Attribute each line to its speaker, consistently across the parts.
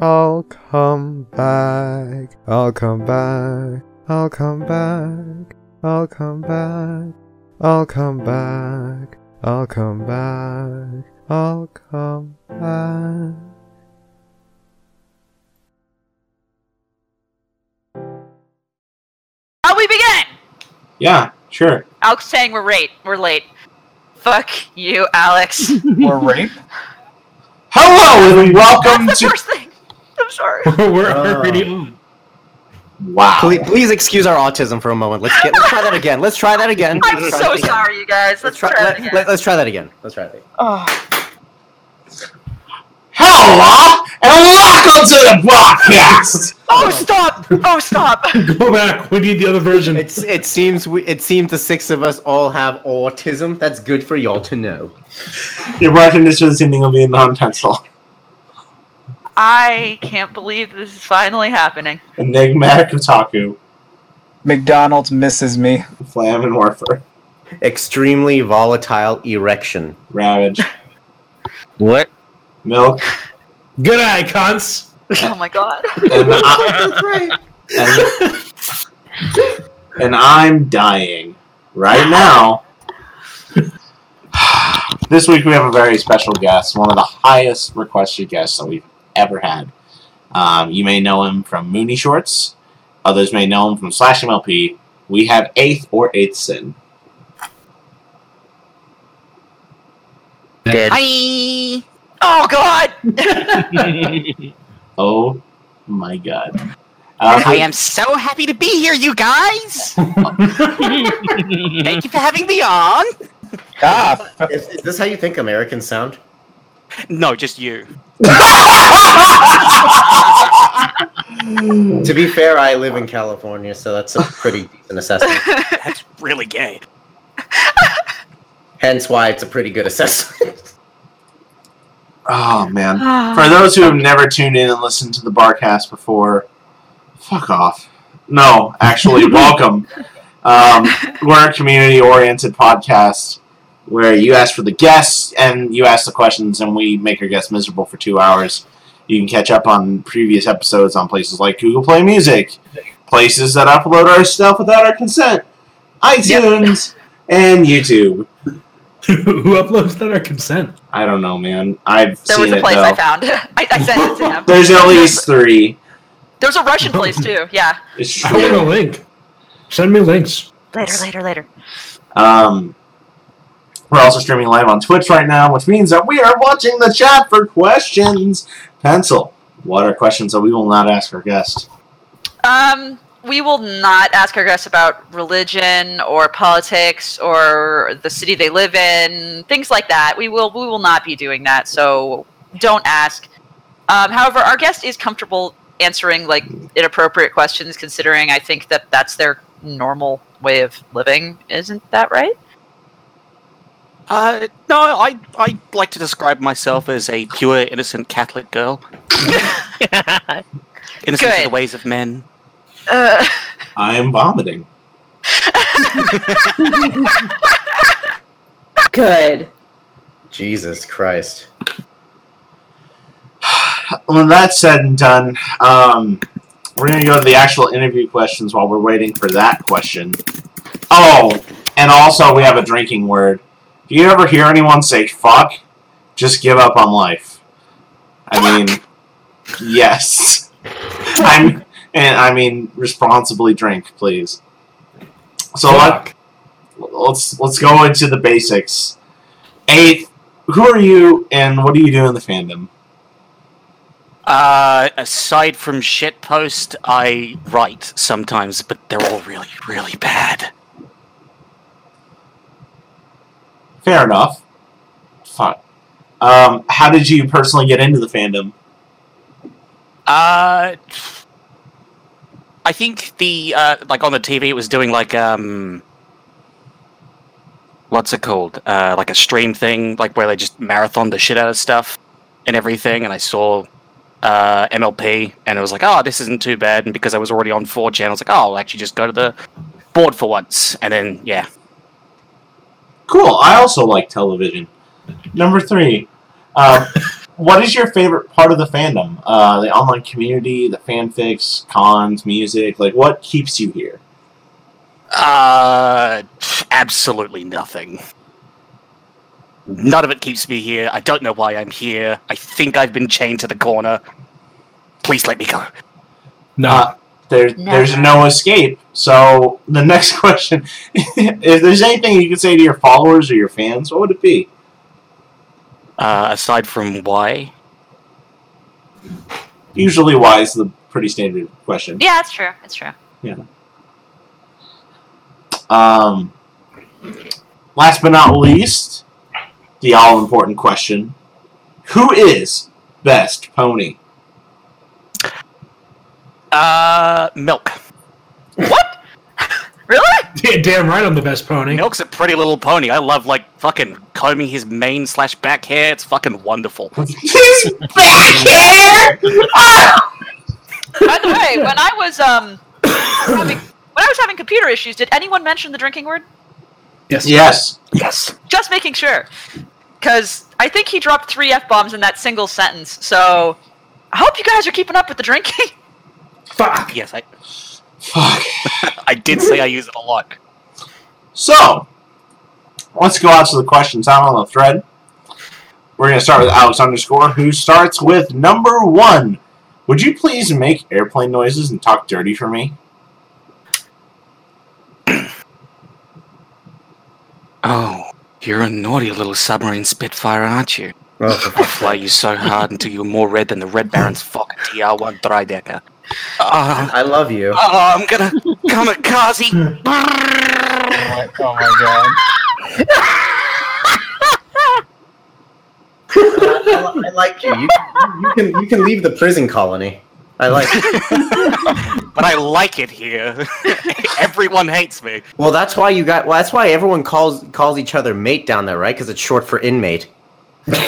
Speaker 1: I'll come back. I'll come back. I'll come back. I'll come back. I'll come back. I'll come back. I'll come back.
Speaker 2: Oh, we begin!
Speaker 3: Yeah, sure.
Speaker 2: Alex saying we're late. We're late. Fuck you, Alex.
Speaker 4: or rape.
Speaker 3: Hello and welcome
Speaker 2: That's the
Speaker 3: to.
Speaker 2: first thing. I'm sorry.
Speaker 5: We're
Speaker 3: Uh.
Speaker 5: already on.
Speaker 3: Wow.
Speaker 6: Please, please excuse our autism for a moment. Let's get. Let's try that again. Let's try that again.
Speaker 2: I'm
Speaker 6: Let's try
Speaker 2: so
Speaker 6: that again.
Speaker 2: sorry, you guys. Let's try it
Speaker 6: Let, let,
Speaker 2: again.
Speaker 6: let's try that again. Let's try that again.
Speaker 2: Oh,
Speaker 3: Hello and welcome to the podcast.
Speaker 2: Oh, stop! Oh, stop!
Speaker 5: Go back. We need the other version.
Speaker 6: It's. It seems. We. It seems the six of us all have autism. That's good for y'all to know.
Speaker 3: Your recognition is something will be non-pencil.
Speaker 2: I can't believe this is finally happening.
Speaker 3: Enigmatic otaku,
Speaker 4: McDonald's misses me.
Speaker 3: flam and warfare,
Speaker 6: Extremely volatile erection.
Speaker 3: ravage,
Speaker 7: What?
Speaker 3: milk,
Speaker 5: Good eye, cons.
Speaker 2: Oh my god.
Speaker 3: and, I, and, and I'm dying right now. this week we have a very special guest, one of the highest requested guests that we've ever had. Um, you may know him from Mooney Shorts. Others may know him from Slash MLP. We have Eighth or Eighth Sin.
Speaker 7: Dead.
Speaker 2: Hi. Oh god.
Speaker 3: Oh my god. Uh,
Speaker 7: I am so happy to be here, you guys. Thank you for having me on.
Speaker 4: Ah,
Speaker 6: Is, is this how you think Americans sound?
Speaker 7: No, just you.
Speaker 6: To be fair, I live in California, so that's a pretty decent assessment.
Speaker 7: That's really gay.
Speaker 6: Hence why it's a pretty good assessment.
Speaker 3: Oh man. For those who have never tuned in and listened to the Barcast before, fuck off. No, actually, welcome. Um, we're a community oriented podcast where you ask for the guests and you ask the questions, and we make our guests miserable for two hours. You can catch up on previous episodes on places like Google Play Music, places that upload our stuff without our consent, iTunes, and YouTube.
Speaker 5: Who uploads that our consent?
Speaker 3: I don't know, man. I've
Speaker 2: There
Speaker 3: seen
Speaker 2: was a
Speaker 3: it,
Speaker 2: place
Speaker 3: though.
Speaker 2: I found. I, I sent it to him.
Speaker 3: There's at least three.
Speaker 2: There's a Russian place too. Yeah.
Speaker 3: It's
Speaker 5: I want a
Speaker 3: true.
Speaker 5: link. Send me links.
Speaker 2: Later, later, later.
Speaker 3: Um, we're also streaming live on Twitch right now, which means that we are watching the chat for questions. Pencil, what are questions that we will not ask our guest?
Speaker 2: Um, we will not ask our guests about religion or politics or the city they live in, things like that. We will we will not be doing that. So don't ask. Um, however, our guest is comfortable answering like inappropriate questions, considering I think that that's their normal way of living. Isn't that right?
Speaker 7: Uh, no, I I like to describe myself as a pure, innocent Catholic girl. innocent to
Speaker 2: Good.
Speaker 7: the ways of men.
Speaker 2: Uh,
Speaker 3: I am vomiting.
Speaker 2: Good.
Speaker 6: Jesus Christ.
Speaker 3: When that's said and done, um, we're going to go to the actual interview questions while we're waiting for that question. Oh, and also we have a drinking word. If you ever hear anyone say fuck, just give up on life. I mean, yes. I'm, and I mean responsibly drink, please. So let,
Speaker 5: Fuck.
Speaker 3: let's let's go into the basics. Eighth, who are you, and what do you do in the fandom?
Speaker 7: Uh, aside from shitpost, I write sometimes, but they're all really, really bad.
Speaker 3: Fair enough. Fine. Um, how did you personally get into the fandom?
Speaker 7: Uh, I think the uh, like on the TV, it was doing like um, what's it called? Uh, like a stream thing, like where they just marathon the shit out of stuff and everything. And I saw uh, MLP, and it was like, oh, this isn't too bad. And because I was already on four channels, like, oh, I'll actually just go to the board for once. And then yeah,
Speaker 3: Cool. I also like television. Number three. Um, what is your favorite part of the fandom? Uh, the online community, the fanfics, cons, music. Like, what keeps you here?
Speaker 7: Uh, absolutely nothing. None of it keeps me here. I don't know why I'm here. I think I've been chained to the corner. Please let me go.
Speaker 5: No.
Speaker 3: Uh, There's
Speaker 2: No.
Speaker 3: there's no escape. So the next question: If there's anything you could say to your followers or your fans, what would it be?
Speaker 7: Uh, aside from why,
Speaker 3: Usually, why is the pretty standard question.
Speaker 2: Yeah, it's true. It's true.
Speaker 3: Um, last but not least, the all important question: Who is best pony?
Speaker 7: uh, milk.
Speaker 2: What? really?
Speaker 5: Yeah, damn right I'm the best pony.
Speaker 7: Milk's a pretty little pony. I love like fucking combing his mane slash back hair. It's fucking wonderful.
Speaker 3: His back hair. Ah!
Speaker 2: By the way, when I was um having, when I was having computer issues, did anyone mention the drinking word?
Speaker 5: Yes.
Speaker 3: Yes.
Speaker 7: Yes.
Speaker 2: Just making sure, because I think he dropped three f bombs in that single sentence. So I hope you guys are keeping up with the drinking.
Speaker 5: Fuck.
Speaker 7: Yes, I,
Speaker 3: Fuck.
Speaker 7: I did say I use it a lot.
Speaker 3: So, let's go out to the questions out on the thread. We're going to start with Alex underscore, who starts with number one. Would you please make airplane noises and talk dirty for me?
Speaker 7: Oh, you're a naughty little submarine spitfire, aren't you? I fly you so hard until you're more red than the Red Baron's fucking TR1 Tridecker. Oh,
Speaker 6: I love you.
Speaker 7: oh, I'm gonna kamikaze.
Speaker 4: my- oh my god.
Speaker 6: I, I like you. You, you can you can leave the prison colony. I like.
Speaker 7: but I like it here. Everyone hates me.
Speaker 6: Well, that's why you got. Well, that's why everyone calls calls each other mate down there, right? Because it's short for inmate.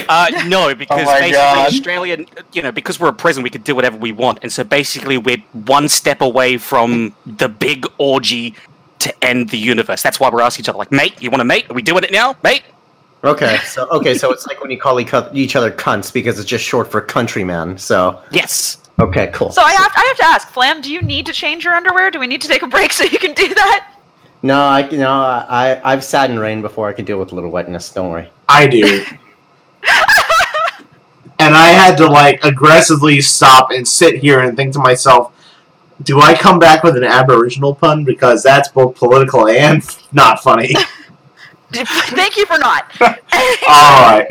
Speaker 7: Uh, no, because
Speaker 4: Oh my
Speaker 7: basically
Speaker 4: God.
Speaker 7: Australian, you know, because we're a prison, we could do whatever we want, and so basically we're one step away from the big orgy to end the universe. That's why we're asking each other, like, mate, you want to mate? Are we doing it now, mate?
Speaker 6: Okay, so okay, so it's like when you call each oth- each other cunts because it's just short for countryman. So
Speaker 7: Yes.
Speaker 6: okay, cool.
Speaker 2: So I have I have to ask, Flam, do you need to change your underwear? Do we need to take a break so you can do that?
Speaker 6: no, I you know I I've sat in rain before. I can deal with a little wetness. Don't worry.
Speaker 3: I do. and I had to, like, aggressively stop and sit here and think to myself, do I come back with an Aboriginal pun? Because that's both political and not funny.
Speaker 2: Thank you for not.
Speaker 3: All right.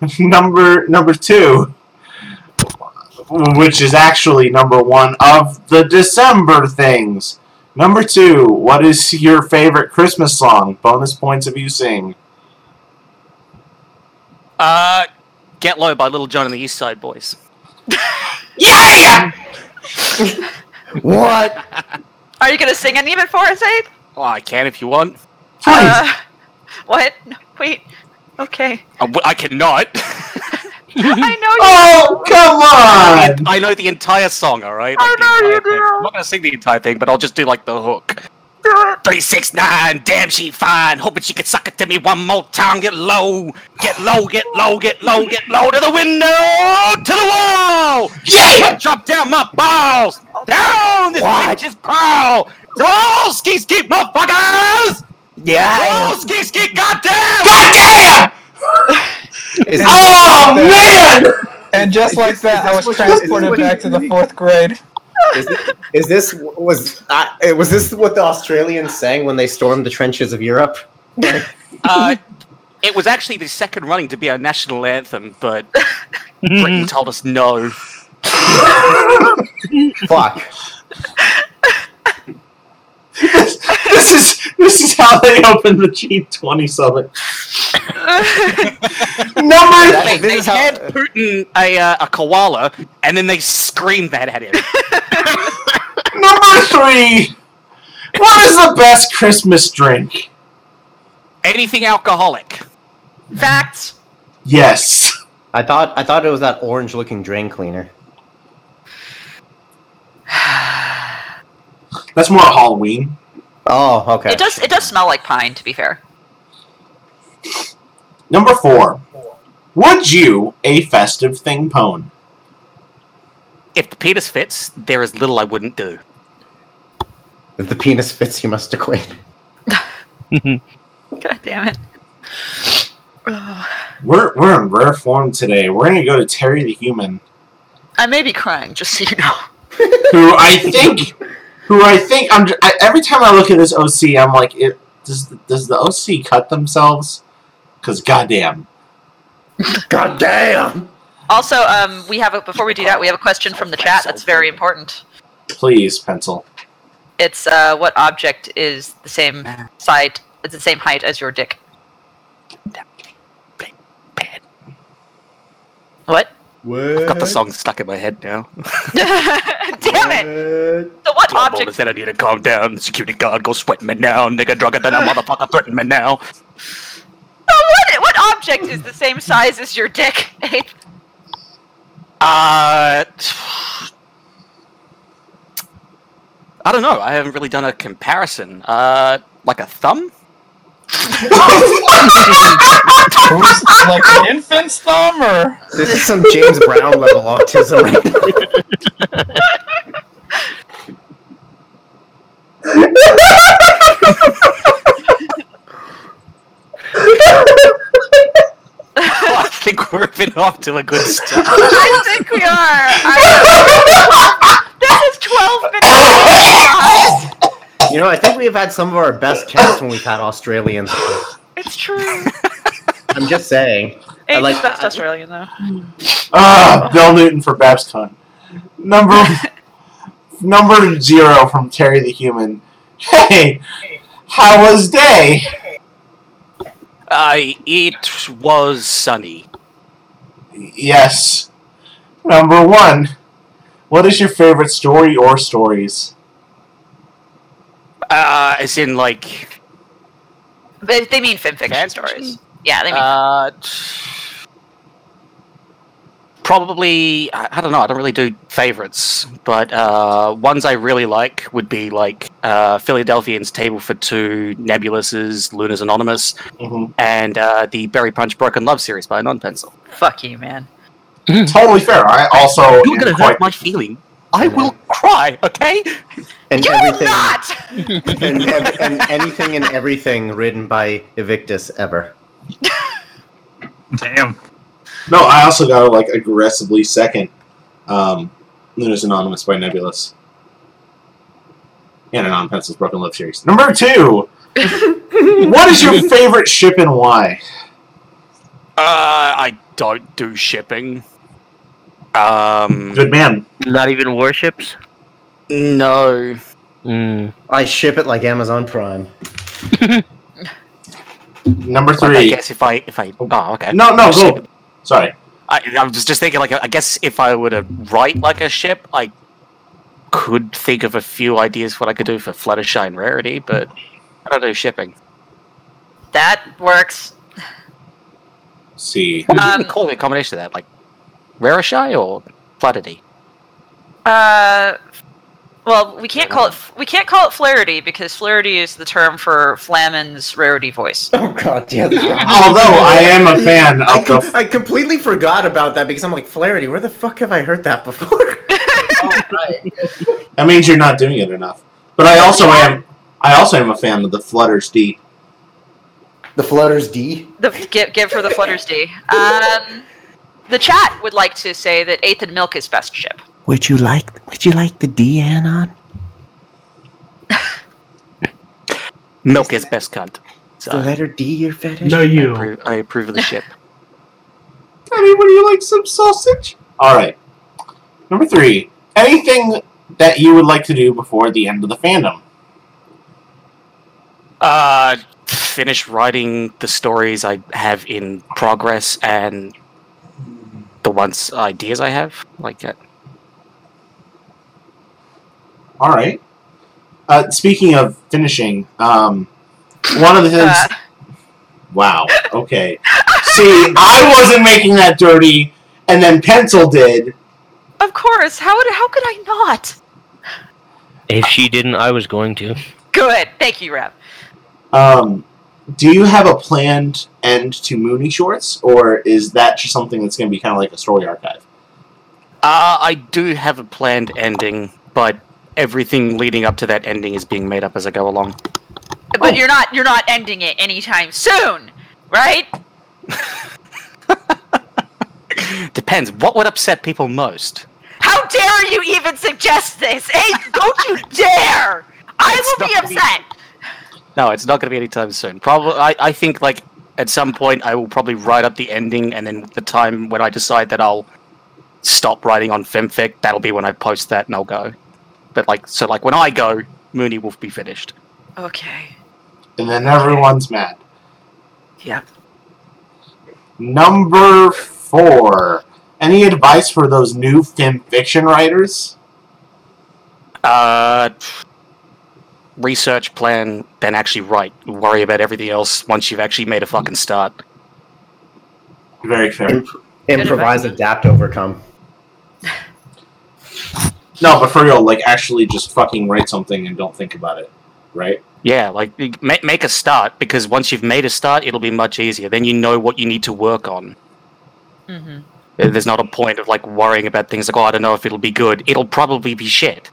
Speaker 3: Number number two, which is actually number one of the December things. Number two, what is your favorite Christmas song? Bonus points if you sing.
Speaker 7: Uh, Get Low by Little John and the East Side Boys.
Speaker 3: Yeah!
Speaker 6: What?
Speaker 2: Are you gonna sing any of it for us, Abe?
Speaker 7: Oh, I can if you want.
Speaker 3: Please.
Speaker 2: Uh, what? No, wait. Okay.
Speaker 7: I, Uh, w- I cannot.
Speaker 2: I know you.
Speaker 3: oh, come on!
Speaker 7: I know the entire song, all right?
Speaker 2: I
Speaker 7: Like, the
Speaker 2: know you
Speaker 7: entire thing.
Speaker 2: do.
Speaker 7: I'm not going to sing the entire thing, but I'll just do, like, the hook.
Speaker 2: do it.
Speaker 7: 369, damn she fine. Hoping she can suck it to me one more time. Get low, get low, get low, get low, get low to the window, to the wall. Yeah! Drop down my balls, down this bitch's prowl. Roll, ski, ski, motherfuckers! Yeah! Roll, ski, ski, goddamn!
Speaker 6: Is
Speaker 3: Oh man!
Speaker 4: And just like that, I was transported back to the fourth grade.
Speaker 6: is, is this was I, was this what the Australians sang when they stormed the trenches of Europe?
Speaker 7: Uh, it was actually the second running to be our national anthem, but Britain told us no.
Speaker 6: Fuck.
Speaker 3: This is this is how they opened the G20 summit. Number
Speaker 6: That-
Speaker 7: they
Speaker 6: this is how-
Speaker 7: had Putin a, uh, a koala, and then they screamed that at him.
Speaker 3: number three. What is the best Christmas drink?
Speaker 7: Anything alcoholic.
Speaker 2: Facts.
Speaker 3: Yes.
Speaker 6: I thought I thought it was that orange-looking drain cleaner.
Speaker 3: That's more Halloween.
Speaker 6: Oh, okay.
Speaker 2: It does. It does smell like pine. To be fair.
Speaker 3: Number four. Would you a festive thing pone?
Speaker 7: If the penis fits, there is little I wouldn't do.
Speaker 6: If the penis fits, you must acquit.
Speaker 2: God damn it. Ugh.
Speaker 3: We're we're in rare form today. We're gonna go to Terry the Human,
Speaker 2: I may be crying, just so you know.
Speaker 3: who I think, who I think. I'm j- I, every time I look at this OC, I'm like, it, does the- does the OC cut themselves? Because goddamn,
Speaker 6: God damn!
Speaker 2: Also, um, we have a, before we do that, we have a question from the chat that's very important.
Speaker 3: please pencil.
Speaker 2: It's uh, what object is the same side, it's the same height as your dick?
Speaker 7: Bad.
Speaker 2: What?
Speaker 7: I've
Speaker 6: Uh-huh.
Speaker 7: got the song stuck in my head now.
Speaker 2: Damn it! So what
Speaker 7: Object
Speaker 2: object?
Speaker 7: said I need to calm down. Security guard, go sweat me now. Nigga drunker than a motherfucker, threaten me now.
Speaker 2: Oh, what? What object is the same size as your dick?
Speaker 7: Uh, I don't know. I haven't really done a comparison. Uh, like a thumb?
Speaker 4: like an infant's thumb, or
Speaker 6: This is some James Brown level autism right now.
Speaker 7: I think we're been off to a good start.
Speaker 2: I think we are. I, this is twelve minutes.
Speaker 6: You know, I think we've had some of our best casts when we've had Australians.
Speaker 2: It's true.
Speaker 6: I'm just saying. I
Speaker 2: Ain't
Speaker 6: like-
Speaker 2: like best Australian though.
Speaker 3: Ah, Bill Newton for Babscon. Number number zero from Terry the Human. Hey, how was day?
Speaker 7: I it was sunny.
Speaker 3: Yes. Number one. What is your favorite story or stories?
Speaker 7: Uh, as in like
Speaker 2: But they mean fan fiction
Speaker 7: Fan
Speaker 2: stories.
Speaker 7: fiction?
Speaker 2: Yeah, they mean.
Speaker 7: uh, t- probably I, I don't know. I don't really do favorites, but uh, ones I really like would be like uh, Philadelphians Table for Two, Nebulous's Luna's Anonymous,
Speaker 3: Mm-hmm.
Speaker 7: and uh, the Berry Punch Broken Love series by Non-Pencil.
Speaker 2: Fuck you, man.
Speaker 3: Totally fair. I also
Speaker 7: You're
Speaker 3: am
Speaker 7: gonna
Speaker 3: quite-
Speaker 7: hurt my feeling. I will cry. Okay.
Speaker 6: And
Speaker 2: You're
Speaker 6: everything,
Speaker 2: not.
Speaker 6: and, ev- and anything and everything written by Evictus ever.
Speaker 5: Damn.
Speaker 3: no. I also got to like aggressively second um, Luna's Anonymous by Nebulous. And a non-pencil's Broken Love series. Number two. what is your favorite ship and why?
Speaker 7: Uh, I don't do shipping. Um,
Speaker 3: Good man.
Speaker 8: Not even warships.
Speaker 7: no.
Speaker 8: Mm.
Speaker 6: I ship it like Amazon Prime.
Speaker 3: Number
Speaker 7: Like, I
Speaker 3: three.
Speaker 7: guess if I if I oh okay.
Speaker 3: No, no,
Speaker 7: Ship.
Speaker 3: go. Sorry.
Speaker 7: I, I was just thinking, like, I guess if I were to write like a ship, I could think of a few ideas what I could do for Fluttershy and Rarity, but I don't do shipping.
Speaker 2: That works.
Speaker 3: Let's see.
Speaker 7: What would you
Speaker 2: Um,
Speaker 7: even call the combination of that? Like, Rarishai or Flutterdy?
Speaker 2: Uh, well, we can't call it we can't call it flarity because flarity is the term for Flamin's rarity voice.
Speaker 6: Oh god, yeah.
Speaker 3: Although I am a fan
Speaker 6: I,
Speaker 3: of
Speaker 6: com-
Speaker 3: the
Speaker 6: I completely forgot about that because I'm like, Flaherty, where the fuck have I heard that before?
Speaker 3: That means you're not doing it enough. But I also am. I also am a fan of the Flutters D.
Speaker 6: the Flutters D.
Speaker 2: The give, give her the flutters D. Um, the chat would like to say that Eighth and Milk is best ship.
Speaker 8: Would you like? Would you like the DN on?
Speaker 7: Milk is best cunt.
Speaker 6: Is
Speaker 7: So
Speaker 6: the letter D your fetish?
Speaker 5: No,
Speaker 7: I,
Speaker 5: you.
Speaker 7: approve, I approve of the ship.
Speaker 3: Daddy, would you like some sausage? All right. Number three. Anything that you would like to do before the end of the fandom?
Speaker 7: Uh, finish writing the stories I have in progress and the ones ideas I have. Like, that.
Speaker 3: All right. Uh, speaking of finishing, um, one of the things.
Speaker 2: Uh,
Speaker 3: Wow. Okay. See, I wasn't making that dirty, and then Pencil did.
Speaker 2: of course. How would how could I not?
Speaker 8: If she didn't, I was going to.
Speaker 2: Good. Thank you, Rev.
Speaker 3: Um, do you have a planned end to Mooney Shorts, or is that just something that's going to be kind of like a story archive?
Speaker 7: Uh, I do have a planned ending, but everything leading up to that ending is being made up as I go along.
Speaker 6: Oh.
Speaker 2: But you're not you're not ending it anytime soon, right?
Speaker 7: Depends. What would upset people most?
Speaker 2: How dare you even suggest this? Hey, don't you dare! I will be upset.
Speaker 7: No, it's not going to be anytime soon. Probably, I, I think like at some point I will probably write up the ending, and then the time when I decide that I'll stop writing on Femfic, that'll be when I post that and I'll go. But like, so like when I go, Mooney will be finished.
Speaker 2: Okay.
Speaker 3: And then everyone's mad.
Speaker 2: Yep.
Speaker 3: Number four. Any advice for those new fan fiction writers?
Speaker 7: Uh, research plan, then actually write. Worry about everything else once you've actually made a fucking start.
Speaker 3: Very fair.
Speaker 6: Imp- improvise, adapt, overcome.
Speaker 3: No, but for real, like actually just fucking write something and don't think about it, right?
Speaker 7: Yeah, like make, make a start because once you've made a start, it'll be much easier. Then you know what you need to work on.
Speaker 2: Mm-hmm.
Speaker 7: There- Uh, There's not a point of like worrying about things like, oh, I don't know if it'll be good. It'll probably be shit.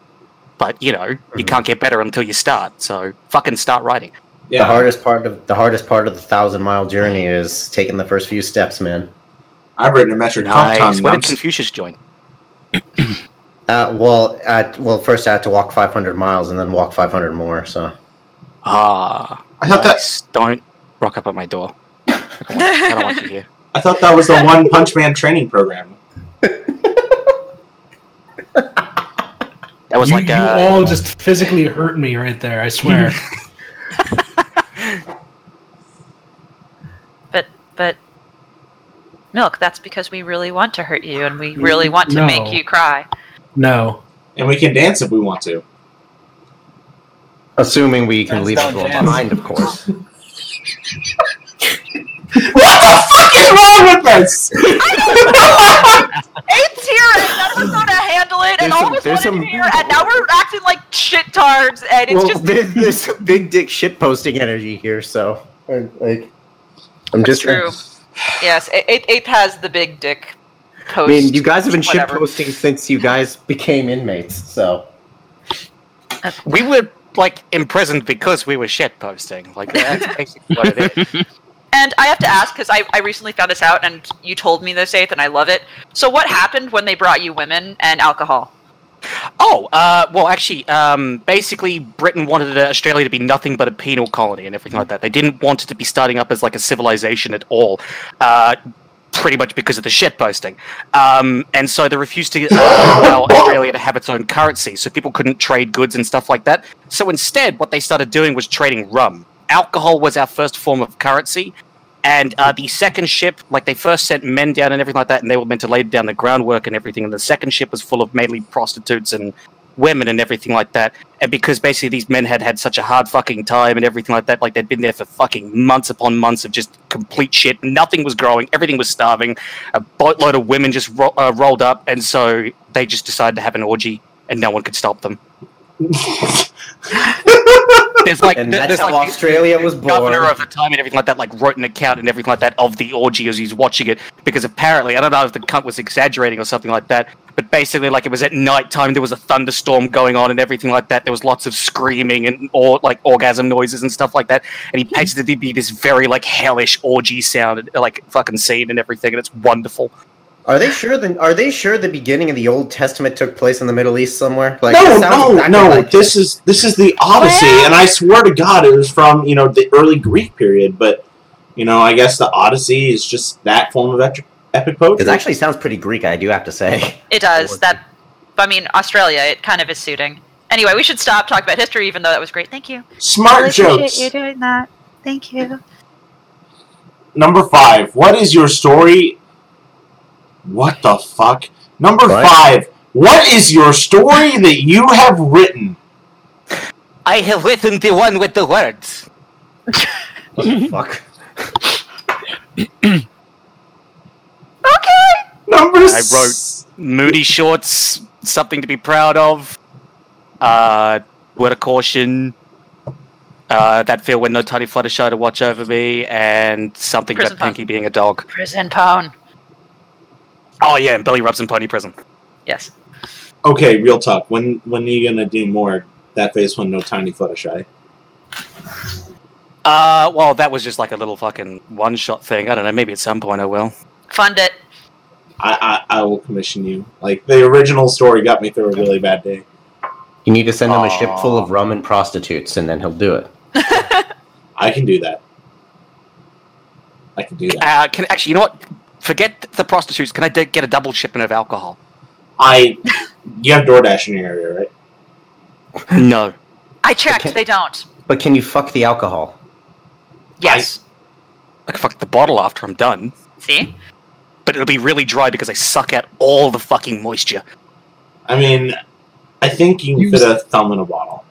Speaker 7: But you know,
Speaker 5: Mm-hmm.
Speaker 7: you can't get better until you start. So fucking start writing.
Speaker 3: Yeah.
Speaker 6: The hardest part of the hardest part of the thousand mile journey is taking the first few steps, man.
Speaker 3: I've written a metric nice.
Speaker 7: Nice.
Speaker 3: ton
Speaker 7: When did
Speaker 3: months.
Speaker 7: Confucius join?
Speaker 6: Uh, well, uh, well, first I had to walk 500 miles and then walk 500 more. So
Speaker 7: Ah,
Speaker 3: I thought that
Speaker 7: nice. Don't rock up at my door. I don't want, I don't want you here.
Speaker 3: I thought that was the One Punch Man training program.
Speaker 7: That was
Speaker 5: you,
Speaker 7: like
Speaker 5: you
Speaker 7: uh,
Speaker 5: all just physically hurt me right there. I swear.
Speaker 2: But but Milk, that's because we really want to hurt you and we really want to
Speaker 5: No.
Speaker 2: make you cry.
Speaker 5: no.
Speaker 3: And we can dance if we want to.
Speaker 6: assuming we can
Speaker 4: That's
Speaker 6: leave
Speaker 4: not
Speaker 6: people
Speaker 4: jazz.
Speaker 6: behind, of course.
Speaker 3: What the fuck is wrong with this?
Speaker 2: Eight's here and none of us know how to handle it and
Speaker 6: There's
Speaker 2: all
Speaker 6: some-
Speaker 2: of us
Speaker 6: there's
Speaker 2: wanted
Speaker 6: some-
Speaker 2: to hear and now we're acting like shit tards and it's
Speaker 6: well,
Speaker 2: just
Speaker 6: there's, there's some big dick shit posting energy here, so like, I'm just
Speaker 2: true. Yes, A- Eighth, Eighth has the big dick
Speaker 6: I
Speaker 2: post.
Speaker 6: mean, you guys have been shit
Speaker 2: whatever.
Speaker 6: posting since you guys became inmates, so
Speaker 7: we were like imprisoned because we were shit posting. Like that's basically what it is.
Speaker 2: And I have to ask because I, I recently found this out, and you told me this, Eighth, and I love it. So, what happened when they brought you women and alcohol?
Speaker 7: Oh, uh, well, actually, um, basically, Britain wanted uh, Australia to be nothing but a penal colony and everything like that. They didn't want it to be starting up as like a civilization at all, uh, pretty much because of the shitposting. Um, and so they refused to uh, allow Australia to have its own currency, so people couldn't trade goods and stuff like that. So instead, what they started doing was trading rum. Alcohol was our first form of currency. And uh, the second ship, like they first sent men down and everything like that, and they were meant to lay down the groundwork and everything. And the second ship was full of mainly prostitutes and women and everything like that. And because basically these men had had such a hard fucking time and everything like that, like they'd been there for fucking months upon months of just complete shit. Nothing was growing, everything was starving. A boatload of women just ro- uh, rolled up, and so they just decided to have an orgy, and no one could stop them. There's like
Speaker 6: and
Speaker 7: there-
Speaker 6: that's
Speaker 7: there's
Speaker 6: how
Speaker 7: like these-
Speaker 6: Australia was born.
Speaker 7: governor of the time and everything like that, like wrote an account and everything like that of the orgy as he's watching it, because apparently I don't know if the cunt was exaggerating or something like that, but basically like it was at night time, there was a thunderstorm going on and everything like that. There was lots of screaming and or like orgasm noises and stuff like that, and he painted it to be this very like hellish orgy sound and like fucking scene and everything, and it's wonderful.
Speaker 6: Are they sure? The, are they sure the beginning of the Old Testament took place in the Middle East somewhere? Like,
Speaker 3: no,
Speaker 6: it sounds
Speaker 3: no,
Speaker 6: exactly
Speaker 3: no.
Speaker 6: like-
Speaker 3: this is this is the Odyssey, and I swear to God, it was from you know the early Greek period. But you know, I guess the Odyssey is just that form of epic, epic poetry.
Speaker 6: It actually sounds pretty Greek. I do have to say.
Speaker 2: It
Speaker 6: Or-
Speaker 2: does that. I mean, Australia. It kind of is suiting. Anyway, we should stop talking about history, even though that was great. Thank you.
Speaker 3: Smart jokes.
Speaker 2: doing that. Thank you.
Speaker 3: Number five. What is your story? What the fuck? Number
Speaker 6: Right.
Speaker 3: five. What is your story that you have written?
Speaker 7: I have written the one with the words.
Speaker 6: Fuck.
Speaker 3: Number
Speaker 7: I wrote- Moody shorts, something to be proud of. Uh, word of caution. Uh, that Phil with no tidy Fluttershy to watch over me, and something
Speaker 2: Prison
Speaker 7: about
Speaker 2: Punk.
Speaker 7: Pinky being a dog.
Speaker 2: Prison pwn.
Speaker 7: Oh yeah, and Billy Robson Pony Prison.
Speaker 2: Yes.
Speaker 3: Okay, real talk. When when are you gonna do more that face one no tiny Fluttershy?
Speaker 7: Uh, well, that was just like a little fucking one shot thing. I don't know. Maybe at some point I will.
Speaker 2: Fund it.
Speaker 3: I, I I will commission you. Like the original story got me through a really bad day.
Speaker 6: You need to send him a ship
Speaker 7: Aw.
Speaker 6: full of rum and prostitutes, and then he'll do it.
Speaker 3: I can do that. I can do that.
Speaker 7: Uh, can actually, you know what? Forget the prostitutes. Can I d- get a double shipment of alcohol?
Speaker 3: I you have DoorDash in your area, right?
Speaker 7: no.
Speaker 2: I checked.
Speaker 6: Okay.
Speaker 2: They don't.
Speaker 6: But can you fuck the alcohol?
Speaker 2: Yes.
Speaker 7: I can fuck the bottle after I'm done,
Speaker 2: See?
Speaker 7: but it'll be really dry because I suck out all the fucking moisture.
Speaker 3: I mean, I think you can
Speaker 4: You
Speaker 3: fit
Speaker 4: s-
Speaker 3: a thumb in a bottle.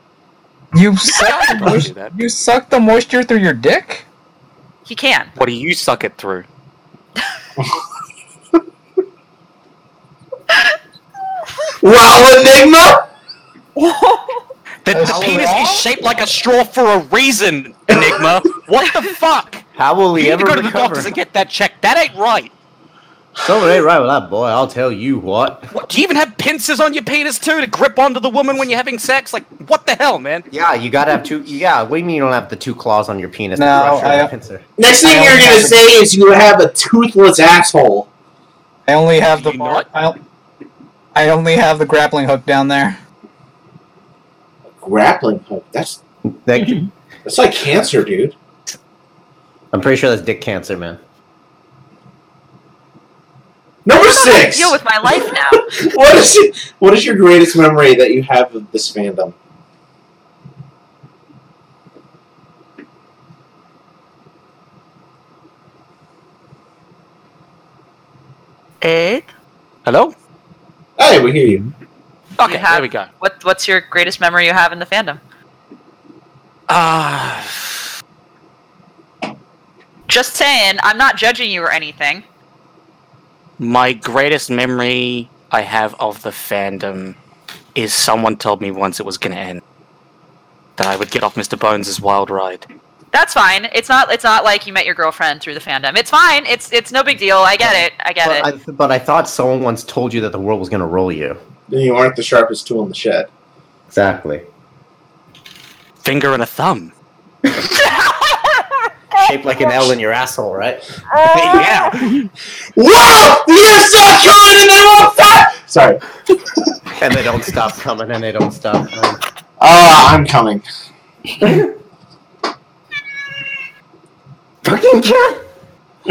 Speaker 4: You suck the
Speaker 7: Probably do
Speaker 4: moisture.
Speaker 7: that.
Speaker 4: You suck the moisture through your dick.
Speaker 2: He can.
Speaker 7: What do you suck it through?
Speaker 3: Wow, Enigma!
Speaker 7: The, the
Speaker 4: Oh,
Speaker 7: penis
Speaker 4: yeah?
Speaker 7: is shaped like a straw for a reason, Enigma. what the fuck?
Speaker 6: How will
Speaker 7: You
Speaker 6: he
Speaker 7: need to
Speaker 6: ever
Speaker 7: go to the
Speaker 6: recover?
Speaker 7: doctors and get that checked. That ain't right.
Speaker 6: Something ain't right with that boy. I'll tell you what.
Speaker 7: What, do you even have pincers on your penis too to grip onto the woman when you're having sex? Like, what the hell, man?
Speaker 6: Yeah, you gotta have two. Yeah, what do you mean you don't have the two claws on your penis?
Speaker 4: No,
Speaker 6: Brush or
Speaker 4: I-
Speaker 6: the pincer.
Speaker 3: Next
Speaker 4: I
Speaker 3: thing
Speaker 4: only
Speaker 3: you're gonna
Speaker 4: have a-
Speaker 3: say is you have a toothless asshole.
Speaker 4: I only have the
Speaker 7: You
Speaker 4: bar-
Speaker 7: nut.
Speaker 4: I, I only have the grappling hook down there.
Speaker 3: Grappling hook. That's
Speaker 6: Thank you.
Speaker 3: that's like cancer, dude.
Speaker 6: I'm pretty sure that's dick cancer, man.
Speaker 3: Number
Speaker 2: I don't know how to
Speaker 3: six.
Speaker 2: Deal with my life now.
Speaker 3: what is it, what is your greatest memory that you have of this fandom?
Speaker 2: Eight.
Speaker 7: Hello?
Speaker 3: Hey, we hear you.
Speaker 7: Okay,
Speaker 2: You have-
Speaker 7: there we go.
Speaker 2: What What's your greatest memory you have in the fandom?
Speaker 7: Ah,
Speaker 2: Just saying. I'm not judging you or anything.
Speaker 7: my greatest memory I have of the fandom is someone told me once it was going to end. That I would get off Mr. Bones' wild ride.
Speaker 2: That's fine. It's not. It's not like you met your girlfriend through the fandom. It's fine. It's It's no big deal. I get it. I get it.
Speaker 6: But I, but I thought someone once told you that the world was gonna roll you.
Speaker 3: Then you aren't the sharpest tool in the shed.
Speaker 6: Exactly.
Speaker 7: Finger and a thumb.
Speaker 6: Shaped like an L in your asshole, right?
Speaker 7: yeah.
Speaker 3: Wow! The years stop coming and they won't stop! Sorry.
Speaker 6: And they don't stop coming, and they don't stop. Coming.
Speaker 3: Ah, I'm coming.
Speaker 6: Fucking cat.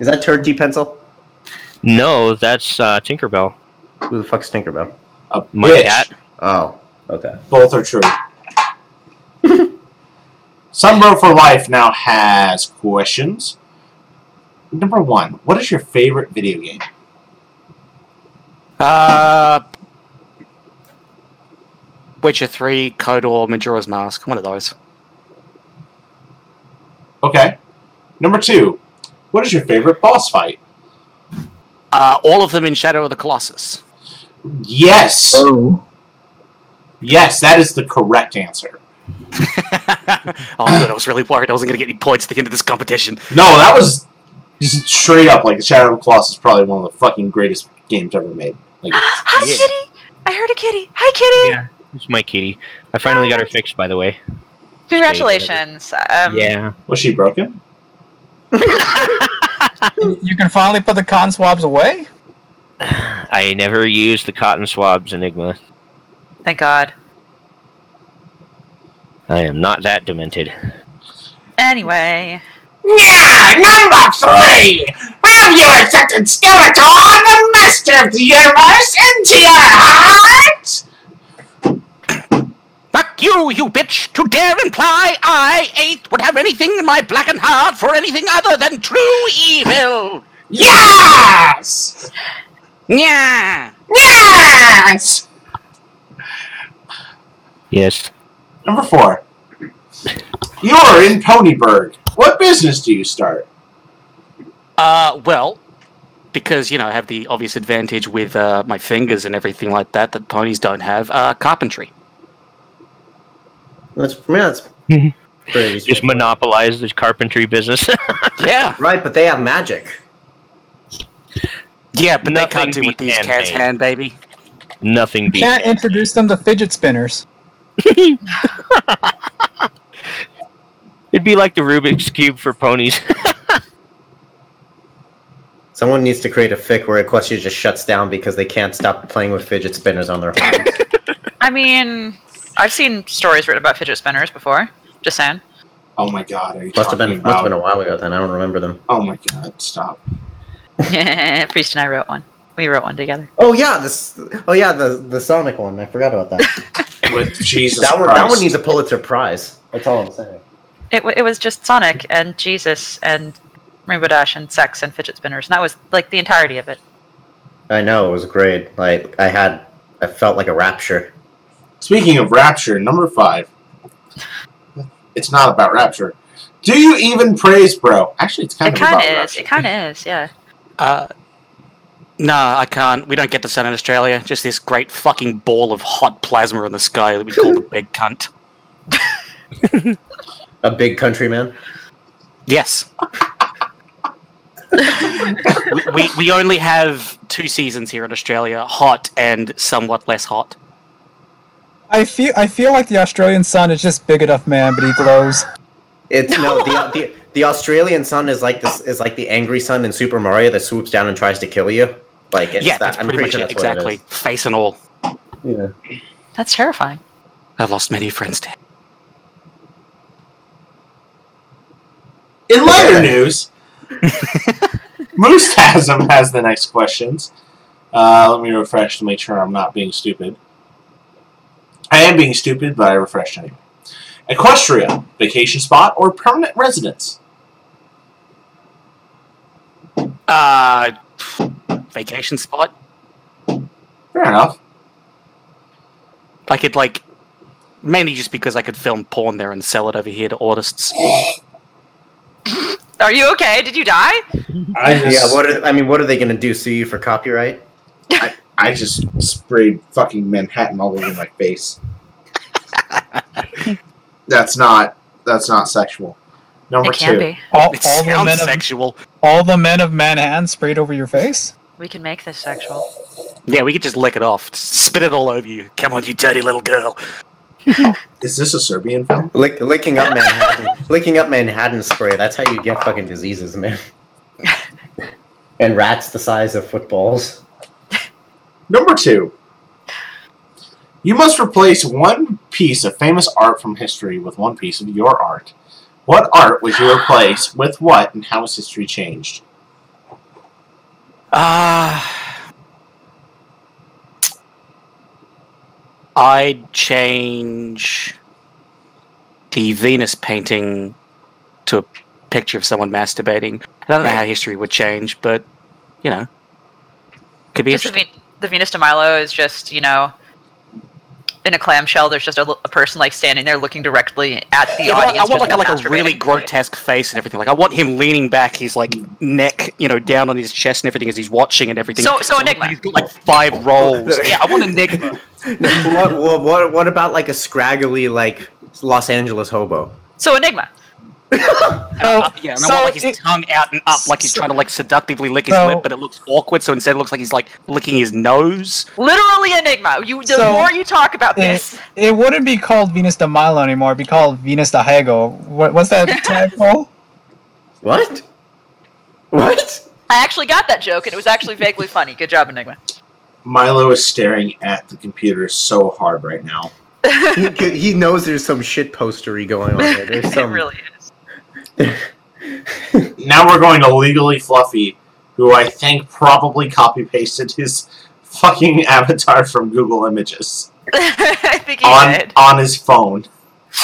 Speaker 6: Is that turd pencil?
Speaker 8: No, that's uh, Tinkerbell.
Speaker 6: Who the fuck's Tinkerbell?
Speaker 3: A
Speaker 8: My
Speaker 3: bitch.
Speaker 8: cat.
Speaker 6: Oh, okay.
Speaker 3: Both are true. Sunbro for Life now has questions. Number one, what is your favorite video game?
Speaker 7: Uh, Witcher 3, Kodor, Majora's Mask. One of those.
Speaker 3: Okay. Number two, what is your favorite boss fight?
Speaker 7: Uh, all of them in Shadow of the Colossus.
Speaker 3: Yes!
Speaker 4: Oh.
Speaker 3: Yes, that is the correct answer.
Speaker 7: oh, good. I was really worried I wasn't going to get any points at the end of this competition.
Speaker 3: No, that was just straight up like Shadow of the Colossus is probably one of the fucking greatest games ever made. Like,
Speaker 2: Hi,
Speaker 7: Yeah.
Speaker 2: kitty. I heard a kitty. Hi, kitty.
Speaker 5: Yeah.
Speaker 8: It's my kitty. I finally got her fixed, by the way.
Speaker 2: Congratulations. Um,
Speaker 8: yeah.
Speaker 3: was she broken?
Speaker 4: You can finally put the con swabs away.
Speaker 8: I never used the cotton swabs enigma.
Speaker 2: Thank God.
Speaker 8: I am not that demented.
Speaker 2: Anyway.
Speaker 3: Yeah, number three! Have you accepted Skeletor, the master of the universe, into your heart?
Speaker 7: Fuck you, you bitch! To dare imply I, eight, would have anything in my blackened heart for anything other than true evil!
Speaker 3: Yes!
Speaker 7: Yeah!
Speaker 3: Yes!
Speaker 8: Yes.
Speaker 3: Number four. You're in Ponyburg. What business do you start?
Speaker 7: Uh, well, because, you know, I have the obvious advantage with uh, my fingers and everything like that that ponies don't have, uh, carpentry.
Speaker 6: That's, I mean, that's
Speaker 8: Mhm.
Speaker 6: pretty reasonable.
Speaker 8: Just monopolize the carpentry business.
Speaker 7: Yeah,
Speaker 6: Right, but they have magic.
Speaker 7: yeah, but they
Speaker 8: Nothing
Speaker 7: can't do with
Speaker 8: beats
Speaker 7: these
Speaker 8: hand
Speaker 7: cats
Speaker 8: paint.
Speaker 7: hand, baby.
Speaker 8: Nothing beats.
Speaker 4: Can't introduce them to fidget spinners.
Speaker 8: It'd be like the Rubik's cube for ponies.
Speaker 6: Someone needs to create a fic where Equestria just shuts down because they can't stop playing with fidget spinners on their hands.
Speaker 2: I mean, I've seen stories written about fidget spinners before. Just saying.
Speaker 3: Oh my god, are you
Speaker 6: must have
Speaker 3: talking
Speaker 6: been must
Speaker 3: about?
Speaker 6: have been a while ago then. I don't remember them.
Speaker 3: oh my god, stop.
Speaker 2: Priest and I wrote one. We wrote one together.
Speaker 6: Oh yeah, this. Oh yeah, the the Sonic one. I forgot about that.
Speaker 3: With Jesus
Speaker 6: that one.
Speaker 3: Christ.
Speaker 6: That one needs a Pulitzer Prize. That's all I'm saying.
Speaker 2: It, wa it was just Sonic and Jesus and Rainbow Dash and sex and fidget spinners, and that was like the entirety of it.
Speaker 6: I know it was great. Like I had, I felt like a rapture.
Speaker 3: Speaking of rapture, number five. It's not about rapture. Do you even praise, bro? Actually, it's
Speaker 2: it
Speaker 3: kind of about
Speaker 2: kind of is.
Speaker 3: rapture.
Speaker 2: It kind of is. Yeah.
Speaker 7: Uh, nah, I can't. We don't get the sun in Australia. Just this great fucking ball of hot plasma in the sky that we call the big cunt.
Speaker 6: A big countryman.
Speaker 7: Yes. we, we, we only have two seasons here in Australia hot and somewhat less hot.
Speaker 4: I feel I feel like the Australian sun is just big enough, man, but he glows.
Speaker 6: It's no the, the the Australian sun is like this is like the angry sun in Super Mario that swoops down and tries to kill you. Like it's
Speaker 7: yeah,
Speaker 6: that.
Speaker 7: that's
Speaker 6: I'm
Speaker 7: pretty
Speaker 6: pretty
Speaker 7: much
Speaker 6: sure
Speaker 7: it.
Speaker 6: that's
Speaker 7: Exactly. Face and all.
Speaker 6: What it is.
Speaker 2: That's terrifying.
Speaker 7: I've lost many friends there.
Speaker 3: In lighter news, Moose Tasm has the next questions. Uh, let me refresh to make sure I'm not being stupid. I am being stupid, but I refreshed anyway. Equestria, vacation spot or permanent residence?
Speaker 7: Uh, vacation spot.
Speaker 3: Fair enough.
Speaker 7: I could, like, mainly just because I could film porn there and sell it over here to artists.
Speaker 4: Oh,
Speaker 2: Are you okay? Did you die?
Speaker 3: I
Speaker 6: Yeah. Yeah. What are, I mean, what are they gonna do? Sue you for copyright?
Speaker 3: I just sprayed fucking Manhattan all over my face. that's not that's not sexual. Number
Speaker 2: it can
Speaker 3: two.
Speaker 2: be.
Speaker 4: All,
Speaker 7: It
Speaker 4: all the
Speaker 7: sounds
Speaker 4: men of
Speaker 7: sexual.
Speaker 4: all the men of Manhattan sprayed over your face.
Speaker 2: We can make this sexual.
Speaker 7: Yeah, we could just lick it off. Just Spit it all over you. Come on, you dirty little girl.
Speaker 3: Is this a Serbian film?
Speaker 6: Lick, licking up Manhattan, licking up Manhattan spray. That's how you get fucking diseases, man. and rats the size of footballs.
Speaker 3: Number two. You must replace one piece of famous art from history with one piece of your art. What art would you replace with what and how has history changed?
Speaker 7: Ah. I'd change the Venus painting to a picture of someone masturbating. I don't know how history would change, but you know, could be
Speaker 2: Just the,
Speaker 7: interesting.
Speaker 2: Ve- the Venus de Milo is just you know. In a clamshell, there's just a, l- a person like standing there looking directly at the
Speaker 7: Yeah, but I,
Speaker 2: audience.
Speaker 7: I want like a,
Speaker 2: but
Speaker 7: like a
Speaker 2: masturbating.
Speaker 7: really grotesque face and everything. Like I want him leaning back, his like neck, you know, down on his chest and everything as he's watching and everything.
Speaker 2: So- so Enigma.
Speaker 7: He's got like five rolls. yeah, I want Enigma.
Speaker 6: what, what, what, what about like a scraggly like Los Angeles hobo?
Speaker 2: So Enigma.
Speaker 4: Oh,
Speaker 7: up, Uh, yeah, and I
Speaker 4: so
Speaker 7: want like his
Speaker 4: it-
Speaker 7: tongue out and up, like he's
Speaker 4: so-
Speaker 7: trying to like seductively lick his
Speaker 4: so-
Speaker 7: lip, but it looks awkward. So instead, it looks like he's like licking his nose.
Speaker 2: Literally Enigma. You the
Speaker 4: So-
Speaker 2: more you talk about
Speaker 7: eh.
Speaker 4: it,
Speaker 2: this,
Speaker 4: it wouldn't be called Venus de Milo anymore. It'd be called Venus de Hago. What, what's that tag called?
Speaker 6: What? What?
Speaker 2: I actually got that joke and it was actually vaguely funny. Good job, Enigma.
Speaker 3: Milo is staring at the computer so hard right now.
Speaker 6: he, he knows there's some shit postery going on there. There's
Speaker 2: it
Speaker 6: some.
Speaker 2: really is.
Speaker 3: Now we're going to Legally Fluffy, who I think probably copy pasted his fucking avatar from Google Images
Speaker 2: I think he
Speaker 3: on,
Speaker 2: did.
Speaker 3: on his phone.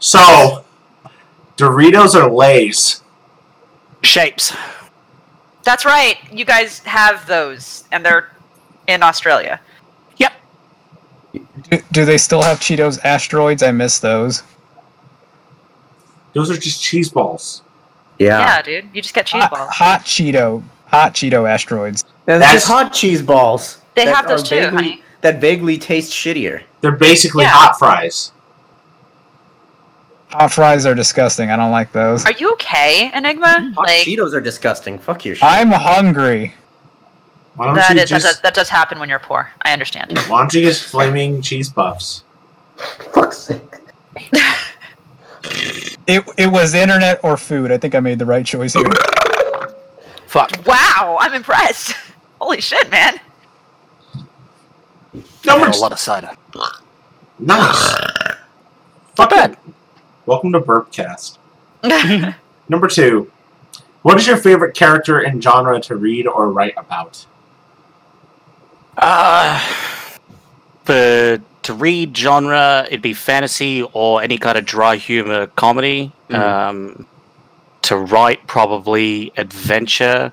Speaker 3: So, Doritos or Lay's?
Speaker 7: Shapes.
Speaker 2: That's right. You guys have those, and they're in Australia.
Speaker 4: Do, do they still have Cheetos asteroids? I miss those.
Speaker 3: Those are just cheese balls.
Speaker 6: Yeah.
Speaker 2: Yeah, dude. You just get cheese
Speaker 4: Hot,
Speaker 2: balls.
Speaker 4: hot Cheeto, hot Cheeto asteroids.
Speaker 6: That's,
Speaker 3: That's-
Speaker 6: just hot cheese balls.
Speaker 2: They
Speaker 6: that
Speaker 2: have those
Speaker 6: are
Speaker 2: too,
Speaker 6: vaguely-
Speaker 2: honey.
Speaker 6: That vaguely taste shittier.
Speaker 3: They're basically
Speaker 2: Yeah.
Speaker 3: hot fries.
Speaker 4: Hot fries are disgusting. I don't like those.
Speaker 2: Are you okay, Enigma?
Speaker 6: Hot
Speaker 2: Like
Speaker 6: Cheetos are disgusting. Fuck your shit.
Speaker 4: I'm hungry.
Speaker 3: Why don't
Speaker 2: that,
Speaker 3: you
Speaker 2: is, that, does,
Speaker 3: just
Speaker 2: that does happen when you're poor. I understand.
Speaker 3: why don't you just flaming cheese puffs?
Speaker 6: Fuck's sake.
Speaker 4: It it was internet or food. I think I made the right choice here.
Speaker 8: Fuck.
Speaker 2: Wow, I'm impressed. Holy shit, man.
Speaker 3: No
Speaker 7: a
Speaker 3: much
Speaker 7: lot of cider.
Speaker 3: nice.
Speaker 7: Not bad.
Speaker 3: Welcome to Burpcast. Number two. What is your favorite character and genre to read or write about?
Speaker 7: Uh, for to read genre, it'd be fantasy or any kind of dry humor comedy.
Speaker 4: Mm-hmm.
Speaker 6: Mhm.
Speaker 7: Um, to write, probably adventure.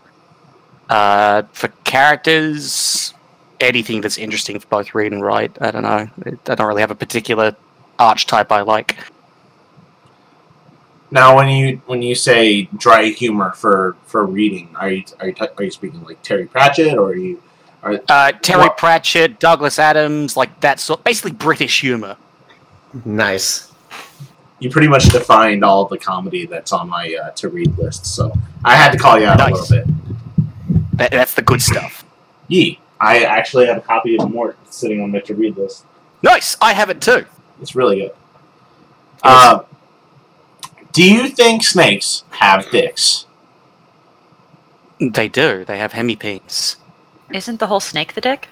Speaker 7: Uh, for characters, anything that's interesting for both read and write. I don't know. I don't really have a particular archetype I like.
Speaker 3: Now, when you when you say dry humor for for reading, are you are you, t- are you speaking like Terry Pratchett or are you?
Speaker 7: Uh, Terry
Speaker 3: What-
Speaker 7: Pratchett, Douglas Adams, like that sort. Basically, British humor.
Speaker 6: Nice.
Speaker 3: You pretty much defined all the comedy that's on my uh, to read list, so I had to call you out a
Speaker 7: Nice.
Speaker 3: little bit.
Speaker 7: That, that's the good stuff.
Speaker 3: Yee, I actually have a copy of Mort sitting on my to read list.
Speaker 7: Nice. I have it too.
Speaker 3: It's really good. Uh, do you think snakes have dicks?
Speaker 7: They do. They have hemipenes.
Speaker 2: Isn't the whole snake the dick?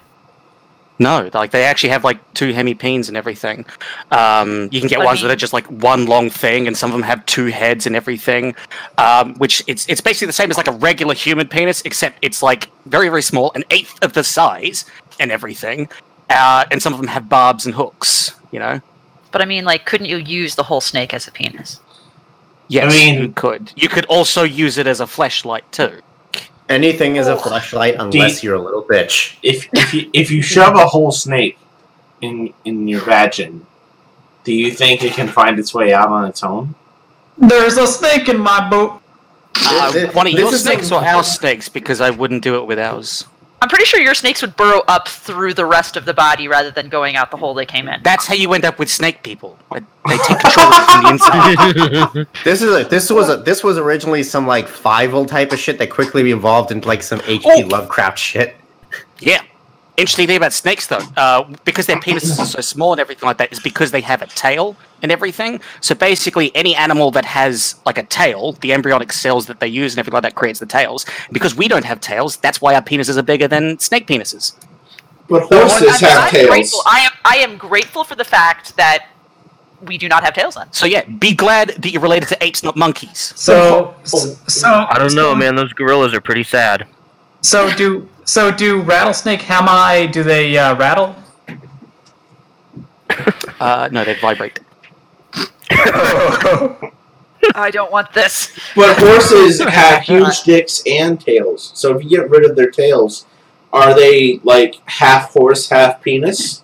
Speaker 7: No, like they actually have like two hemipenes and everything. Um, you can get
Speaker 2: Let
Speaker 7: ones
Speaker 2: me-
Speaker 7: that are just like one long thing, and some of them have two heads and everything. Um, which it's it's basically the same as like a regular human penis, except it's like very very small, an eighth of the size, and everything. Uh, and some of them have barbs and hooks. You know.
Speaker 2: But I mean, like, couldn't you use the whole snake as a penis?
Speaker 7: Yes,
Speaker 3: mean-
Speaker 7: you could. You could also use it as a flashlight too.
Speaker 6: Anything is a flashlight unless you're a little bitch.
Speaker 3: If if you, if you shove a whole snake in in your vagin, do you think it can find its way out on its own?
Speaker 4: There's a snake in my boot.
Speaker 7: Uh,
Speaker 6: This-
Speaker 7: one of
Speaker 6: this
Speaker 7: your
Speaker 6: is a-
Speaker 7: snakes or our snakes, because I wouldn't do it with ours.
Speaker 2: I'm pretty sure your snakes would burrow up through the rest of the body rather than going out the hole they came in.
Speaker 7: That's how you end up with snake people. They they take control of it from the inside.
Speaker 6: This is a, this was a, this was originally some like Fievel type of shit that quickly evolved into like some H.P.
Speaker 7: Oh.
Speaker 6: Lovecraft shit.
Speaker 7: Yeah. Interesting thing about snakes, though, uh, because their penises are so small and everything like that, is because they have a tail and everything. So basically, any animal that has like a tail, the embryonic cells that they use and everything like that creates the tails. Because we don't have tails, that's why our penises are bigger than snake penises.
Speaker 3: But
Speaker 2: I'm-
Speaker 3: horses
Speaker 2: I'm
Speaker 3: have
Speaker 2: Grateful.
Speaker 3: tails.
Speaker 2: I am. I am grateful for the fact that we do not have tails. Then
Speaker 7: So yeah, be glad that you're related to apes, not monkeys.
Speaker 4: So so,
Speaker 8: I don't know, man. Those gorillas are pretty sad.
Speaker 4: So do so do rattlesnake hemi? Do they uh, rattle?
Speaker 7: Uh, no, they vibrate.
Speaker 2: I don't want this.
Speaker 3: But horses have huge dicks and tails. So if you get rid of their tails, are they like half horse, half penis?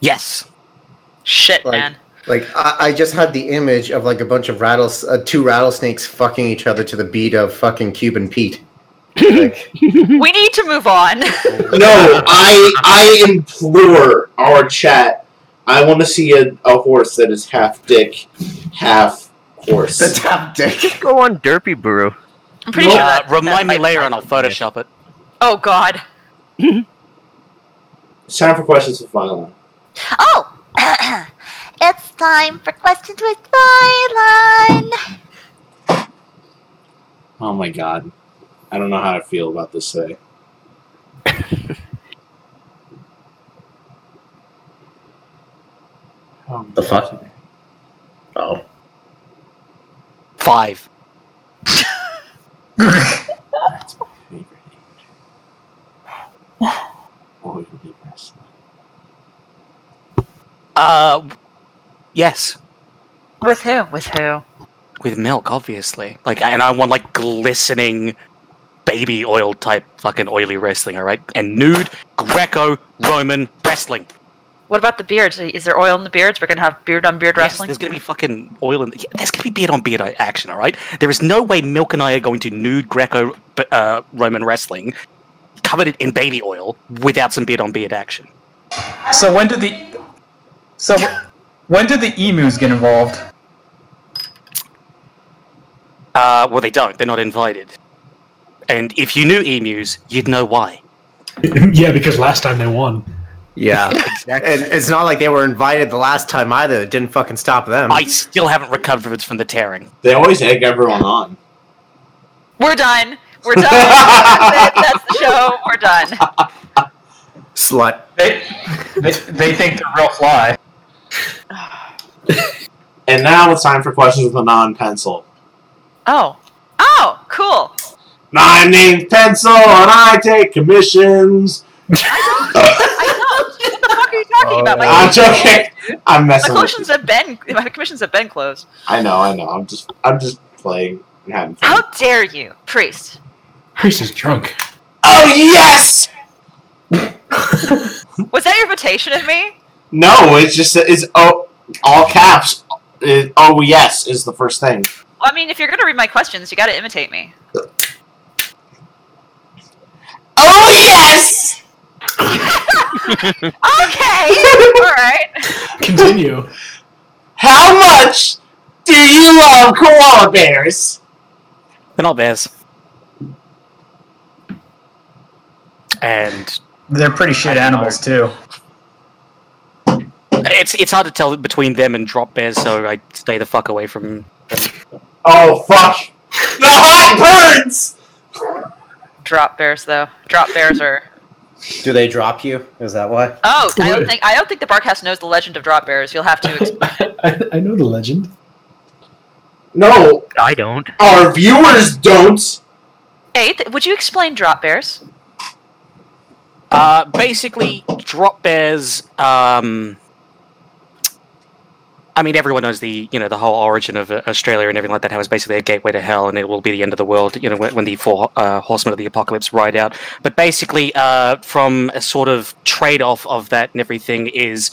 Speaker 7: Yes.
Speaker 2: Shit,
Speaker 6: Like-
Speaker 2: man.
Speaker 6: Like I, I just had the image of like a bunch of rattles, uh, two rattlesnakes fucking each other to the beat of fucking Cuban Pete. Like,
Speaker 2: We need to move on.
Speaker 3: No, I I implore our chat. I want to see a, a horse that is half dick, half
Speaker 6: the
Speaker 3: horse.
Speaker 6: top dick.
Speaker 8: Go on, Derpy Brew.
Speaker 2: I'm pretty sure.
Speaker 7: Uh,
Speaker 2: that-
Speaker 7: remind
Speaker 2: that-
Speaker 7: me later, and I'll Photoshop it.
Speaker 2: Oh God.
Speaker 3: It's time for questions with Viola.
Speaker 9: Oh! it's time for questions with Vylon!
Speaker 3: Oh my god, I don't know how I feel about this today. Oh,
Speaker 6: The fuck? Oh,
Speaker 7: Five.
Speaker 3: that's my favorite. image. Oh, it would be best.
Speaker 7: Uh, yes.
Speaker 2: With who? With who?
Speaker 7: with milk, obviously. Like, and I want like glistening baby oil type fucking oily wrestling, all right? And nude Greco Roman wrestling.
Speaker 2: What about the beards? Is there oil in the beards? We're gonna have beard on beard
Speaker 7: Yes,
Speaker 2: wrestling.
Speaker 7: there's gonna be fucking oil and yeah, there's gonna be beard on beard action, all right? There is no way Milk and I are going to nude Greco uh, Roman wrestling covered in baby oil without some beard on beard action.
Speaker 4: So when did the so When did the emus get involved?
Speaker 7: Uh, well, they don't. They're not invited. And if you knew emus, you'd know why.
Speaker 5: yeah, because last time they won.
Speaker 6: Yeah. and it's not like they were invited the last time either. It didn't fucking stop them.
Speaker 7: I still haven't recovered from the tearing.
Speaker 3: They always egg everyone on.
Speaker 2: We're done. We're done. That's, it. That's the show. We're done.
Speaker 6: Slut.
Speaker 4: They, they, they think they're real fly.
Speaker 3: And now it's time for questions with a non-pencil.
Speaker 2: Oh. Oh, cool.
Speaker 3: My name's Pencil, and I take commissions.
Speaker 2: I don't. What the fuck are you talking about?
Speaker 7: Oh,
Speaker 2: My,
Speaker 3: I'm joking. I'm
Speaker 2: my
Speaker 3: messing with you.
Speaker 2: commissions have been my commissions have been closed.
Speaker 3: I know, I know. I'm just, I'm just playing and having fun.
Speaker 2: How dare you, priest?
Speaker 5: Priest is drunk.
Speaker 3: Oh yes!
Speaker 2: Was that your invitation of me?
Speaker 3: No, it's just it's oh all caps. It, oh yes is the first thing.
Speaker 2: Well, I mean, if you're gonna read my questions, you gotta imitate me.
Speaker 3: Oh yes!
Speaker 2: Okay. All right.
Speaker 5: Continue.
Speaker 3: How much do you love koala bears?
Speaker 7: They're not bears. And
Speaker 4: They're pretty shit animals too.
Speaker 7: it's it's hard to tell between them and drop bears, so I stay the fuck away from.
Speaker 3: Oh fuck! The hot birds.
Speaker 2: Drop bears, though. Drop bears are.
Speaker 6: Do they drop you? Is that why?
Speaker 2: Oh, I don't think I don't think the barcast knows the legend of drop bears. You'll have to. Ex-
Speaker 5: I, I know the legend.
Speaker 3: No,
Speaker 8: I don't.
Speaker 3: our viewers don't.
Speaker 2: hey, th- would you explain drop bears?
Speaker 7: Uh, basically, drop bears. Um, I mean, everyone knows the you know the whole origin of uh, Australia and everything like that. How it's basically a gateway to hell, and it will be the end of the world. You know, when, when the four uh, horsemen of the apocalypse ride out. But basically, uh, from a sort of trade off of that and everything is.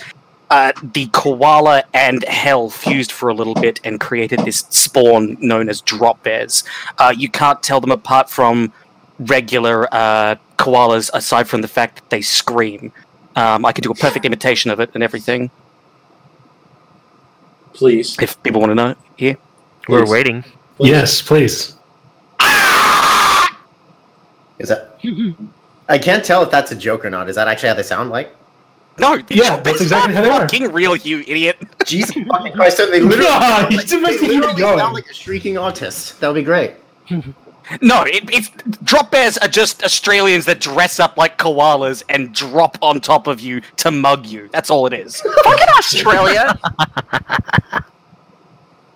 Speaker 7: Uh, the koala and hell fused for a little bit and created this spawn known as drop bears. Uh, you can't tell them apart from regular uh, koalas, aside from the fact that they scream. Um, I could do a perfect imitation of it and everything
Speaker 3: Please.
Speaker 7: if people want to know. Here,
Speaker 8: We're
Speaker 3: Please.
Speaker 8: waiting.
Speaker 5: Yes, please.
Speaker 6: Is that? I can't tell if that's a joke or not. Is that actually how they sound like?
Speaker 7: no,
Speaker 5: Yeah, that's exactly how they are.
Speaker 7: Fucking real, you idiot!
Speaker 6: Jesus fucking Christ! They literally,
Speaker 5: No, you just
Speaker 6: they
Speaker 5: make me keep
Speaker 6: literally
Speaker 5: going.
Speaker 6: sound like a shrieking autist. That would be great.
Speaker 7: No, it, it's drop bears are just Australians that dress up like koalas and drop on top of you to mug you. That's all it is.
Speaker 2: Fucking Australia.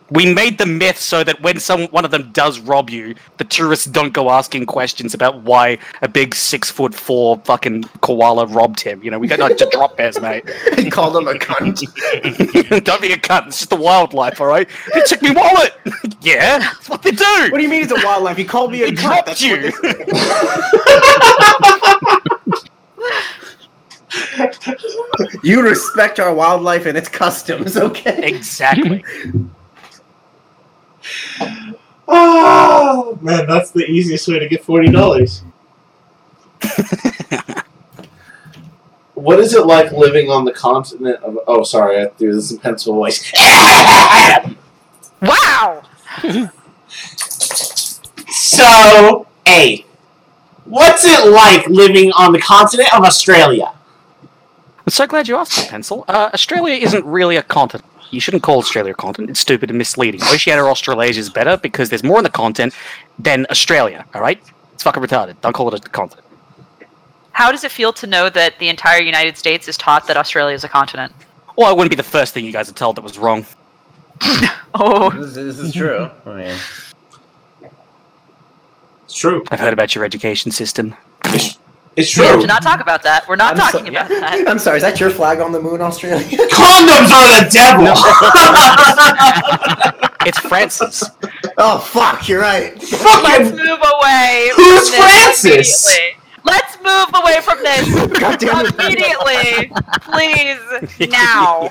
Speaker 7: We made the myth so that when some one of them does rob you, the tourists don't go asking questions about why a big six foot four fucking koala robbed him. You know, we don't like to drop bears, mate.
Speaker 6: He called them a cunt.
Speaker 7: don't be a cunt. It's just the wildlife, all right? They took my wallet. yeah, that's what they do.
Speaker 6: What do you mean it's a wildlife? He called me a
Speaker 7: they
Speaker 6: cunt.
Speaker 7: dropped
Speaker 6: That's what
Speaker 7: you.
Speaker 6: they- you respect our wildlife and its customs, okay?
Speaker 7: exactly.
Speaker 3: Oh man, that's the easiest way to get forty dollars. what is it like living on the continent of? Oh, sorry, I have to do this in pencil voice.
Speaker 2: wow.
Speaker 3: so, a, what's it like living on the continent of Australia?
Speaker 7: I'm so glad you asked, Pencil. Uh, Australia isn't really a continent. You shouldn't call Australia a continent. It's stupid and misleading. Oceania or Australasia is better because there's more in the continent than Australia, all right? It's fucking retarded. Don't call it a continent.
Speaker 2: How does it feel to know that the entire United States is taught that Australia is a continent?
Speaker 7: Well, it wouldn't be the first thing you guys are told that was wrong.
Speaker 2: Oh,
Speaker 6: This, this is true. I mean,
Speaker 3: It's true.
Speaker 7: I've heard about your education system.
Speaker 3: It's
Speaker 2: we have
Speaker 3: true.
Speaker 2: to not talk about that. We're not
Speaker 6: I'm
Speaker 2: talking
Speaker 6: so-
Speaker 2: about that.
Speaker 6: I'm sorry, is that your flag on the moon, Australia?
Speaker 3: Condoms are the devil.
Speaker 7: It's Francis.
Speaker 6: oh, fuck, you're right.
Speaker 2: Let's
Speaker 3: Fucking
Speaker 2: move away.
Speaker 3: Who's
Speaker 2: from this
Speaker 3: Francis?
Speaker 2: immediately. Let's move away from this
Speaker 6: God damn it.
Speaker 2: immediately, please, now.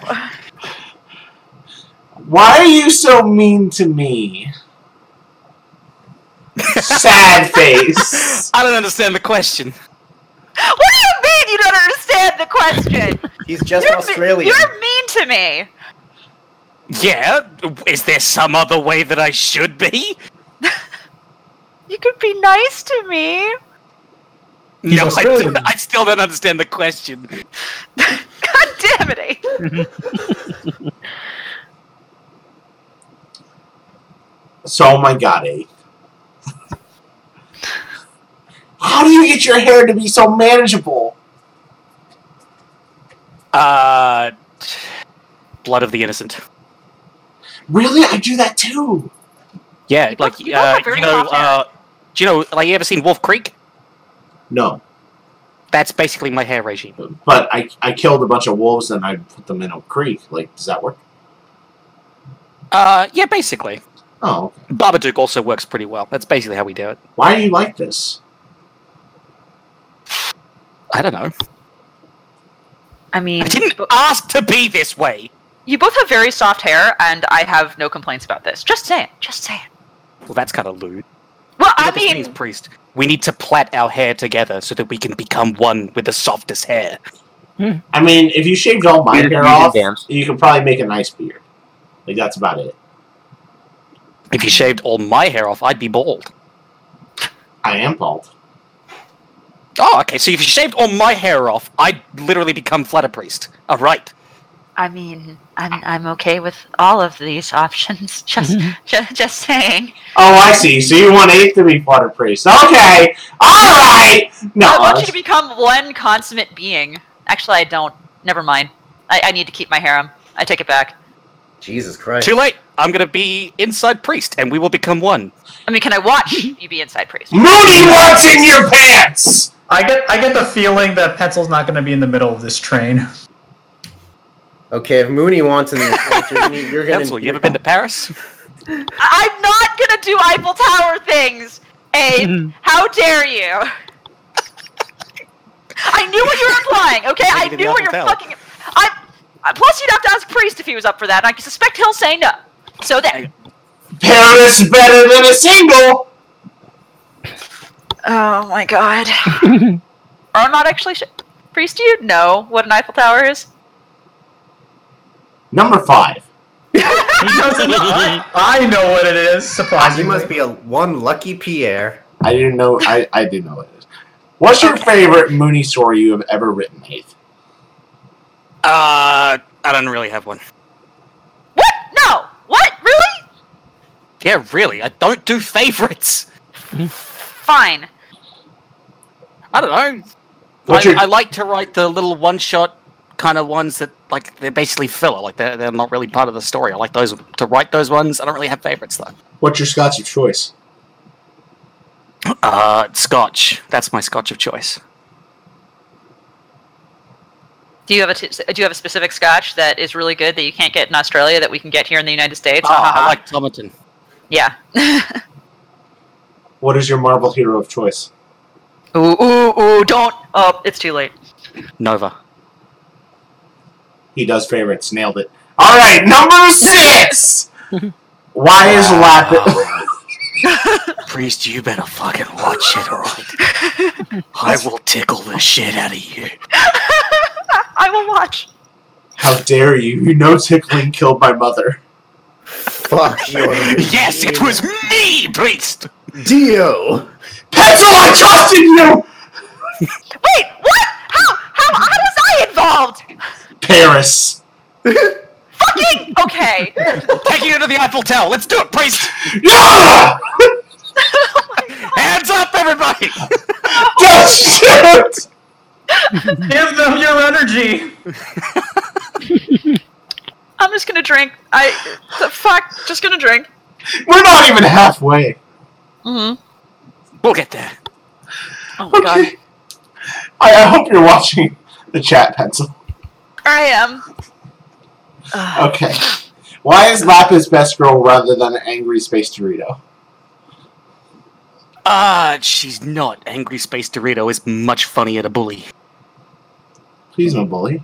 Speaker 3: Why are you so mean to me? Sad face.
Speaker 7: I don't understand the question.
Speaker 2: What do you mean you don't understand the question?
Speaker 6: He's just
Speaker 2: You're, me-
Speaker 6: Australian.
Speaker 2: you're mean to me.
Speaker 7: Yeah, is there some other way that I should be?
Speaker 9: You could be nice to me.
Speaker 5: He's
Speaker 7: no, I,
Speaker 5: Australian.
Speaker 7: I still don't understand the question.
Speaker 2: God damn it! eh?
Speaker 3: So, oh my god, eh? How do you get your hair to be so manageable?
Speaker 7: Uh, blood of the innocent.
Speaker 3: Really? I do that too.
Speaker 7: Yeah, like
Speaker 2: you both
Speaker 7: uh,
Speaker 2: have very
Speaker 7: you know,
Speaker 2: soft hair.
Speaker 7: uh, do you know, like you ever seen Wolf Creek?
Speaker 3: No,
Speaker 7: That's basically my hair regime.
Speaker 3: but I, I killed a bunch of wolves and I put them in a creek. Like, does that work?
Speaker 7: Uh, yeah, basically.
Speaker 3: Oh, okay.
Speaker 7: Babadook also works pretty well. That's basically how we do it.
Speaker 3: why are you like this?
Speaker 7: I don't know.
Speaker 2: I
Speaker 7: I
Speaker 2: mean,
Speaker 7: didn't
Speaker 2: bo-
Speaker 7: ask to be this way.
Speaker 2: you both have very soft hair, and I have no complaints about this. Just saying. Just saying.
Speaker 7: Well, that's kind of lewd.
Speaker 2: Well, I
Speaker 7: Look at this
Speaker 2: mean,
Speaker 7: Chinese priest. We need to plait our hair together so that we can become one with the softest hair.
Speaker 3: I mean, if you shaved all my
Speaker 8: Beard
Speaker 3: hair
Speaker 8: is using
Speaker 3: off,
Speaker 8: dams.
Speaker 3: you could probably make a nice beard. Like, that's about it.
Speaker 7: If you shaved all my hair off, I'd be bald.
Speaker 3: I am bald.
Speaker 7: Oh, okay. So if you shaved all my hair off, I'd literally become Flutter Priest. All right.
Speaker 2: I mean, I'm I'm okay with all of these options. Just
Speaker 7: Mm-hmm.
Speaker 2: just, just saying.
Speaker 3: Oh, I see. So you want eight to be water priest? Okay. All right. No.
Speaker 2: I
Speaker 7: uh,
Speaker 2: want you to become one consummate being. Actually, I don't. Never mind. I, I need to keep my harem. I take it back.
Speaker 6: Jesus Christ.
Speaker 7: Too late. I'm gonna be inside priest, and we will become one.
Speaker 2: I mean, can I watch you be inside priest?
Speaker 3: Moody wants in your pants.
Speaker 4: I get I get the feeling that Pencil's not going to be in the middle of this train.
Speaker 6: Okay, if Mooney wants in the you're, you're gonna.
Speaker 7: Council, you ever been to Paris?
Speaker 2: I- I'm not gonna do Eiffel Tower things. Abe, how dare you? I knew what you were implying. Okay, I
Speaker 7: Maybe the
Speaker 2: knew what
Speaker 7: Eiffel
Speaker 2: you're
Speaker 7: Tower.
Speaker 2: fucking. I. I- Plus, you'd have to ask priest if he was up for that. and I suspect he'll say no. So there.
Speaker 3: Paris is better than a single.
Speaker 2: Oh my god. or I'm not actually. Sh- priest, do you know what an Eiffel Tower is?
Speaker 3: Number five.
Speaker 4: He doesn't. I, I know what it is.
Speaker 6: You
Speaker 4: Surprisingly,
Speaker 6: must be a one lucky Pierre.
Speaker 3: I didn't know. I, I didn't know what it is. What's your favorite Mooney story you have ever written, Eighth?
Speaker 7: Uh, I don't really have one.
Speaker 2: What? No. What? Really?
Speaker 7: Yeah, really. I don't do favorites.
Speaker 2: Fine.
Speaker 7: I don't know.
Speaker 3: What's
Speaker 7: I,
Speaker 3: your-
Speaker 7: I like to write the little one-shot kind of ones that, like, they're basically filler. Like, they're, they're not really part of the story. I like those to write those ones. I don't really have favorites though.
Speaker 3: What's your Scots of choice?
Speaker 7: Uh, Scotch. That's my Scotch of choice.
Speaker 2: Do you have a t- do you have a specific scotch that is really good that you can't get in Australia that we can get here in the United States? Ha,
Speaker 7: Ah,
Speaker 2: ha,
Speaker 7: I
Speaker 2: ha.
Speaker 7: like Tomatin.
Speaker 2: yeah.
Speaker 3: What is your Marvel hero of choice?
Speaker 2: Ooh ooh ooh! Don't. Oh, it's too late.
Speaker 7: Nova.
Speaker 3: He does favorites. Nailed it. All right, number six. Why is Lapis?
Speaker 7: Priest, you better fucking watch it, alright? I will tickle the shit out of you.
Speaker 2: I will watch.
Speaker 3: How dare you? You know tickling killed my mother.
Speaker 6: Fuck you.
Speaker 7: Yes, it was me, priest!
Speaker 6: Dio.
Speaker 3: Pencil, I trusted you!
Speaker 2: Wait, what? How how how was I involved?
Speaker 3: Paris.
Speaker 2: Fucking okay.
Speaker 7: Taking you to the Eiffel Tower. Let's do it, priest!
Speaker 3: Yeah!
Speaker 7: Hands up, everybody!
Speaker 3: Don't shoot!
Speaker 4: give them your energy.
Speaker 2: I'm just gonna drink. I the fuck. Just gonna drink.
Speaker 3: We're not even halfway.
Speaker 2: Mm-hmm.
Speaker 7: We'll get there.
Speaker 2: Oh my god.
Speaker 3: Okay. I, I hope you're watching the chat, Pencil.
Speaker 2: I am.
Speaker 7: Uh,
Speaker 2: Ugh.
Speaker 3: Okay. Why is Lapis best girl rather than an angry space Dorito?
Speaker 7: Ah, she's not. Angry Space Dorito is much funnier to bully.
Speaker 3: Please, no bully.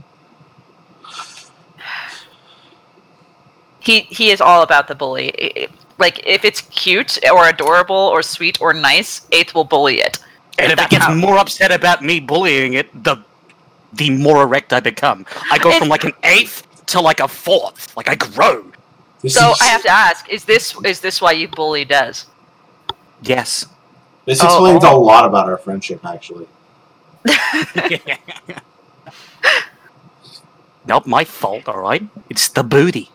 Speaker 2: He he is all about the bully. I- I- Like if it's cute or adorable or sweet or nice, Eighth will bully it.
Speaker 7: And if it
Speaker 2: That's
Speaker 7: gets
Speaker 2: how-
Speaker 7: more upset about me bullying it, the the more erect I become. I go
Speaker 2: And-
Speaker 7: from like an eighth to like a fourth. Like I grow.
Speaker 3: This
Speaker 2: so
Speaker 3: is-
Speaker 2: I have to ask: Is this is this why you bully Des?
Speaker 7: Yes.
Speaker 3: This
Speaker 2: Oh,
Speaker 3: explains
Speaker 2: oh.
Speaker 3: a lot about our friendship, actually.
Speaker 7: Not my fault, all right? It's the booty.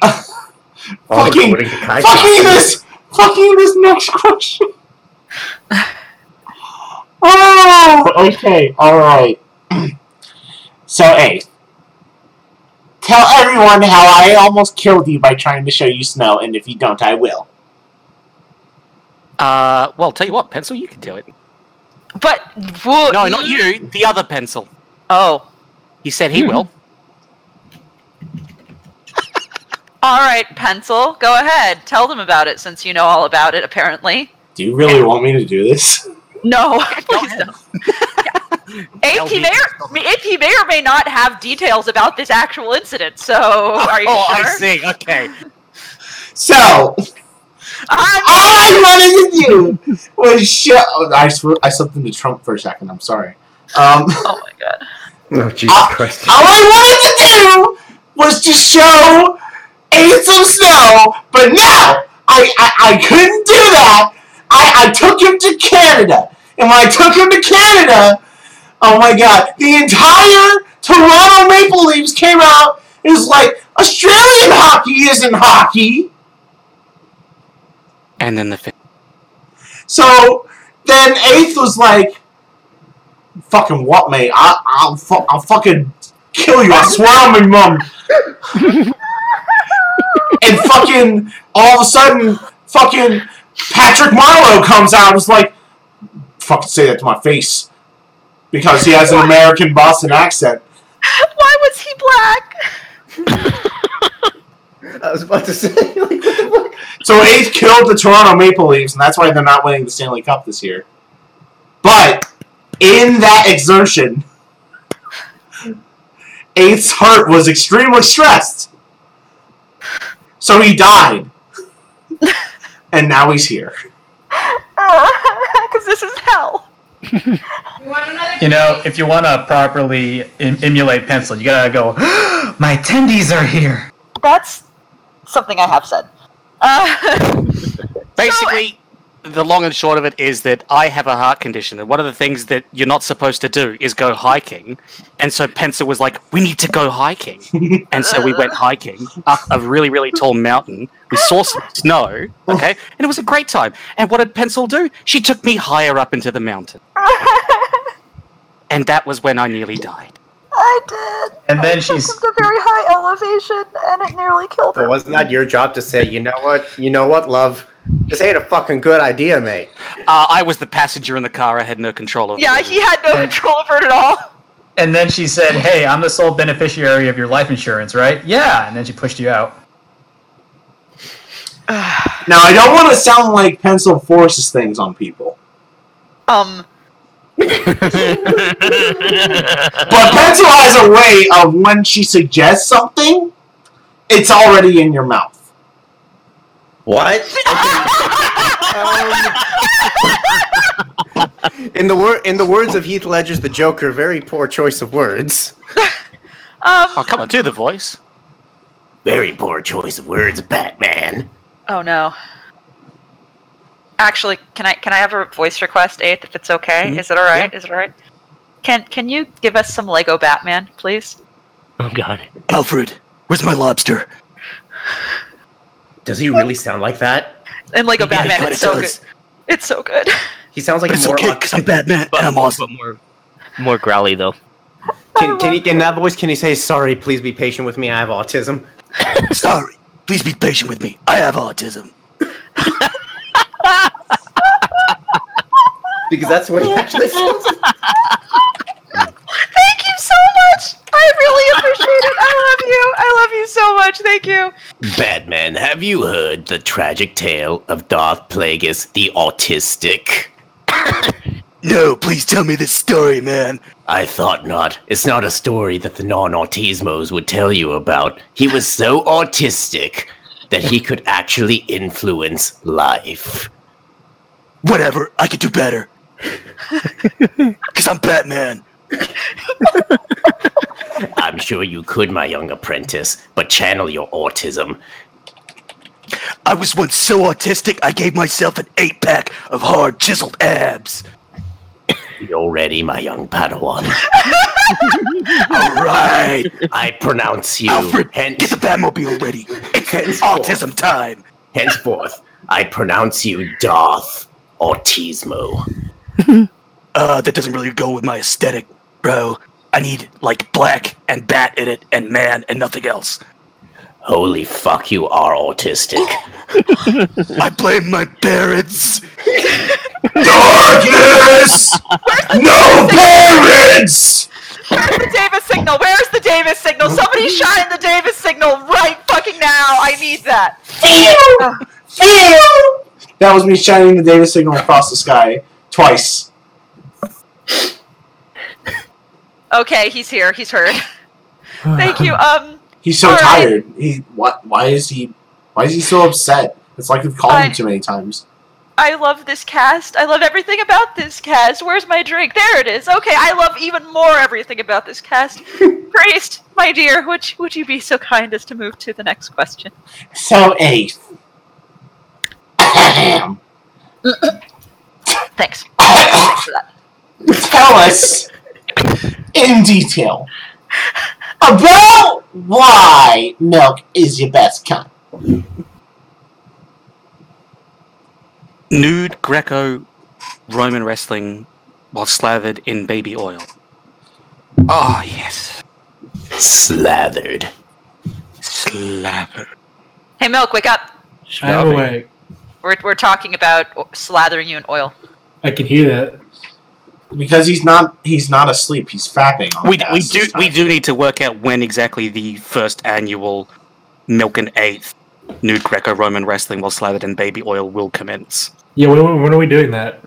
Speaker 3: Fucking-
Speaker 6: according to Kai
Speaker 3: fucking
Speaker 6: Johnson.
Speaker 3: this, fucking this next question. oh, okay, all right. so, A, tell everyone how I almost killed you by trying to show you snow, and if you don't, I will.
Speaker 7: Uh, well, tell you what, pencil, you can do it.
Speaker 2: But wo-
Speaker 7: No, not Oh, you. The other pencil.
Speaker 2: Oh,
Speaker 7: He said he will.
Speaker 2: all right, pencil. Go ahead. Tell them about it since you know all about it. Apparently,
Speaker 3: Do you really want me to do this?
Speaker 2: no. Please don't. AP may or may- AP may or may not have details about this actual incident. So are you
Speaker 7: oh,
Speaker 2: sure?
Speaker 7: I see. Okay.
Speaker 3: So,
Speaker 2: I'm-
Speaker 3: all I wanted to do was show. oh, I, sw- I slipped into Trump for a second. I'm sorry. Um.
Speaker 2: oh my god.
Speaker 6: Oh, Jesus Christ.
Speaker 3: All I wanted to do was to show Aid some snow, but now I, I, I couldn't do that. I, I took him to Canada. And when I took him to Canada, oh my god, the entire Toronto Maple Leafs came out and was like, Australian hockey isn't hockey.
Speaker 7: And then the fifth.
Speaker 3: So then Eighth was like, fucking what, mate? I, I'll, fu- I'll fucking kill you. I swear on my mum. and fucking all of a sudden, fucking Patrick Marlowe comes out and was like, fucking say that to my face. Because he has an American Boston accent.
Speaker 2: Why was he black?
Speaker 6: I was about to say, like, what the fuck?
Speaker 3: So Eighth killed the Toronto Maple Leafs, and that's why they're not winning the Stanley Cup this year. But in that exertion, Eighth's heart was extremely stressed. So he died. and now he's here.
Speaker 2: Because Uh, this is hell.
Speaker 4: You know, if you want to properly em- emulate pencil, you gotta go. My tendies are here.
Speaker 2: That's something I have said. Uh,
Speaker 7: Basically, the long and short of it is that I have a heart condition, and one of the things that you're not supposed to do is go hiking. And so Pencil was like, "We need to go hiking," and so we went hiking up a really, really tall mountain. We saw some snow, okay, and it was a great time. And what did Pencil do? She took me higher up into the mountain, and that was when I nearly died.
Speaker 2: I did.
Speaker 4: And then she's.
Speaker 2: a very high elevation, and it nearly killed
Speaker 6: But wasn't that your job to say, you know what, you know what, love? This ain't a fucking good idea, mate.
Speaker 7: Uh, I was the passenger in the car. I had no control over.
Speaker 2: Yeah,
Speaker 7: it.
Speaker 2: he had no control over it at all.
Speaker 4: And then she said, "Hey, I'm the sole beneficiary of your life insurance, right?" Yeah. And then she pushed you out.
Speaker 3: Now, I don't want to sound like Pencil forces things on people.
Speaker 2: Um,
Speaker 3: But Pencil has a way of when she suggests something, it's already in your mouth.
Speaker 6: What? Um, in the wor- in the words of Heath Ledger's The Joker, very poor choice of words.
Speaker 7: Oh
Speaker 2: um.
Speaker 7: come on, do the voice.
Speaker 6: Very poor choice of words, Batman.
Speaker 2: Oh no. Actually, can I can I have a voice request, Eighth? If it's okay,
Speaker 7: Mhm.
Speaker 2: is it all right? Is it all right? Can can you give us some Lego Batman, please?
Speaker 8: Oh god.
Speaker 7: Alfred, where's my lobster?
Speaker 6: Does he really sound like that?
Speaker 2: And Lego
Speaker 8: Yeah,
Speaker 2: Batman,
Speaker 8: God,
Speaker 2: it's
Speaker 8: it
Speaker 2: so
Speaker 8: does.
Speaker 2: good. It's so good.
Speaker 6: He sounds like
Speaker 7: But
Speaker 6: a
Speaker 7: it's
Speaker 6: more.
Speaker 7: okay because I'm Batman and I'm awesome.
Speaker 8: more, more growly though.
Speaker 6: Can, can he in that voice? Can he say sorry? Please be patient with me. I have autism.
Speaker 7: Sorry, please be patient with me. I have autism.
Speaker 6: Because that's what he actually sounds. like.
Speaker 2: Thank you so much. I really appreciate it. I love you. I love you so much. Thank you.
Speaker 8: Batman, have you heard the tragic tale of Darth Plagueis the Autistic?
Speaker 7: No, please tell me this story, man.
Speaker 8: I thought not. It's not a story that the non autismos would tell you about. He was so autistic that he could actually influence life.
Speaker 7: Whatever, I could do better. Because I'm Batman.
Speaker 8: I'm sure you could, my young apprentice, but channel your autism.
Speaker 10: I was once so autistic I gave myself an eight pack of hard chiseled abs.
Speaker 8: You're ready, my young Padawan.
Speaker 10: All right,
Speaker 8: I pronounce you.
Speaker 10: Alfred,
Speaker 8: hence-
Speaker 10: get the Batmobile ready. It's autism time.
Speaker 8: Henceforth, I pronounce you Darth Autismo.
Speaker 10: Uh, that doesn't really go with my aesthetic, bro. I need like black and bat in it and man and nothing else.
Speaker 8: Holy fuck, you are autistic.
Speaker 10: I blame my parents.
Speaker 3: Darkness! no
Speaker 10: Oh,
Speaker 3: parents!
Speaker 2: Where's the Davis signal? Where's the Davis signal? Somebody shine the Davis signal right fucking now. I need that.
Speaker 3: That was me shining the data signal across the sky twice.
Speaker 2: Okay, he's here. He's heard. Thank you. Um,
Speaker 3: He's so
Speaker 2: All right.
Speaker 3: tired. He what? Why is he? Why is he so upset? It's like we've called him too many times.
Speaker 2: I love this cast. I love everything about this cast. Where's my drink? There it is. Okay, I love even more everything about this cast. Priest, my dear, would you, would you be so kind as to move to the next question?
Speaker 3: So Ace.
Speaker 2: Thanks. Thanks for that.
Speaker 3: tell us in detail about why milk is your best kind.
Speaker 7: Nude Greco Roman wrestling while slathered in baby oil. Oh, yes.
Speaker 8: Ah, Slathered.
Speaker 7: Slathered.
Speaker 2: Hey, Milk, wake up.
Speaker 5: I'm awake.
Speaker 2: We're, we're talking about o- slathering you in oil.
Speaker 5: I can hear that.
Speaker 3: Because he's not he's not asleep. He's fapping. On
Speaker 7: We,
Speaker 3: gas
Speaker 7: we
Speaker 3: this
Speaker 7: do
Speaker 3: time.
Speaker 7: we do need to work out when exactly the first annual Milk and Eighth Nude Greco Roman wrestling while slathered in baby oil will commence.
Speaker 5: Yeah, when, when are we doing that?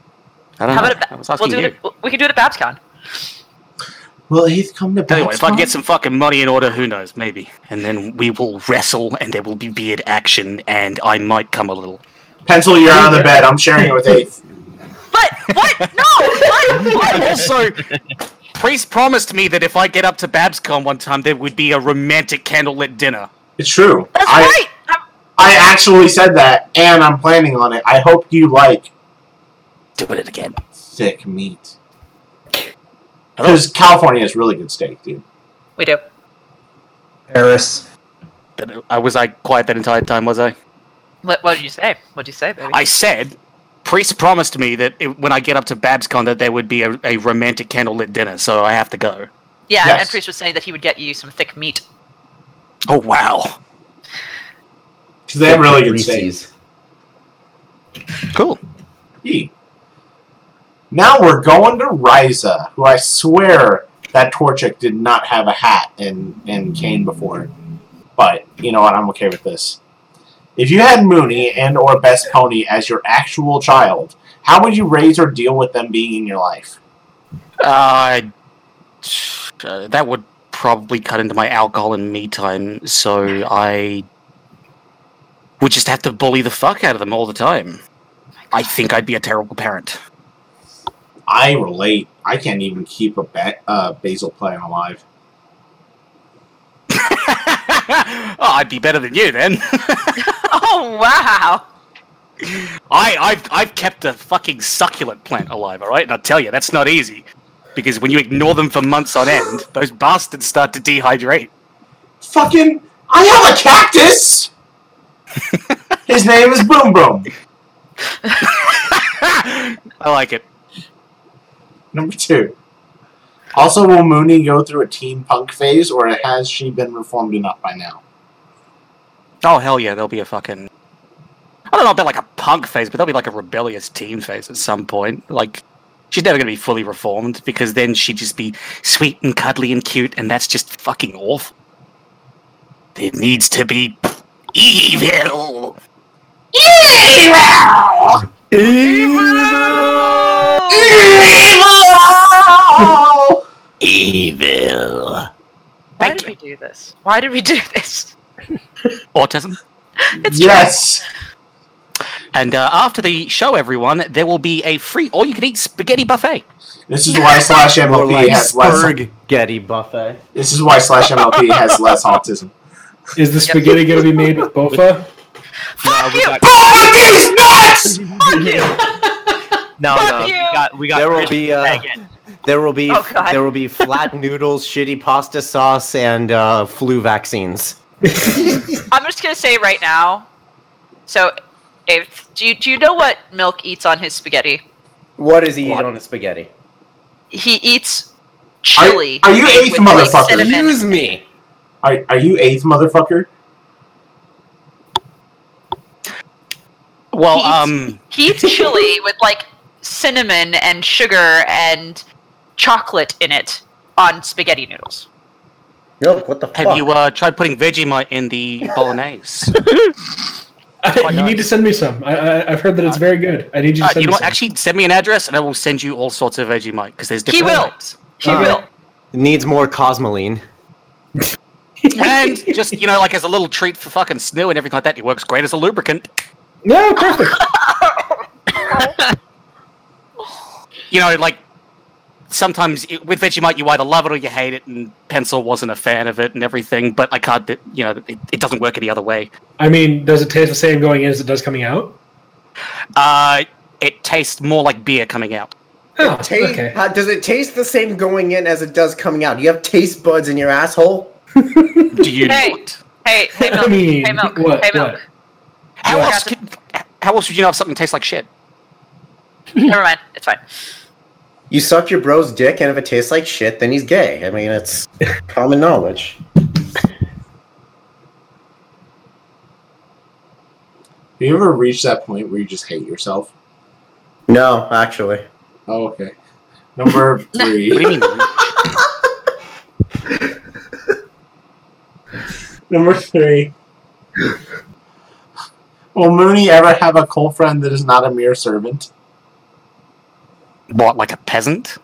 Speaker 7: I don't
Speaker 2: How
Speaker 7: know.
Speaker 2: about
Speaker 7: I was
Speaker 2: it? We'll
Speaker 7: asking
Speaker 2: do
Speaker 7: you.
Speaker 2: it at- we can do it at BabsCon.
Speaker 3: Will Heath come to
Speaker 7: Tell you what, if I
Speaker 3: Batman?
Speaker 7: can get some fucking money in order, who knows, maybe. And then we will wrestle, and there will be beard action, and I might come a little.
Speaker 3: Pencil, you're on the bed. I'm sharing it with Heath.
Speaker 2: But what? No! What?
Speaker 7: And
Speaker 2: what?
Speaker 7: also, Priest promised me that if I get up to BabsCon one time, there would be a romantic candlelit dinner.
Speaker 3: It's true.
Speaker 2: That's
Speaker 3: I
Speaker 2: right. I'm-
Speaker 3: I actually said that, and I'm planning on it. I hope you like
Speaker 7: Doing it again.
Speaker 3: thick meat. Because California has really good steak, dude.
Speaker 2: We do.
Speaker 4: Paris.
Speaker 7: But I was I quiet that entire time, was I?
Speaker 2: What, what did you say? What did you say, baby?
Speaker 7: I said, Priest promised me that it, when I get up to BabsCon, that there would be a, a romantic candlelit dinner, so I have to go.
Speaker 2: yeah,
Speaker 3: Yes.
Speaker 2: and Priest was saying that he would get you some thick meat.
Speaker 7: Oh wow!
Speaker 3: Because they have really good steak.
Speaker 6: Reese's.
Speaker 7: Cool.
Speaker 3: Yee. Now we're going to Riza, who I swear that Torchic did not have a hat and, and cane before. But you know what? I'm okay with this. If you had Mooney and or Best Pony as your actual child, how would you raise or deal with them being in your life?
Speaker 7: Uh, uh, that would probably cut into my alcohol and me time, so I would just have to bully the fuck out of them all the time. I think I'd be a terrible parent.
Speaker 3: I relate. I can't even keep a ba- uh, basil plant alive.
Speaker 7: oh, I'd be better than you then.
Speaker 2: Oh, wow.
Speaker 7: I, I've, I've kept a fucking succulent plant alive, all right? And I tell you, that's not easy. Because when you ignore them for months on end, those bastards start to dehydrate.
Speaker 3: Fucking! I have a cactus. His name is Boom Boom.
Speaker 7: I like it.
Speaker 3: Number two. Also, will Mooney go through a teen punk phase, or has she been reformed enough by now?
Speaker 7: Oh, hell yeah, there'll be a fucking. I don't know about like a punk phase, but there'll be like a rebellious teen phase at some point. Like, she's never going to be fully reformed because then she'd just be sweet and cuddly and cute, and that's just fucking awful. There needs to be evil!
Speaker 8: Evil.
Speaker 2: Why
Speaker 7: Thank
Speaker 2: did we do this? Why did we do this?
Speaker 7: Autism?
Speaker 2: It's
Speaker 3: yes.
Speaker 7: And uh, after the show, everyone, there will be a free all-you-can-eat spaghetti buffet.
Speaker 3: This is why slash MLP has less.
Speaker 6: Spaghetti buffet.
Speaker 3: This is why slash MLP has less autism.
Speaker 5: Is the spaghetti going to be made with bofa?
Speaker 2: Fuck you!
Speaker 3: Fuck these nuts!
Speaker 2: Fuck you!
Speaker 8: No,
Speaker 2: Fuck
Speaker 8: no, we
Speaker 2: you!
Speaker 8: got, we got
Speaker 6: There will
Speaker 8: Chris
Speaker 6: be, uh,
Speaker 8: Megan. there will be
Speaker 2: Oh, God.
Speaker 6: There will be flat noodles, shitty pasta sauce, and uh, flu vaccines.
Speaker 2: I'm just gonna say right now. So, if do you do you know what Milk eats on his spaghetti?
Speaker 6: What does he eat on his spaghetti?
Speaker 2: He eats chili.
Speaker 3: Are- are you
Speaker 2: made
Speaker 3: eighth
Speaker 2: with, like,
Speaker 3: motherfucker?
Speaker 2: cinnamon.
Speaker 6: Excuse me.
Speaker 3: Are, are you eighth motherfucker?
Speaker 7: Well,
Speaker 2: Heat.
Speaker 7: um,
Speaker 2: He eats chili with like cinnamon and sugar and chocolate in it on spaghetti noodles.
Speaker 6: Look, what the
Speaker 7: have
Speaker 6: fuck?
Speaker 7: you uh, tried putting Vegemite in the bolognese?
Speaker 5: you
Speaker 7: nice.
Speaker 5: need to send me some. I, I, I've heard that it's very good. I need you to
Speaker 7: Uh,
Speaker 5: send
Speaker 7: you know
Speaker 5: me
Speaker 7: what?
Speaker 5: some.
Speaker 7: Actually, send me an address, and I will send you all sorts of Vegemite because there's
Speaker 2: He
Speaker 7: different
Speaker 2: will.
Speaker 7: types.
Speaker 2: He
Speaker 5: Uh,
Speaker 2: will.
Speaker 6: Needs more cosmoline.
Speaker 7: And just you know, like as a little treat for fucking snoo and everything like that, it works great as a lubricant.
Speaker 5: no, perfect.
Speaker 7: You know, like sometimes it, with Vegemite, you either love it or you hate it, and Pencil wasn't a fan of it and everything. But I can't, you know, it, it doesn't work any other way.
Speaker 5: I mean, does it taste the same going in as it does coming out?
Speaker 7: Uh, it tastes more like beer coming out.
Speaker 5: Oh,
Speaker 6: Ta-
Speaker 5: okay.
Speaker 6: how- does it taste the same going in as it does coming out? You have taste buds in your asshole.
Speaker 7: Do you?
Speaker 2: Hey,
Speaker 7: not?
Speaker 2: Hey, hey,
Speaker 5: I
Speaker 2: milk.
Speaker 5: mean,
Speaker 2: hey, milk.
Speaker 5: what-
Speaker 2: hey, milk.
Speaker 5: what?
Speaker 7: How
Speaker 2: Yeah.
Speaker 7: else? Could, how else would you know if something tastes like shit?
Speaker 2: Never mind. It's fine.
Speaker 6: You suck your bro's dick, and if it tastes like shit, then he's gay. I mean, it's common knowledge.
Speaker 3: Have you ever reached that point where you just hate yourself?
Speaker 6: No, actually.
Speaker 3: Oh, okay. Number
Speaker 7: What do
Speaker 3: three.
Speaker 7: you mean?
Speaker 3: Number three. Will Mooney ever have a cool friend that is not a mere servant?
Speaker 7: what, like a peasant?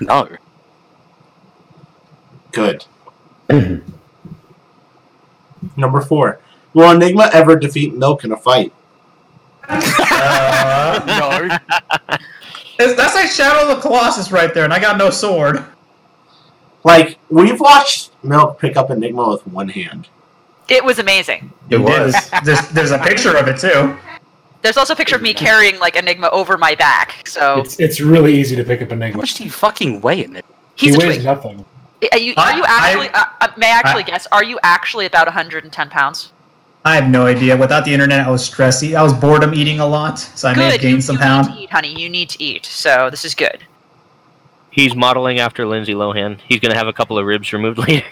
Speaker 7: no.
Speaker 3: Good. Number four. Will Enigma ever defeat Milk in a fight?
Speaker 4: Uh,
Speaker 7: No.
Speaker 4: that's that's like Shadow of the Colossus right there, and I got no sword.
Speaker 3: Like, we've watched Milk pick up Enigma with one hand.
Speaker 2: It was amazing.
Speaker 6: It was.
Speaker 4: There's, there's a picture of it too.
Speaker 2: There's also a picture of me carrying like Enigma over my back. So
Speaker 5: It's it's really easy to pick up
Speaker 7: How
Speaker 5: enigma.
Speaker 7: much do you fucking weigh in it?
Speaker 2: he's
Speaker 5: he
Speaker 2: a
Speaker 5: weighs
Speaker 2: twig.
Speaker 5: nothing.
Speaker 2: Are you, are you
Speaker 4: I-
Speaker 2: actually? uh, uh, may I actually
Speaker 4: I-
Speaker 2: guess? Are you actually about 110 pounds?
Speaker 4: I have no idea. Without the internet, I was stressy. I was boredom eating a lot, so I may have
Speaker 2: good. You,
Speaker 4: gained some
Speaker 2: you
Speaker 4: pound.
Speaker 2: need to eat, honey. You need to eat. So this is good.
Speaker 11: He's modeling after Lindsay Lohan. He's gonna have a couple of ribs removed later.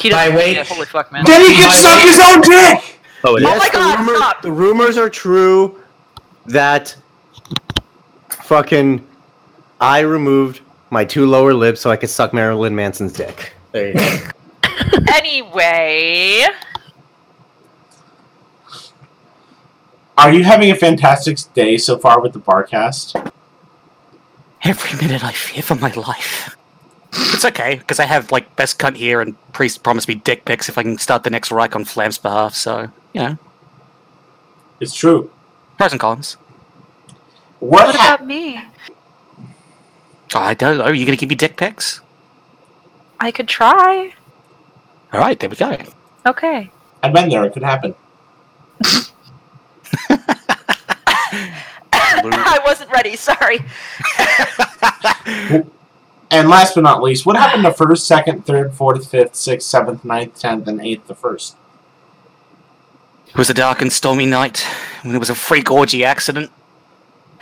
Speaker 2: He
Speaker 4: My
Speaker 2: doesn't.
Speaker 4: weight-
Speaker 2: yeah, holy fuck, man.
Speaker 3: Then he can suck his own dick!
Speaker 11: Oh, it is.
Speaker 2: Oh my God,
Speaker 6: the, rumor-
Speaker 2: stop.
Speaker 6: the rumors are true that fucking I removed my two lower lips so I could suck Marilyn Manson's dick. There you go.
Speaker 2: Anyway,
Speaker 3: Are you having a fantastic day so far with the barcast?
Speaker 7: Every minute I fear for my life. It's okay, because I have, like, best cunt here, and Priest promised me dick pics if I can start the next Reich on Flam's behalf, so, you know,
Speaker 3: It's true.
Speaker 7: pros and cons.
Speaker 3: What
Speaker 9: What
Speaker 3: happened?
Speaker 9: about me?
Speaker 7: I don't know, you gonna give me dick pics?
Speaker 9: I could try.
Speaker 7: Alright, there we go.
Speaker 9: Okay.
Speaker 3: I've been there. It could happen.
Speaker 2: I wasn't ready. Sorry.
Speaker 3: And last but not least, what happened to first, second, third, fourth, fifth, sixth, seventh, ninth, tenth, and eighth? The first.
Speaker 7: It was a dark and stormy night when it was a freak orgy accident.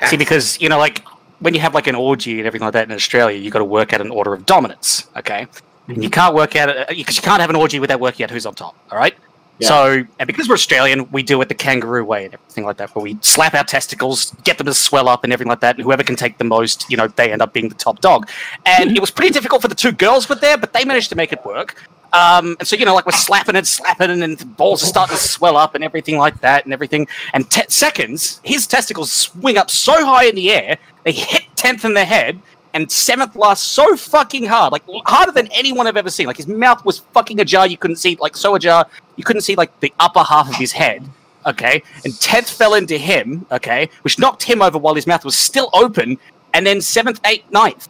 Speaker 7: See, because, you know, like, when you have, like, an orgy and everything like that in Australia, you got to work out an order of dominance, okay? And you can't work out, because you can't have an orgy without working out who's on top, all right?
Speaker 3: Yeah.
Speaker 7: So, and because we're Australian, we do it the kangaroo way and everything like that, where we slap our testicles, get them to swell up and everything like that, and whoever can take the most, you know, they end up being the top dog. And it was pretty difficult for the two girls were there, but they managed to make it work. Um, and so, you know, like we're slapping and slapping, and, and the balls are starting to swell up and everything like that, and everything. And te- seconds, his testicles swing up so high in the air, they hit 10th in the head, and seventh last so fucking hard, like harder than anyone I've ever seen. Like his mouth was fucking ajar, you couldn't see, like so ajar, you couldn't see like the upper half of his head. Okay, and tenth fell into him. Okay, which knocked him over while his mouth was still open, and then seventh, eighth, ninth.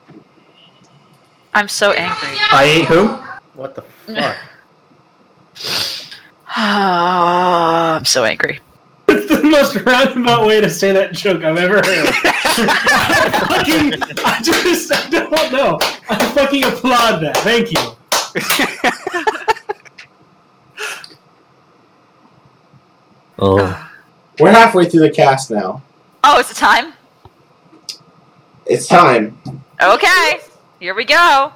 Speaker 2: I'm so angry.
Speaker 4: I ate who?
Speaker 6: What the fuck?
Speaker 2: I'm so angry.
Speaker 5: It's the most roundabout way to say that joke I've ever heard. I fucking, I just, I don't know. I fucking applaud that. Thank you.
Speaker 3: Oh. We're halfway through the cast now.
Speaker 2: Oh, it's a time.
Speaker 3: It's time.
Speaker 2: Okay, here we go.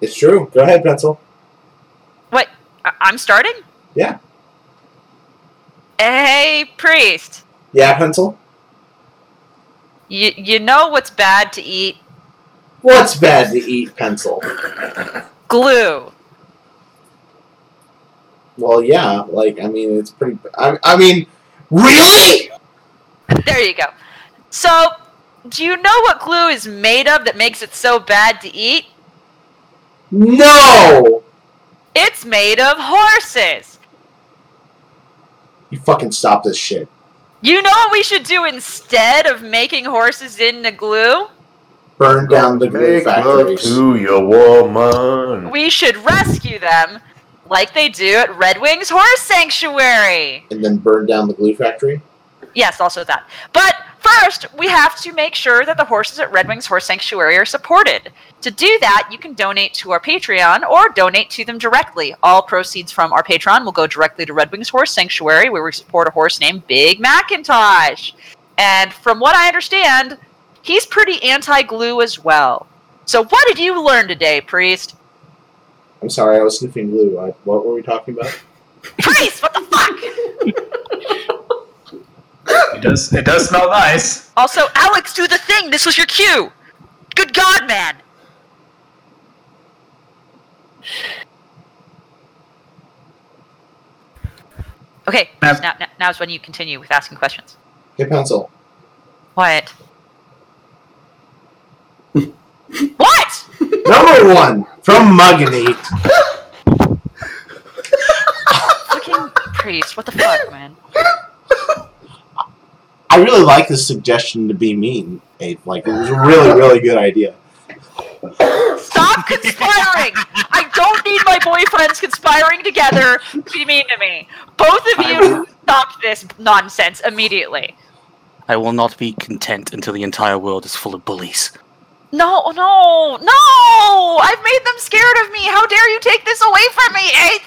Speaker 3: It's true. Go ahead, Pencil.
Speaker 2: What? I- I'm starting.
Speaker 3: Yeah.
Speaker 2: Hey, priest.
Speaker 3: Yeah, Pencil?
Speaker 2: You you know what's bad to eat?
Speaker 3: What's bad to eat, Pencil?
Speaker 2: Glue.
Speaker 3: Well, yeah. Like, I mean, it's pretty. I, I mean, really?
Speaker 2: There you go. So, do you know what glue is made of that makes it so bad to eat?
Speaker 3: No!
Speaker 2: It's made of horses.
Speaker 3: You fucking stop this shit.
Speaker 2: You know what we should do instead of making horses into glue?
Speaker 3: Burn down the glue
Speaker 12: Make love
Speaker 3: factories.
Speaker 12: to your woman.
Speaker 2: We should rescue them like they do at Red Wings Horse Sanctuary.
Speaker 3: And then burn down the glue factory?
Speaker 2: Yes, also that. But first, we have to make sure that the horses at Red Wings Horse Sanctuary are supported. To do that, you can donate to our Patreon or donate to them directly. All proceeds from our Patreon will go directly to Red Wings Horse Sanctuary, where we support a horse named Big Macintosh. And from what I understand, he's pretty anti glue as well. So, what did you learn today, Priest?
Speaker 3: I'm sorry, I was sniffing glue. I, what were we talking about?
Speaker 2: Priest, what the fuck?
Speaker 4: It does. It does smell nice.
Speaker 2: Also, Alex, do the thing. This was your cue. Good God, man. Okay,
Speaker 4: Now-
Speaker 2: now, now, now's when you continue with asking questions.
Speaker 3: Hey, Pencil.
Speaker 2: What? what?
Speaker 3: Number one from Mug and Eat.
Speaker 2: Fucking priest, what the fuck, man?
Speaker 3: I really like this suggestion to be mean, Abe. Like, it was a really, really good idea.
Speaker 2: Stop conspiring! I don't need my boyfriends conspiring together to be mean to me. Both of you stop this nonsense immediately.
Speaker 7: I will not be content until the entire world is full of bullies.
Speaker 2: No, no, no! I've made them scared of me. How dare you take this away from me, eh?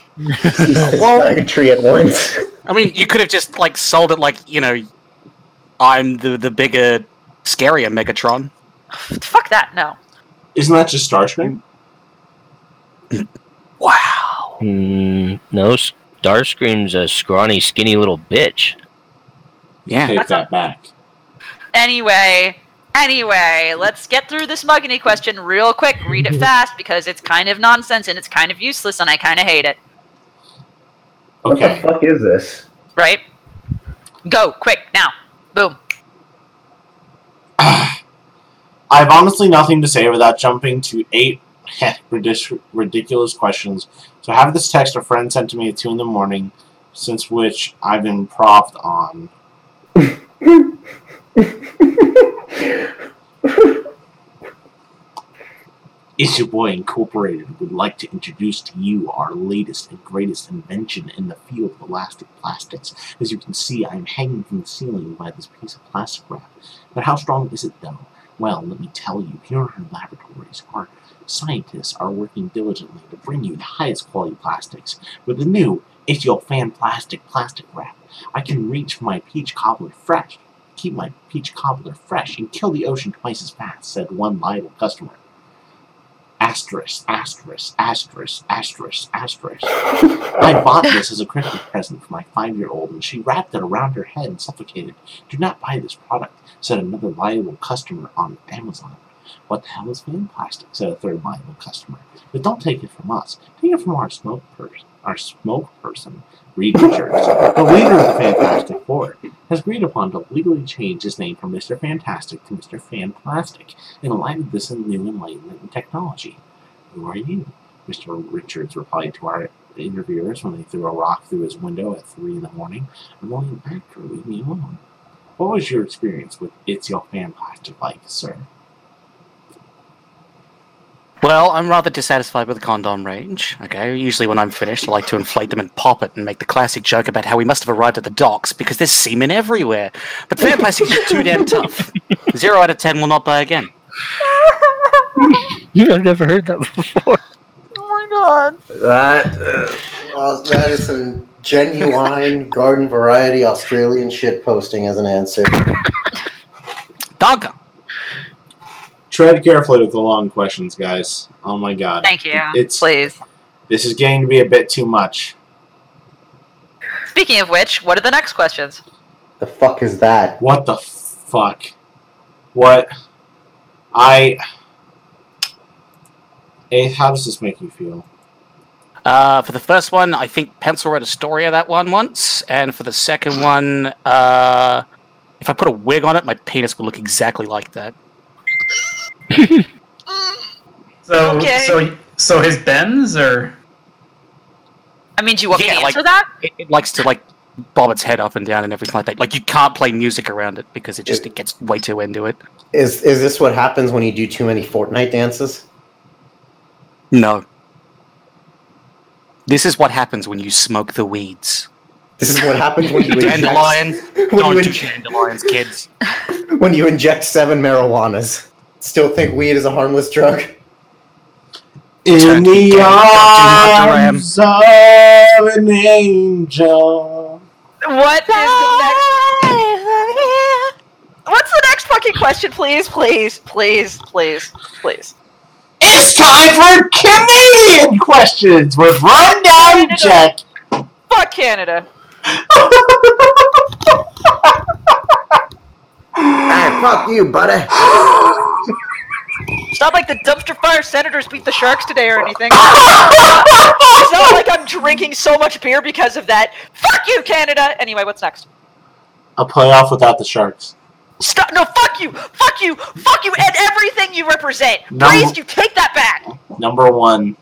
Speaker 6: like a tree at once.
Speaker 7: I mean, you could have just like sold it like you know, I'm the the bigger, scarier Megatron.
Speaker 2: Fuck that, no.
Speaker 3: Isn't that just Star Trek?
Speaker 11: Mm, no, Starscream's a scrawny, skinny little bitch.
Speaker 7: Yeah.
Speaker 3: Take that back.
Speaker 2: Anyway, anyway, let's get through this Muggany question real quick. Read it fast because it's kind of nonsense and it's kind of useless and I kind of hate it.
Speaker 6: What the fuck is this?
Speaker 2: Right? Go, quick, now. Boom.
Speaker 3: I have honestly nothing to say without jumping to eight ridic- ridiculous questions. So I have this text a friend sent to me at 2 in the morning, since which I've been propped on. Is Your Boy Incorporated would like to introduce to you our latest and greatest invention in the field of elastic plastics. As you can see, I am hanging from the ceiling by this piece of plastic wrap. But how strong is it, though? Well, let me tell you, here in our laboratories, our scientists are working diligently to bring you the highest quality plastics with the new It's Your Fan Plastic plastic wrap. I can reach for my peach cobbler fresh, keep my peach cobbler fresh, and kill the ocean twice as fast, said one liable customer. Asterisk, asterisk, asterisk, asterisk, asterisk. I bought this as a Christmas present for my five year old, and she wrapped it around her head and suffocated. Do not buy this product, said another liable customer on Amazon. What the hell is fanplastic? said a third liable customer. But don't take it from us. Take it from our smoke person. Our smoke person, Reed Richards, the leader of the Fantastic Four, has agreed upon to legally change his name from Mr. Fantastic to Mr. Fanplastic in light of this new enlightenment in technology. Who are you? Mr. Richards replied to our interviewers when they threw a rock through his window at three in the morning. I'm only an actor, leave me alone. What was your experience with It's Your Fanplastic like, sir?
Speaker 7: Well, I'm rather dissatisfied with the condom range. Okay, usually when I'm finished, I like to inflate them and pop it and make the classic joke about how we must have arrived at the docks because there's semen everywhere. But fair plastics are too damn tough. Zero out of ten will not buy again.
Speaker 11: I've never heard that before.
Speaker 9: God.
Speaker 6: That, uh, well, that is some genuine garden variety Australian shit posting as an answer.
Speaker 7: Doggo.
Speaker 3: Tread carefully with the long questions, guys. Oh my god.
Speaker 2: Thank you.
Speaker 3: It's
Speaker 2: please.
Speaker 3: This is getting to be a bit too much.
Speaker 2: Speaking of which, what are the next questions?
Speaker 6: The fuck is that?
Speaker 3: What the fuck? What? I. A, how does this make you feel?
Speaker 7: Uh, for the first one, I think Pencil wrote a story of that one once, and for the second one, uh, if I put a wig on it, my penis would look exactly like that.
Speaker 4: So,
Speaker 2: Okay.
Speaker 4: so, so his bends or
Speaker 2: I mean, do you want me
Speaker 7: Yeah,
Speaker 2: to
Speaker 7: like-
Speaker 2: answer that?
Speaker 7: It, it likes to like bob its head up and down and everything like that. Like you can't play music around it because it just it gets way too into it.
Speaker 6: Is is this what happens when you do too many Fortnite dances?
Speaker 7: No. This is what happens when you smoke the weeds.
Speaker 6: This is what happens when you
Speaker 7: dandelion. Don't
Speaker 6: you
Speaker 7: do
Speaker 6: inject-
Speaker 7: dandelions, kids.
Speaker 6: When you inject seven marijuanas. Still think weed is a harmless drug?
Speaker 3: In the arms of an angel.
Speaker 2: What is the next? What's the next fucking question, please, please, please, please, please?
Speaker 3: It's time for Canadian questions with Rundown Jack.
Speaker 2: Fuck Canada.
Speaker 6: Ah, fuck you, buddy.
Speaker 2: It's not like the dumpster fire senators beat the sharks today or anything. it's not like I'm drinking so much beer because of that. Fuck you, Canada. Anyway, what's next?
Speaker 3: A playoff without the Sharks.
Speaker 2: Stop! No, fuck you, fuck you, fuck you, and everything you represent.
Speaker 3: No.
Speaker 2: Please, you take that back.
Speaker 3: Number one.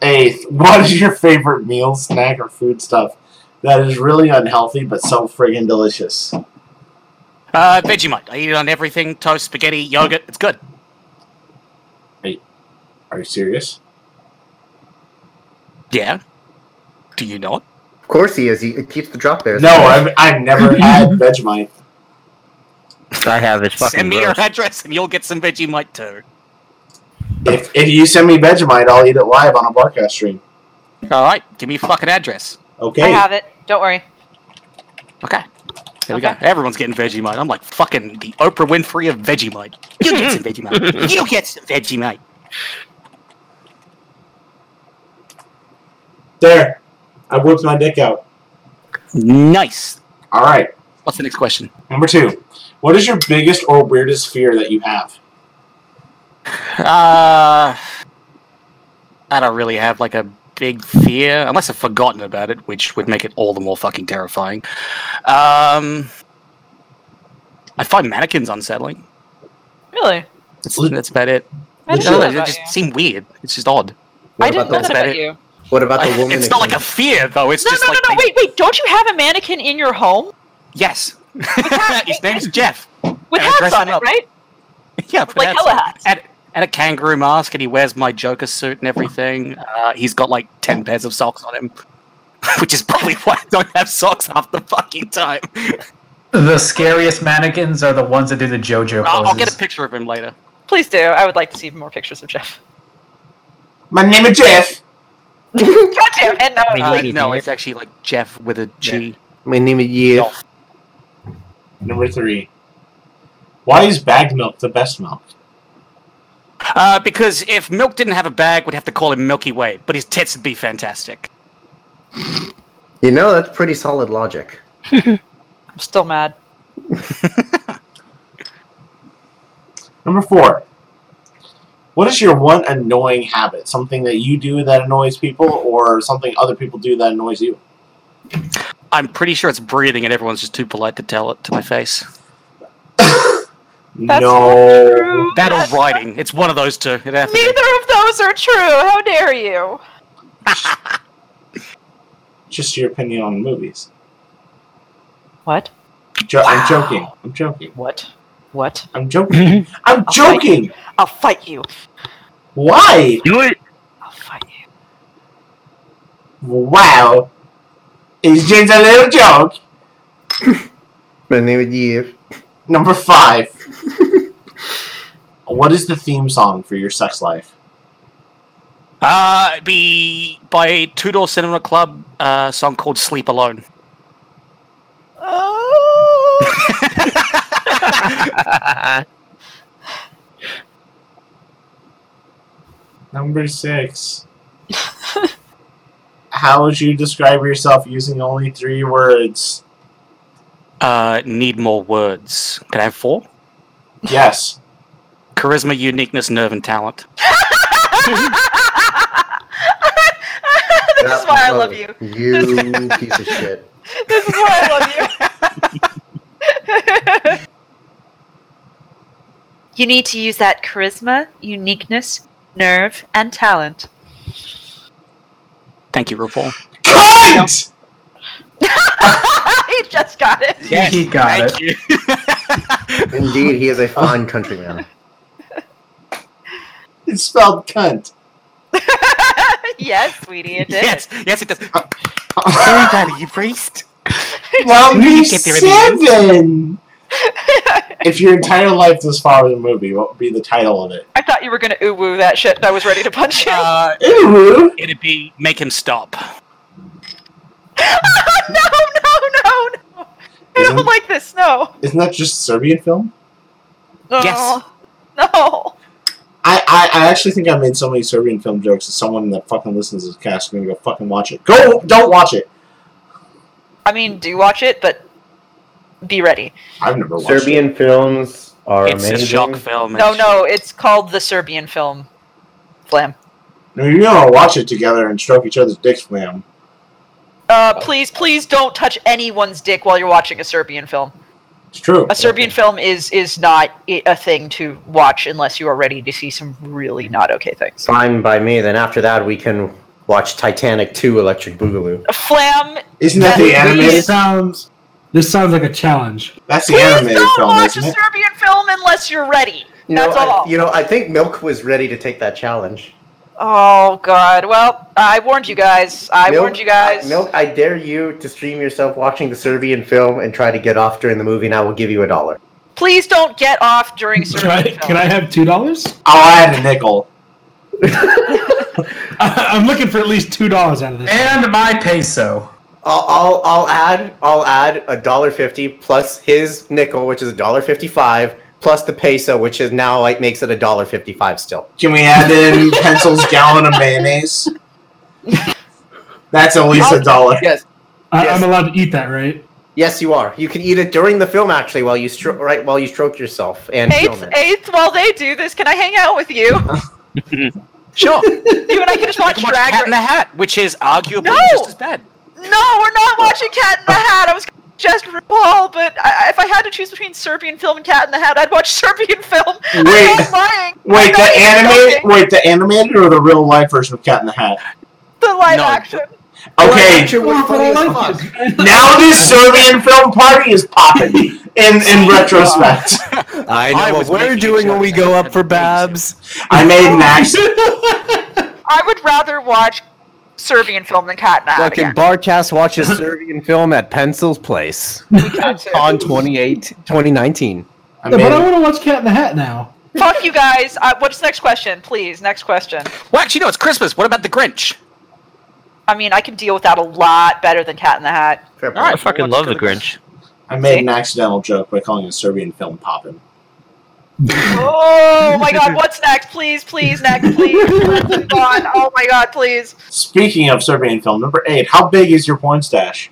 Speaker 3: Eighth, what is your favorite meal, snack, or food stuff that is really unhealthy but so friggin' delicious?
Speaker 7: Uh, Vegemite. I eat it on everything: toast, spaghetti, yogurt. It's good.
Speaker 3: Are you serious?
Speaker 7: Yeah. Do you know it?
Speaker 6: Of course he is. He it keeps the drop there.
Speaker 3: No, I've, I've never had Vegemite.
Speaker 11: I have it's fucking
Speaker 7: Send me
Speaker 11: gross.
Speaker 7: your address and you'll get some Vegemite too.
Speaker 3: If, if you send me Vegemite, I'll eat it live on a barcast stream.
Speaker 7: All right, give me your fucking address.
Speaker 3: Okay.
Speaker 2: I have it. Don't worry.
Speaker 7: Okay. There we go. Everyone's getting Vegemite. I'm like fucking the Oprah Winfrey of Vegemite. You get some Vegemite. you get some Vegemite.
Speaker 3: There. I whipped my dick out.
Speaker 7: Nice.
Speaker 3: All right.
Speaker 7: What's the next question?
Speaker 3: Number two. What is your biggest or weirdest fear that you have?
Speaker 7: Uh, I don't really have like a big fear, unless I've forgotten about it, which would make it all the more fucking terrifying. Um, I find mannequins unsettling.
Speaker 2: Really?
Speaker 7: That's, that's about it.
Speaker 2: I didn't
Speaker 7: I
Speaker 2: know
Speaker 7: don't know,
Speaker 2: that
Speaker 7: they
Speaker 2: about
Speaker 7: just
Speaker 2: you.
Speaker 7: seem weird. It's just odd.
Speaker 2: I didn't know that about you.
Speaker 6: What about the woman?
Speaker 7: It's not like a fear though. It's
Speaker 2: No,
Speaker 7: just
Speaker 2: no, no,
Speaker 7: like
Speaker 2: no. Wait, wait. Don't you have a mannequin in your home
Speaker 7: yes. His name's Jeff.
Speaker 2: with
Speaker 7: And I
Speaker 2: hats
Speaker 7: dress
Speaker 2: on
Speaker 7: him
Speaker 2: it,
Speaker 7: up.
Speaker 2: right?
Speaker 7: Yeah, but
Speaker 2: Like
Speaker 7: that's-
Speaker 2: hella hats.
Speaker 7: And, and a kangaroo mask, and he wears my Joker suit and everything. Uh, he's got like
Speaker 2: Oh.
Speaker 7: 10 pairs of socks on him, which is probably why I don't have socks half the fucking time.
Speaker 4: the scariest mannequins are the ones that do the JoJo
Speaker 7: I'll, I'll
Speaker 4: poses?
Speaker 7: get a picture of him later.
Speaker 2: Please do. I would like to see more pictures of Jeff.
Speaker 3: My name is Jeff.
Speaker 2: Goddamn. And no,
Speaker 7: Uh,
Speaker 2: uh,
Speaker 7: no, it's actually like Jeff with a G.
Speaker 6: My name is Year.
Speaker 3: Number three. Why is bag milk the best milk?
Speaker 7: Uh, because if Milk didn't have a bag, we'd have to call him Milky Way, but his tits would be fantastic.
Speaker 6: You know, that's pretty solid logic.
Speaker 2: I'm still mad.
Speaker 3: Number four. What is your one annoying habit? Something that you do that annoys people, or something other people do that annoys you?
Speaker 7: I'm pretty sure it's breathing, and everyone's just too polite to tell it to my face.
Speaker 3: no.
Speaker 7: That or writing. It's one of those two. It'd have to be.
Speaker 9: Neither of those are true. How dare you?
Speaker 3: Just your opinion on movies.
Speaker 2: What?
Speaker 3: Jo- I'm joking. I'm joking.
Speaker 2: What? What?
Speaker 3: I'm joking.
Speaker 7: Mm-hmm.
Speaker 3: I'm
Speaker 2: I'll fight you.
Speaker 3: joking.
Speaker 2: I'll fight you.
Speaker 3: Why?
Speaker 11: Do it.
Speaker 2: I'll fight you.
Speaker 3: Wow. It's just a little joke. Number five. what is the theme song for your sex life?
Speaker 7: Uh, it'd be by a Two Door Cinema Club uh, song called Sleep Alone.
Speaker 3: Number six. How would you describe yourself using only three words?
Speaker 7: Uh, need more words. Can I have four?
Speaker 3: Yes.
Speaker 7: Charisma, uniqueness, nerve, and talent.
Speaker 9: this is why I love you.
Speaker 6: You piece of shit.
Speaker 9: This is why I love you.
Speaker 2: You need to use that charisma, uniqueness, nerve, and talent.
Speaker 7: Thank you, RuPaul.
Speaker 3: Cunt!
Speaker 2: he just got it.
Speaker 4: he got it.
Speaker 6: Indeed, he is a fine countryman.
Speaker 3: It's spelled cunt.
Speaker 2: yes, sweetie, it did.
Speaker 7: Yes, yes, it does. you priest.
Speaker 3: Number
Speaker 7: Get the reviews.
Speaker 3: seven. if your entire life this far was a movie, what would be the title of it?
Speaker 2: I thought you were gonna ooh woo that shit. and I was ready to punch you.
Speaker 7: Uh,
Speaker 3: Ooh.
Speaker 7: it'd be make him stop.
Speaker 2: no, no, no, no! I
Speaker 3: Isn't-
Speaker 2: don't like this. No.
Speaker 3: Isn't that just a Serbian film?
Speaker 2: no.
Speaker 7: Yes.
Speaker 2: No.
Speaker 3: I, I, I actually think I made so many Serbian film jokes that someone that fucking listens to this cast is gonna go fucking watch it. Go! Don't watch it!
Speaker 2: I mean, do watch it, but be ready.
Speaker 3: I've never watched it.
Speaker 6: Serbian films are
Speaker 7: it's a
Speaker 6: amazing.
Speaker 7: shock film.
Speaker 2: No, no, it's called the Serbian film. Flam.
Speaker 3: No, you don't watch it together and stroke each other's dicks for them.
Speaker 2: Uh, please, please don't touch anyone's dick while you're watching a Serbian film.
Speaker 3: It's true.
Speaker 2: A Serbian film is is not i- a thing to watch unless you are ready to see some really not okay things.
Speaker 6: Fine by me. Then after that, we can watch Titanic 2 Electric Boogaloo.
Speaker 2: Flam.
Speaker 3: Isn't that the
Speaker 2: Yes,
Speaker 3: animated?
Speaker 5: This sounds. This sounds like a challenge.
Speaker 3: That's the
Speaker 2: Please
Speaker 3: animated
Speaker 2: don't
Speaker 3: film,
Speaker 2: watch a
Speaker 3: isn't it?
Speaker 2: Serbian film unless you're ready.
Speaker 6: You know,
Speaker 2: That's
Speaker 6: I,
Speaker 2: all.
Speaker 6: you know, I think Milk was ready to take that challenge.
Speaker 2: Oh God! Well, I warned you guys. I
Speaker 6: Milk-
Speaker 2: warned you guys.
Speaker 6: I- Milk, I dare you to stream yourself watching the Serbian film and try to get off during the movie, and I will give you a dollar.
Speaker 2: Please don't get off during
Speaker 5: Can
Speaker 2: Serbian
Speaker 5: I,
Speaker 2: film.
Speaker 5: can I have two dollars?
Speaker 3: I'll add Oh, a nickel.
Speaker 5: I'm looking for at least two dollars out of this.
Speaker 4: And my peso.
Speaker 6: I'll, I'll, I'll add I'll add a dollar fifty plus his nickel, which is a dollar fifty five, plus the peso, which is now like makes it a dollar fifty five still.
Speaker 3: Can we add in Pencil's gallon of mayonnaise? That's at least a dollar.
Speaker 6: Yes,
Speaker 5: I,
Speaker 6: yes.
Speaker 5: I'm allowed to eat that, right?
Speaker 6: yes, you are. You can eat it during the film actually, while you stro- right while you stroke yourself and film
Speaker 2: Eighth,
Speaker 6: it.
Speaker 2: eighth. While they do this, can I hang out with you?
Speaker 7: Sure.
Speaker 2: you and I can just watch
Speaker 7: Watch
Speaker 2: Drag
Speaker 7: Cat in the
Speaker 2: Race.
Speaker 7: Hat, which is arguably
Speaker 2: No!
Speaker 7: just as bad.
Speaker 2: No, we're not watching Cat in the Hat. I was gonna suggest RuPaul, but I, if I had to choose between Serbian film and Cat in the Hat, I'd watch Serbian film. I'm
Speaker 3: Wait.
Speaker 2: not lying.
Speaker 3: Wait,
Speaker 2: I'm
Speaker 3: the
Speaker 2: not even
Speaker 3: animated,
Speaker 2: joking.
Speaker 3: wait, the animated or the real life version of Cat in the Hat?
Speaker 2: the live
Speaker 7: No.
Speaker 2: action.
Speaker 3: Okay,
Speaker 6: Actually, what's funny as fuck.
Speaker 3: now this Serbian film party is popping. In in retrospect,
Speaker 8: I know
Speaker 7: I
Speaker 8: what
Speaker 7: was
Speaker 8: we're
Speaker 7: making
Speaker 8: doing
Speaker 7: a
Speaker 8: when we
Speaker 7: joke.
Speaker 8: go up for Babs.
Speaker 3: I made an accent.
Speaker 2: I would rather watch Serbian film than Cat in the Hat.
Speaker 8: Fucking
Speaker 2: Again.
Speaker 8: Barcast watches Serbian film at Pencil's Place on 28, 2019.
Speaker 3: I
Speaker 5: No, but I
Speaker 3: made,
Speaker 5: want to watch Cat in the Hat now.
Speaker 2: Fuck you guys. Uh, what's the next question, please? Next question.
Speaker 7: Well, actually, no. It's Christmas. What about the Grinch?
Speaker 2: I mean, I can deal with that a lot better than Cat in the Hat.
Speaker 6: Fair
Speaker 7: All right,
Speaker 11: I fucking
Speaker 7: let's
Speaker 11: love
Speaker 7: go
Speaker 11: the
Speaker 7: to this.
Speaker 11: Grinch.
Speaker 3: I made an accidental joke by calling a Serbian film popping.
Speaker 2: Oh my god, what's next? Please, please, next, please. Let's move on. Oh my god, please.
Speaker 3: Speaking of Serbian film, number eight. How big is your porn stash?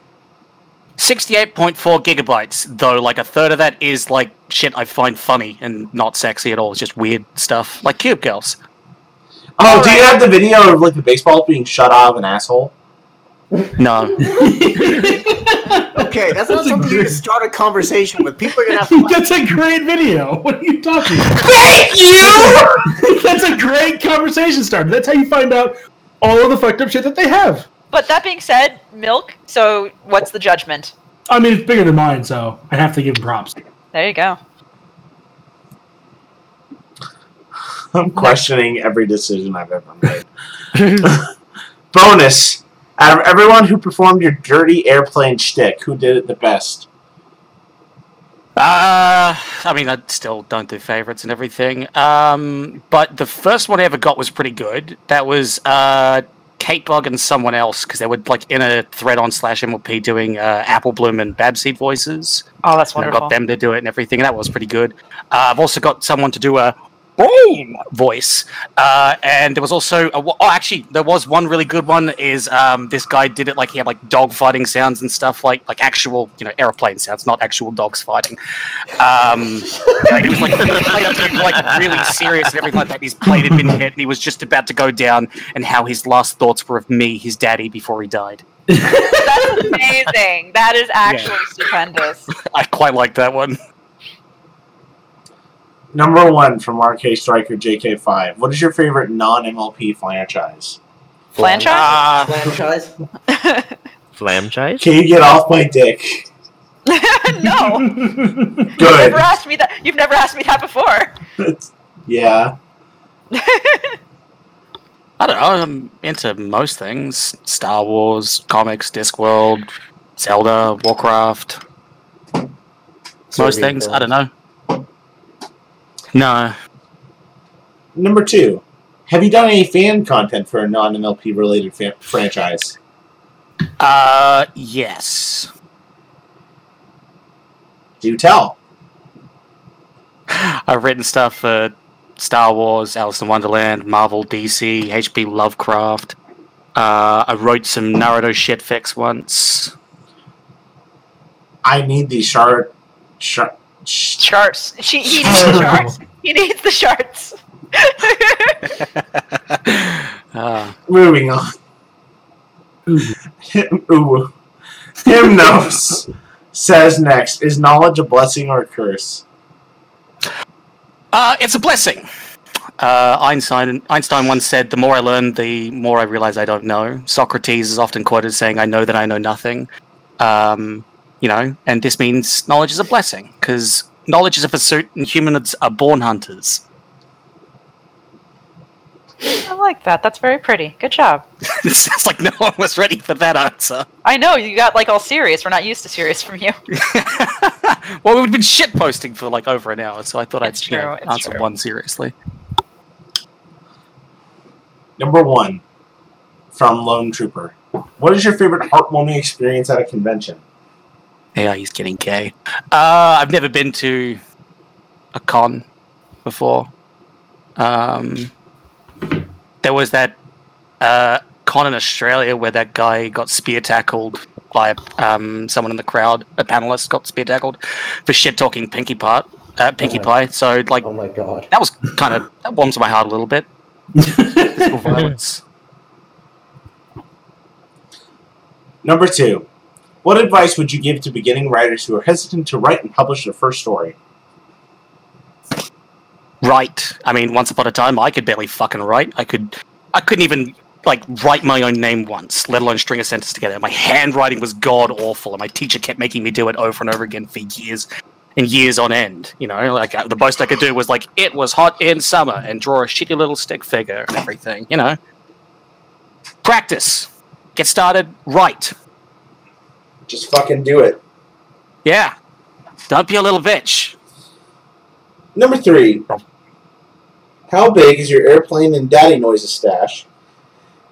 Speaker 7: 68.4 gigabytes, though, like a third of that is like shit I find funny and not sexy at all. It's just weird stuff, like Cube Girls.
Speaker 3: Oh, do you have the video of like the baseball being shut out of an asshole?
Speaker 7: No.
Speaker 6: Okay, that's not something you can start a conversation with. People are gonna have to.
Speaker 5: That's a great video. What are you talking about?
Speaker 6: Thank you!
Speaker 5: That's a great conversation starter. That's how you find out all of the fucked up shit that they have.
Speaker 2: But that being said, milk. So what's the judgment?
Speaker 5: I mean, it's bigger than mine, so I have to give him props.
Speaker 2: There you go.
Speaker 3: I'm questioning every decision I've ever made. Bonus. Out of everyone who performed your dirty airplane shtick, who did it the best?
Speaker 7: Uh, I mean, I still don't do favorites and everything. Um, but the first one I ever got was pretty good. That was uh, Kate Bug and someone else because they were like in a thread on slash MLP doing uh, Apple Bloom and Babseed voices.
Speaker 2: Oh, that's
Speaker 7: And I
Speaker 2: wonderful.
Speaker 7: got them to do it and everything. And that was pretty good. Uh, I've also got someone to do a boom voice. Uh, and there was also a, oh, actually, there was one really good one. Is um, this guy did it like he had like dog fighting sounds and stuff like like actual you know airplane sounds, not actual dogs fighting. Um, and it was like, like, like really serious and everything like that. His plate had been hit and he was just about to go down, and how his last thoughts were of me, his daddy, before he died.
Speaker 2: That's amazing. That is actually stupendous.
Speaker 7: I quite like that one.
Speaker 3: Number one from RK Striker JK5. What is your favorite non MLP franchise?
Speaker 7: Uh,
Speaker 2: Franchise?
Speaker 6: Franchise?
Speaker 11: Flamchise?
Speaker 3: Can you get off my dick?
Speaker 2: no. You've
Speaker 3: Good.
Speaker 2: never asked me that. You've never asked me that before.
Speaker 3: yeah.
Speaker 7: I don't know. I'm into most things: Star Wars, comics, Discworld, Zelda, Warcraft. most
Speaker 3: Survey
Speaker 7: things. I don't know. No.
Speaker 3: Number two. Have you done any fan content for a non MLP related fa- franchise?
Speaker 7: Uh, yes.
Speaker 3: Do tell.
Speaker 7: I've written stuff for Star Wars, Alice in Wonderland, Marvel, DC, HP Lovecraft. Uh, I wrote some Naruto shit fix once.
Speaker 3: I need the shard. shard sh-
Speaker 2: Charts. She. He needs the charts. He needs the charts.
Speaker 7: Uh,
Speaker 3: Moving on. Ooh. Hymnos says next Is knowledge a blessing or a curse?
Speaker 7: uh, it's a blessing. Uh, Einstein, Einstein once said, "The more I learn, the more I realize I don't know." Socrates is often quoted as saying, "I know that I know nothing." Um, you know, and this means knowledge is a blessing because knowledge is a pursuit, and humans are born hunters.
Speaker 2: I like that. That's very pretty. Good job.
Speaker 7: it sounds like no one was ready for that answer.
Speaker 2: I know you got like all serious. We're not used to serious from you.
Speaker 7: Well, we've been shit posting for like over an hour, so I thought I'd you know,
Speaker 2: true, it's
Speaker 7: answer
Speaker 2: true.
Speaker 7: one seriously.
Speaker 3: Number one from Lone Trooper. What is your favorite heartwarming experience at a convention?
Speaker 7: Yeah, he's getting gay. Uh, I've never been to a con before. Um, there was that uh, con in Australia where that guy got spear tackled by um, someone in the crowd. A panelist got spear tackled for shit talking Pinkie Pot, uh, Pinkie Pie. So like, oh my god, that was kind of that warms my heart a little bit. Physical violence.
Speaker 3: Number two. What advice would you give to beginning writers who are hesitant to write and publish their first story?
Speaker 7: write. I mean, once upon a time, I could barely fucking write. I could, I couldn't even like write my own name once, let alone string a sentence together. My handwriting was god awful, and my teacher kept making me do it over and over again for years and years on end. You know, like uh, the most I could do was like, it was hot in summer, and draw a shitty little stick figure and everything. You know, practice, get started, write.
Speaker 3: Just fucking do it.
Speaker 7: Yeah, don't be a little bitch.
Speaker 3: Number three. How big is your airplane and daddy noises stash?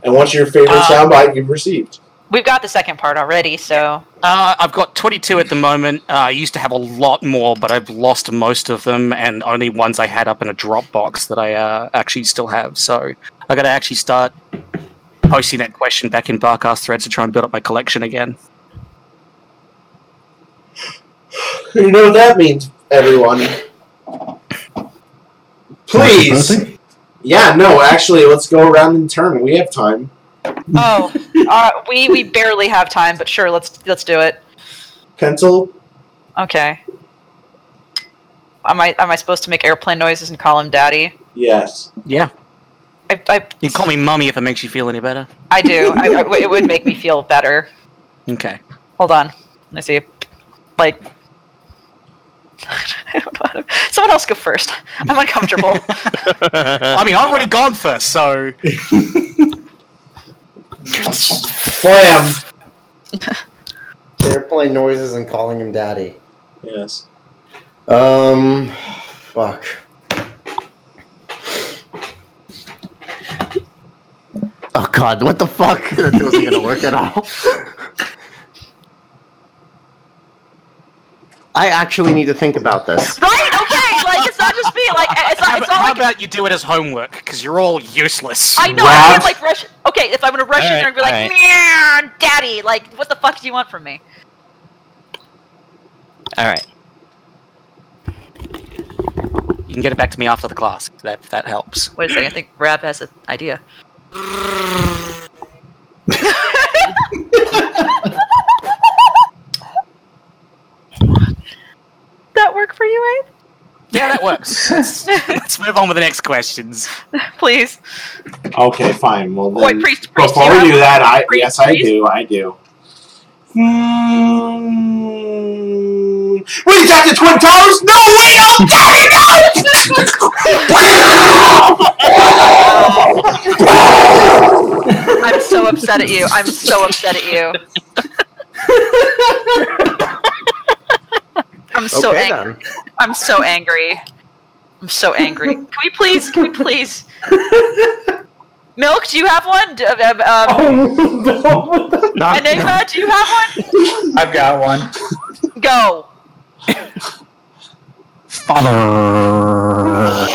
Speaker 3: And what's your favorite
Speaker 2: Uh,
Speaker 3: soundbite you've received?
Speaker 2: We've got the second part already, so
Speaker 7: Uh, I've got 22 at the moment. Uh, I used to have a lot more, but I've lost most of them, and only ones I had up in a Dropbox that I uh, actually still have. So I got to actually start posting that question back in Barcast threads to try and build up my collection again.
Speaker 3: You know what that means, everyone. Please. Yeah, no, actually, let's go around in turn. We have time.
Speaker 2: Oh, uh, we we barely have time, but sure, let's let's do it.
Speaker 3: Pencil,
Speaker 2: Okay. Am I am I supposed to make airplane noises and call him daddy?
Speaker 3: Yes.
Speaker 7: Yeah.
Speaker 2: I, I,
Speaker 7: You can call me mummy if it makes you feel any better.
Speaker 2: I do. I, I- it would make me feel better.
Speaker 7: Okay.
Speaker 2: Hold on. Let me see. Like. I don't know how to- Someone else go first. I'm uncomfortable.
Speaker 10: I mean, I've already gone first, so.
Speaker 3: Flam.
Speaker 6: They're playing noises and calling him daddy.
Speaker 3: Yes.
Speaker 6: Um, fuck. Oh god, what the fuck? That wasn't gonna work at all. I actually need to think about this.
Speaker 2: right? Okay. Like it's not just me. Like it's not.
Speaker 7: How,
Speaker 2: It's not
Speaker 7: about- how
Speaker 2: like
Speaker 7: about you do it as homework? Because you're all useless.
Speaker 2: I know. I can't like rush. Okay, if I'm gonna rush in
Speaker 7: Alright,
Speaker 2: there and be like,
Speaker 7: alright.
Speaker 2: "Meow, daddy," like what the fuck do you want from me?
Speaker 7: All right. You can get it back to me after the class. if That if that helps.
Speaker 2: Wait a second. I think Rab has an idea. that work for you, Abe?
Speaker 7: Yeah, that works. let's, let's move on with the next questions.
Speaker 2: Please.
Speaker 3: Okay, fine. Well, then,
Speaker 2: Wait, priest, priest, you
Speaker 3: before we
Speaker 2: have-
Speaker 3: do that, I
Speaker 2: priest,
Speaker 3: yes, I
Speaker 2: priest?
Speaker 3: do, I do. Hmm. What is that? The twin towers? No way! Oh, daddy,
Speaker 2: I'm so upset at you. I'm so upset at you. I'm so
Speaker 6: Okay,
Speaker 2: angry. I'm so angry. I'm so angry. Can we please? Can we please? Milk, do you have one? D- Um, um, Enigma, do you have
Speaker 4: Oh, I've got one.
Speaker 2: one? Go.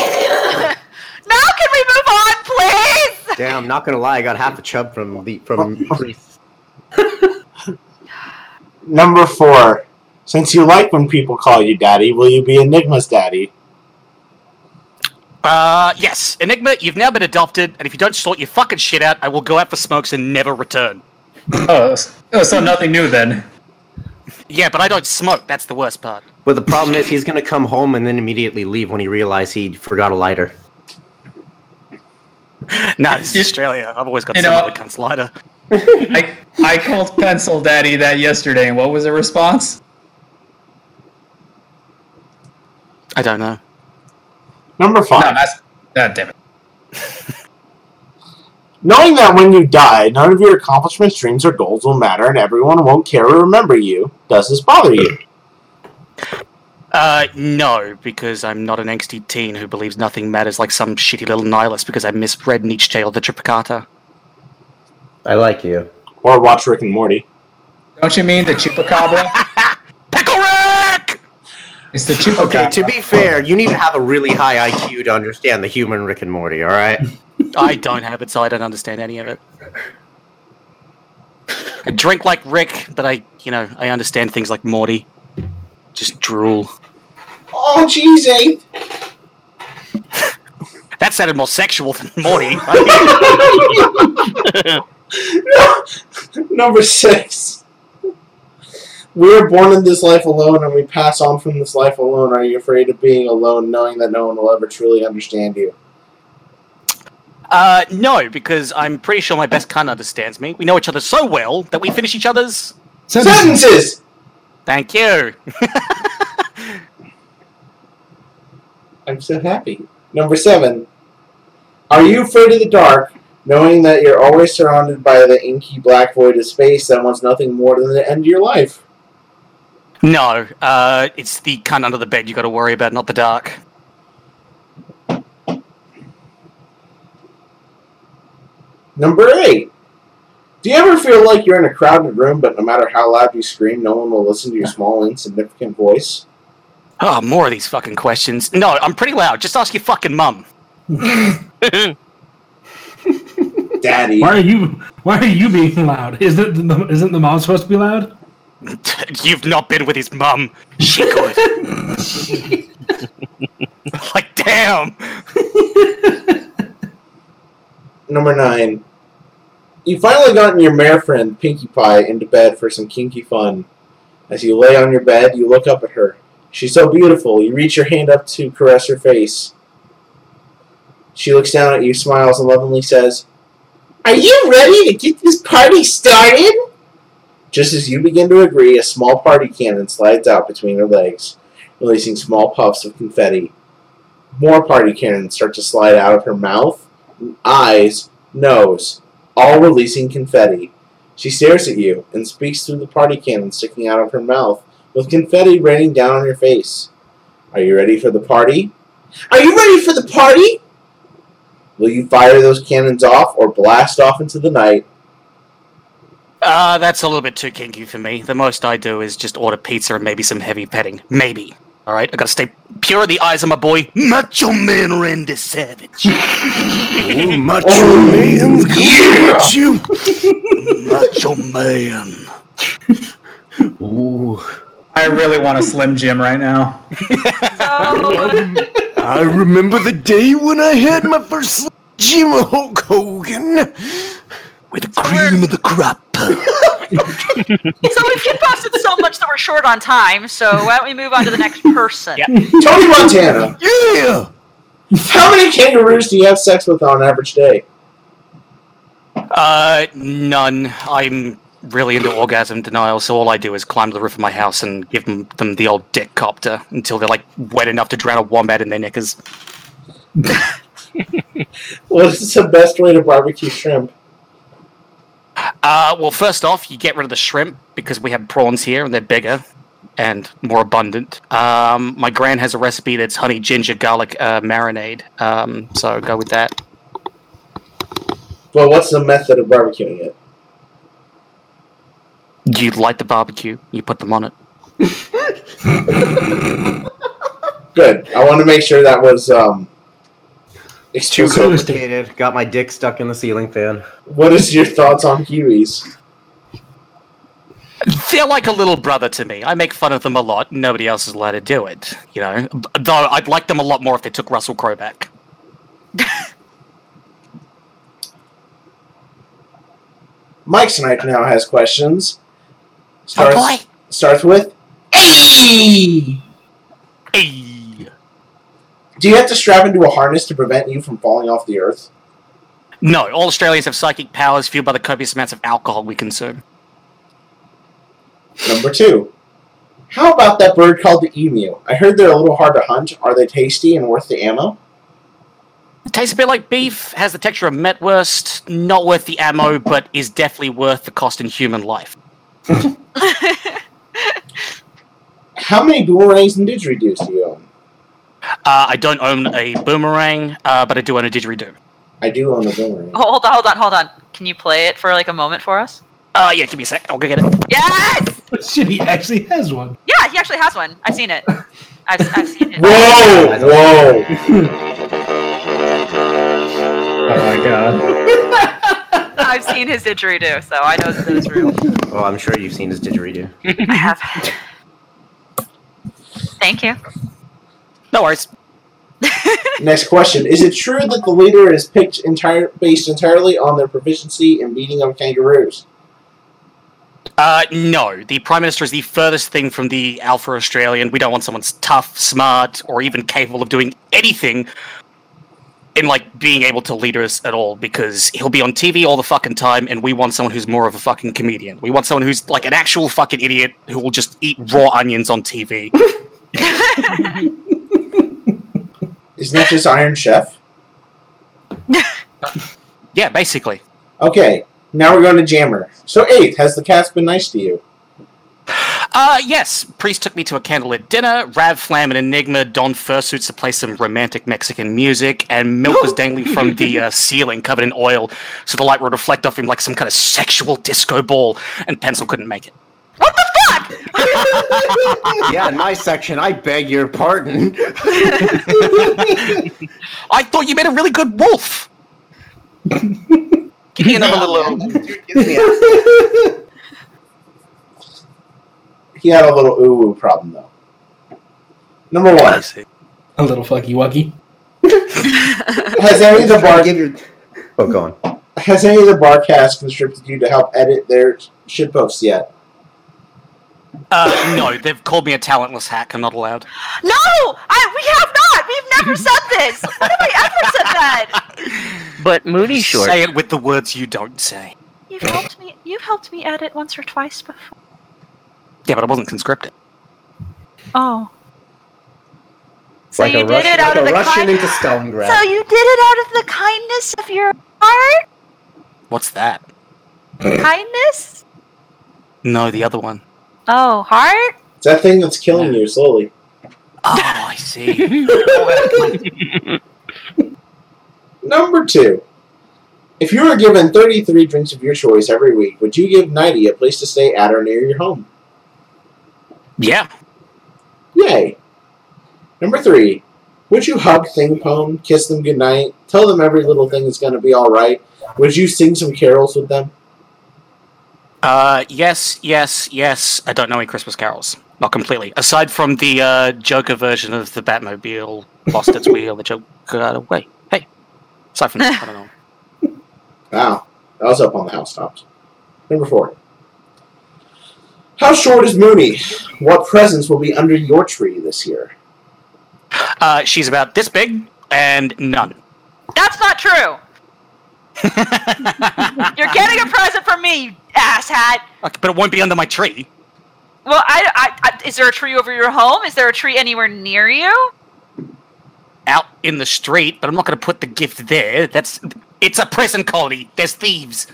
Speaker 2: Now can we move on, please?
Speaker 6: Damn, not gonna lie, I got half a chub from the from.
Speaker 3: Number four. Since you like when people call you daddy, will you be Enigma's daddy?
Speaker 7: Uh, yes, Enigma, you've now been adopted, and if you don't sort your fucking shit out, I will go out for smokes and never return.
Speaker 4: Oh, s- oh, so nothing new then.
Speaker 7: Yeah, but I don't smoke. That's the worst part.
Speaker 6: But the problem is, he's gonna come home and then immediately leave when he realized he forgot a lighter.
Speaker 7: Nah, this is Australia. I've always got
Speaker 4: You
Speaker 7: some
Speaker 4: know-
Speaker 7: other cunt's lighter.
Speaker 4: I I called Pencil Daddy that yesterday, and what was the response?
Speaker 7: I don't know.
Speaker 3: Number five.
Speaker 4: No, that's God damn it.
Speaker 3: Knowing that when you die, none of your accomplishments, dreams, or goals will matter, and everyone won't care or remember you, does this bother you?
Speaker 7: Uh, no, because I'm not an angsty teen who believes nothing matters like some shitty little nihilist because I misread Nietzsche or the Triplicata.
Speaker 6: I like you.
Speaker 3: Or watch Rick and Morty.
Speaker 4: Don't you mean the chupacabra?
Speaker 7: Pickle Rick!
Speaker 4: It's the chupacabra.
Speaker 6: Okay, to be fair, you need to have a really high IQ to understand the human Rick and Morty, all right?
Speaker 7: I don't have it, so I don't understand any of it. I drink like Rick, but I, you know, I understand things like Morty. Just drool.
Speaker 3: Oh, jeez, Abe.
Speaker 7: That sounded more sexual than Morty.
Speaker 3: Number six. We are born in this life alone, and we pass on from this life alone. Are you afraid of being alone, knowing that no one will ever truly understand you?
Speaker 7: Uh, no, because I'm pretty sure my best cunt understands me. We know each other so well that we finish each other's.
Speaker 3: Sentences.
Speaker 7: Thank you.
Speaker 3: I'm so happy. Number seven. Are you afraid of the dark, knowing that you're always surrounded by the inky black void of space that wants nothing more than the end of your life?
Speaker 7: No, uh, it's the cunt under the bed you got to worry about, not the dark.
Speaker 3: Number eight. Do you ever feel like you're in a crowded room, but no matter how loud you scream, no one will listen to your small, insignificant voice?
Speaker 7: Oh, more of these fucking questions. No, I'm pretty loud. Just ask your fucking mum.
Speaker 3: Daddy.
Speaker 5: Why are you? Why are you being loud? Isn't the, isn't the mom supposed to be loud?
Speaker 7: You've not been with his mum. She could. like, damn.
Speaker 3: Number nine. You've finally gotten your mare friend, Pinkie Pie, into bed for some kinky fun. As you lay on your bed, you look up at her. She's so beautiful. You reach your hand up to caress her face. She looks down at you, smiles, and lovingly says, Are you ready to get this party started? Just as you begin to agree, a small party cannon slides out between her legs, releasing small puffs of confetti. More party cannons start to slide out of her mouth, eyes, nose, all releasing confetti. She stares at you and speaks through the party cannon sticking out of her mouth, with confetti raining down on your face. Are you ready for the party? Are you ready for the party? Will you fire those cannons off or blast off into the night?
Speaker 7: Uh, that's a little bit too kinky for me. The most I do is just order pizza and maybe some heavy petting. Maybe. All right, I gotta stay pure in the eyes of my boy, Macho Man Randy Savage.
Speaker 10: Oh, macho man, yeah. at you. macho man.
Speaker 4: Ooh. I really want a Slim Jim right now.
Speaker 12: I remember the day when I had my first Slim Jim Hulk Hogan with the cream of the crop.
Speaker 2: so we've kickboxed so much that we're short on time, so why don't we move on to the next person?
Speaker 3: Tony Montana.
Speaker 12: Yeah.
Speaker 3: How many kangaroos do you have sex with on an average day?
Speaker 7: Uh, none. I'm really into orgasm denial, so all I do is climb to the roof of my house and give them, them the old dick copter until they're like wet enough to drown a wombat in their knickers.
Speaker 3: What is the best way to barbecue shrimp?
Speaker 7: Uh, well, first off, you get rid of the shrimp because we have prawns here and they're bigger and more abundant. Um, my gran has a recipe that's honey, ginger, garlic uh, marinade. Um, so go with that.
Speaker 3: Well, what's the method of barbecuing it?
Speaker 7: You light the barbecue, you put them on it.
Speaker 3: Good. I want to make sure that was um,
Speaker 6: Too
Speaker 3: exclusive.
Speaker 6: complicated. Got my dick stuck in the ceiling fan.
Speaker 3: What is your thoughts on kiwis?
Speaker 7: They're like a little brother to me. I make fun of them a lot. Nobody else is allowed to do it, you know. B- Though I'd like them a lot more if they took Russell Crowe back.
Speaker 3: Mike Snipe now has questions.
Speaker 7: Oh,
Speaker 3: Starts,
Speaker 7: boy.
Speaker 3: starts with, Hey!
Speaker 7: Hey!
Speaker 3: Do you have to strap into a harness to prevent you from falling off the earth?
Speaker 7: No, all Australians have psychic powers fueled by the copious amounts of alcohol we consume.
Speaker 3: Number two. How about that bird called the emu? I heard they're a little hard to hunt. Are they tasty and worth the ammo?
Speaker 7: It tastes a bit like beef, has the texture of metwurst, not worth the ammo, but is definitely worth the cost in human life.
Speaker 3: How many boomerangs and didgeridoos do you own?
Speaker 7: Uh, I don't own a boomerang, uh, but I do own a didgeridoo.
Speaker 3: I do own a boomerang.
Speaker 2: Oh, hold on, hold on, hold on. Can you play it for like a moment for us?
Speaker 7: Uh, yeah, give me a sec. I'll go get it.
Speaker 2: Yes!
Speaker 5: Shit, he actually has one.
Speaker 2: Yeah, he actually has one. I've seen it. I've, I've seen it.
Speaker 3: Whoa! Whoa!
Speaker 4: Oh my god.
Speaker 2: I've seen his didgeridoo, so I know that it's real.
Speaker 6: Oh, I'm sure you've seen his didgeridoo.
Speaker 2: I have. Thank you.
Speaker 7: No worries.
Speaker 3: Next question: Is it true that the leader is picked entire based entirely on their proficiency in beating up kangaroos?
Speaker 7: Uh, no, the Prime Minister is the furthest thing from the Alpha Australian. We don't want someone's tough, smart, or even capable of doing anything in like being able to lead us at all because he'll be on TV all the fucking time and we want someone who's more of a fucking comedian. We want someone who's like an actual fucking idiot who will just eat raw onions on TV.
Speaker 3: Isn't that just Iron Chef?
Speaker 7: yeah, basically.
Speaker 3: Okay, now we're going to Jammer. So eighth, has the cast been nice to you?
Speaker 7: Uh, yes, Priest took me to a candlelit dinner. Rav Flam and Enigma donned fursuits to play some romantic Mexican music, and milk was dangling from the uh, ceiling covered in oil, so the light would reflect off him like some kind of sexual disco ball, and Pencil couldn't make it.
Speaker 6: yeah, in my section, I beg your pardon.
Speaker 7: I thought you made a really good wolf! Give me another little.
Speaker 3: he had a little ooh ooh problem though. Number one,
Speaker 5: A little fucky wucky.
Speaker 3: has any of the bar
Speaker 6: Oh, go on.
Speaker 3: has any of the barcasts constricted you to help edit their shitposts yet?
Speaker 7: Uh, no, they've called me a talentless hack. I'm not allowed.
Speaker 9: No, I, we have not. We've never said this. When have I ever said that?
Speaker 11: But Moody Short.
Speaker 7: Say it with the words you don't say.
Speaker 9: You've helped me. You've helped me edit once or twice before.
Speaker 7: Yeah, but I wasn't conscripted.
Speaker 9: Oh, So
Speaker 6: like
Speaker 9: you
Speaker 6: a
Speaker 9: did
Speaker 6: Russian,
Speaker 9: it out
Speaker 6: like
Speaker 9: of
Speaker 6: a
Speaker 9: the
Speaker 6: Russian
Speaker 9: kind-
Speaker 6: into Stalingrad.
Speaker 9: so you did it out of the kindness of your heart.
Speaker 7: What's that?
Speaker 9: kindness?
Speaker 7: No, the other one.
Speaker 9: Oh, heart.
Speaker 3: It's that thing that's killing you slowly.
Speaker 7: Oh, I see.
Speaker 3: Number two, if you were given 33 drinks of your choice every week, would you give 90 a place to stay at or near your home?
Speaker 7: Yeah.
Speaker 3: Yay. Number three, would you hug Thing Pong, kiss them goodnight, tell them every little thing is going to be alright? Would you sing some carols with them?
Speaker 7: Uh, yes, yes, yes. I don't know any Christmas carols. Not completely. Aside from the uh, Joker version of the Batmobile lost its wheel, the Joker got away. Hey. Aside from that, I don't know.
Speaker 3: Wow, that was up on the housetops. Number four. How short is Mooney? What presents will be under your tree this year?
Speaker 7: Uh, she's about this big and none.
Speaker 2: That's not true.
Speaker 9: Ah.
Speaker 2: You're getting a present from me, you asshat.
Speaker 7: Okay, but it won't be under my tree.
Speaker 2: Well, I, I, I, is there a tree over your home? Is there a tree anywhere near you?
Speaker 7: Out in the street, but I'm not going to put the gift there. That's it's a prison colony. There's thieves.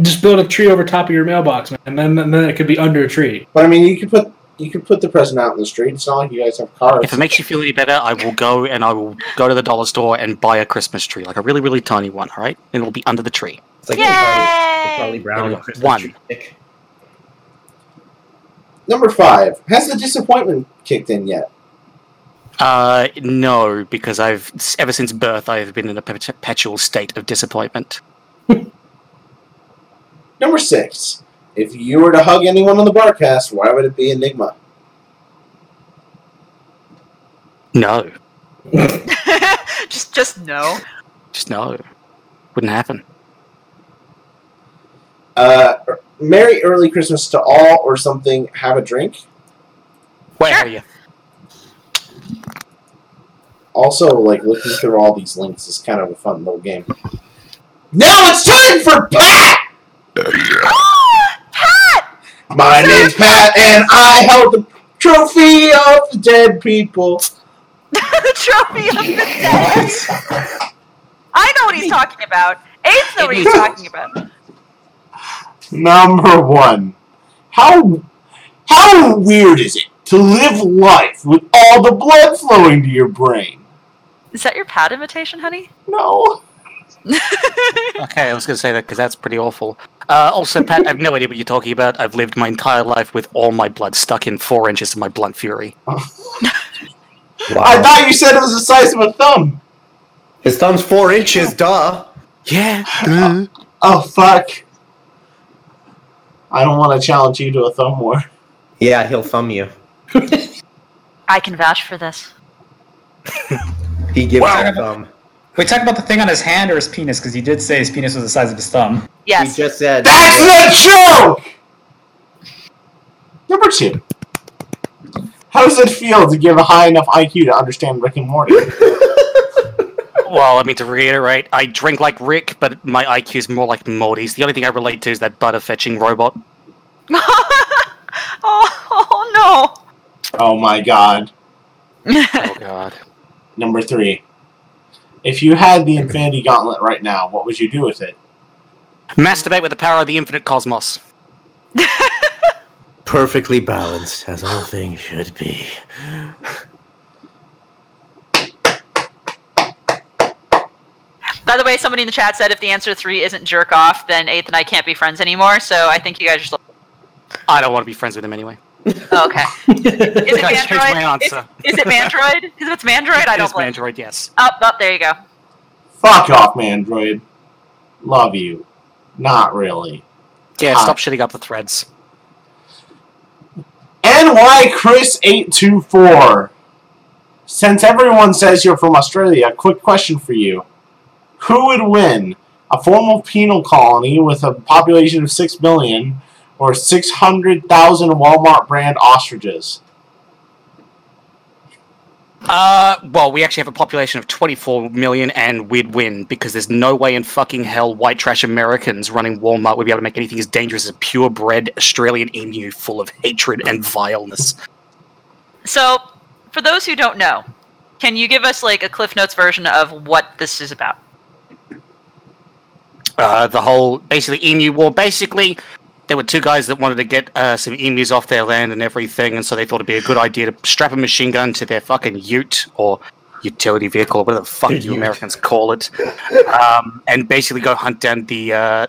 Speaker 5: Just build a tree over top of your mailbox, man, and then, and then it could be under a tree.
Speaker 3: But I mean, you could put you could put the present out in the street. It's not like you guys have cars.
Speaker 7: If it makes you feel any better, I will go and I will go to the dollar store and buy a Christmas tree, like a really, really tiny one. All right, and it'll be under the tree.
Speaker 6: It's like
Speaker 9: Yay!
Speaker 6: the Charlie, the Charlie Brown
Speaker 7: There we go.
Speaker 6: Christmas
Speaker 7: One.
Speaker 6: tree stick.
Speaker 3: Number five. Has the disappointment kicked in yet?
Speaker 7: Uh, no, because I've ever since birth I have been in a perpetual state of disappointment.
Speaker 3: Number six. If you were to hug anyone on the barcast, why would it be Enigma?
Speaker 7: No,
Speaker 2: Just, just no.
Speaker 7: just no, wouldn't happen.
Speaker 3: Uh, Merry early Christmas to all, or something. Have a drink.
Speaker 7: Wait, how are you?
Speaker 3: Also, like looking through all these links is kind of a fun little game. Now it's time for Pat.
Speaker 2: Ah,
Speaker 3: Pat. My name's Pat, and I held the trophy of the dead people.
Speaker 2: the trophy of the dead. I know what he's talking about. Ace know what he's talking about.
Speaker 3: Number one. How how weird is it to live life with all the blood flowing to your brain?
Speaker 2: Is that your pad imitation, honey?
Speaker 3: No.
Speaker 7: Okay, I was going to say that because that's pretty awful. Uh, also, Pat, I have no idea what you're talking about. I've lived my entire life with all my blood stuck in four inches of my blunt fury.
Speaker 3: I thought you said it was the size of a thumb.
Speaker 6: His thumb's four inches, duh.
Speaker 7: Yeah. Uh,
Speaker 3: Oh fuck. I don't want to challenge you to a thumb war.
Speaker 6: Yeah, he'll thumb you.
Speaker 2: I can vouch for this.
Speaker 6: He gives
Speaker 4: Wow.
Speaker 6: you a thumb.
Speaker 4: We talk about the thing on his hand or his penis because he did say his penis was the size of his thumb.
Speaker 2: Yes.
Speaker 6: He just said.
Speaker 3: That's the joke! Number two. How does it feel to give a high enough IQ to understand Rick and Morty?
Speaker 7: Well, I mean, to reiterate, I drink like Rick, but my IQ is more like Morty's. The only thing I relate to is that butter fetching robot.
Speaker 2: Oh,
Speaker 3: oh my god.
Speaker 2: no.
Speaker 7: Oh, God.
Speaker 3: Number three. If you had the Infinity Gauntlet right now, what would you do with it?
Speaker 7: Masturbate with the power of the infinite cosmos.
Speaker 8: Perfectly balanced, as all things should be.
Speaker 2: By the way, somebody in the chat said if the answer three isn't jerk off, then Eighth and I can't be friends anymore. So I think you guys are still
Speaker 7: I don't want to be friends with him anyway.
Speaker 2: okay. Is it
Speaker 7: I changed
Speaker 2: Mandroid?
Speaker 7: my answer.
Speaker 2: Is, is it Mandroid? Is it it's Mandroid? I
Speaker 7: It
Speaker 2: don't
Speaker 7: is
Speaker 2: blame.
Speaker 7: Mandroid, yes.
Speaker 2: Up, up. There you go.
Speaker 3: Fuck off, Mandroid. Love you. Not really.
Speaker 7: Yeah,
Speaker 3: Hi.
Speaker 7: stop shitting up the threads.
Speaker 3: NY Chris eight two four. Since everyone says you're from Australia, quick question for you: Who would win, a formal penal colony with a population of six million, or six hundred thousand Walmart brand ostriches?
Speaker 7: Uh, well, we actually have a population of 24 million, and we'd win because there's no way in fucking hell white trash Americans running Walmart would be able to make anything as dangerous as a purebred Australian emu full of hatred and vileness.
Speaker 2: So, for those who don't know, can you give us like a Cliff Notes version of what this is about?
Speaker 7: Uh, the whole basically emu war. Basically, there were two guys that wanted to get uh, some emus off their land and everything, and so they thought it'd be a good idea to strap a machine gun to their fucking ute or utility vehicle, whatever the fuck you Americans call it, um, and basically go hunt down the uh,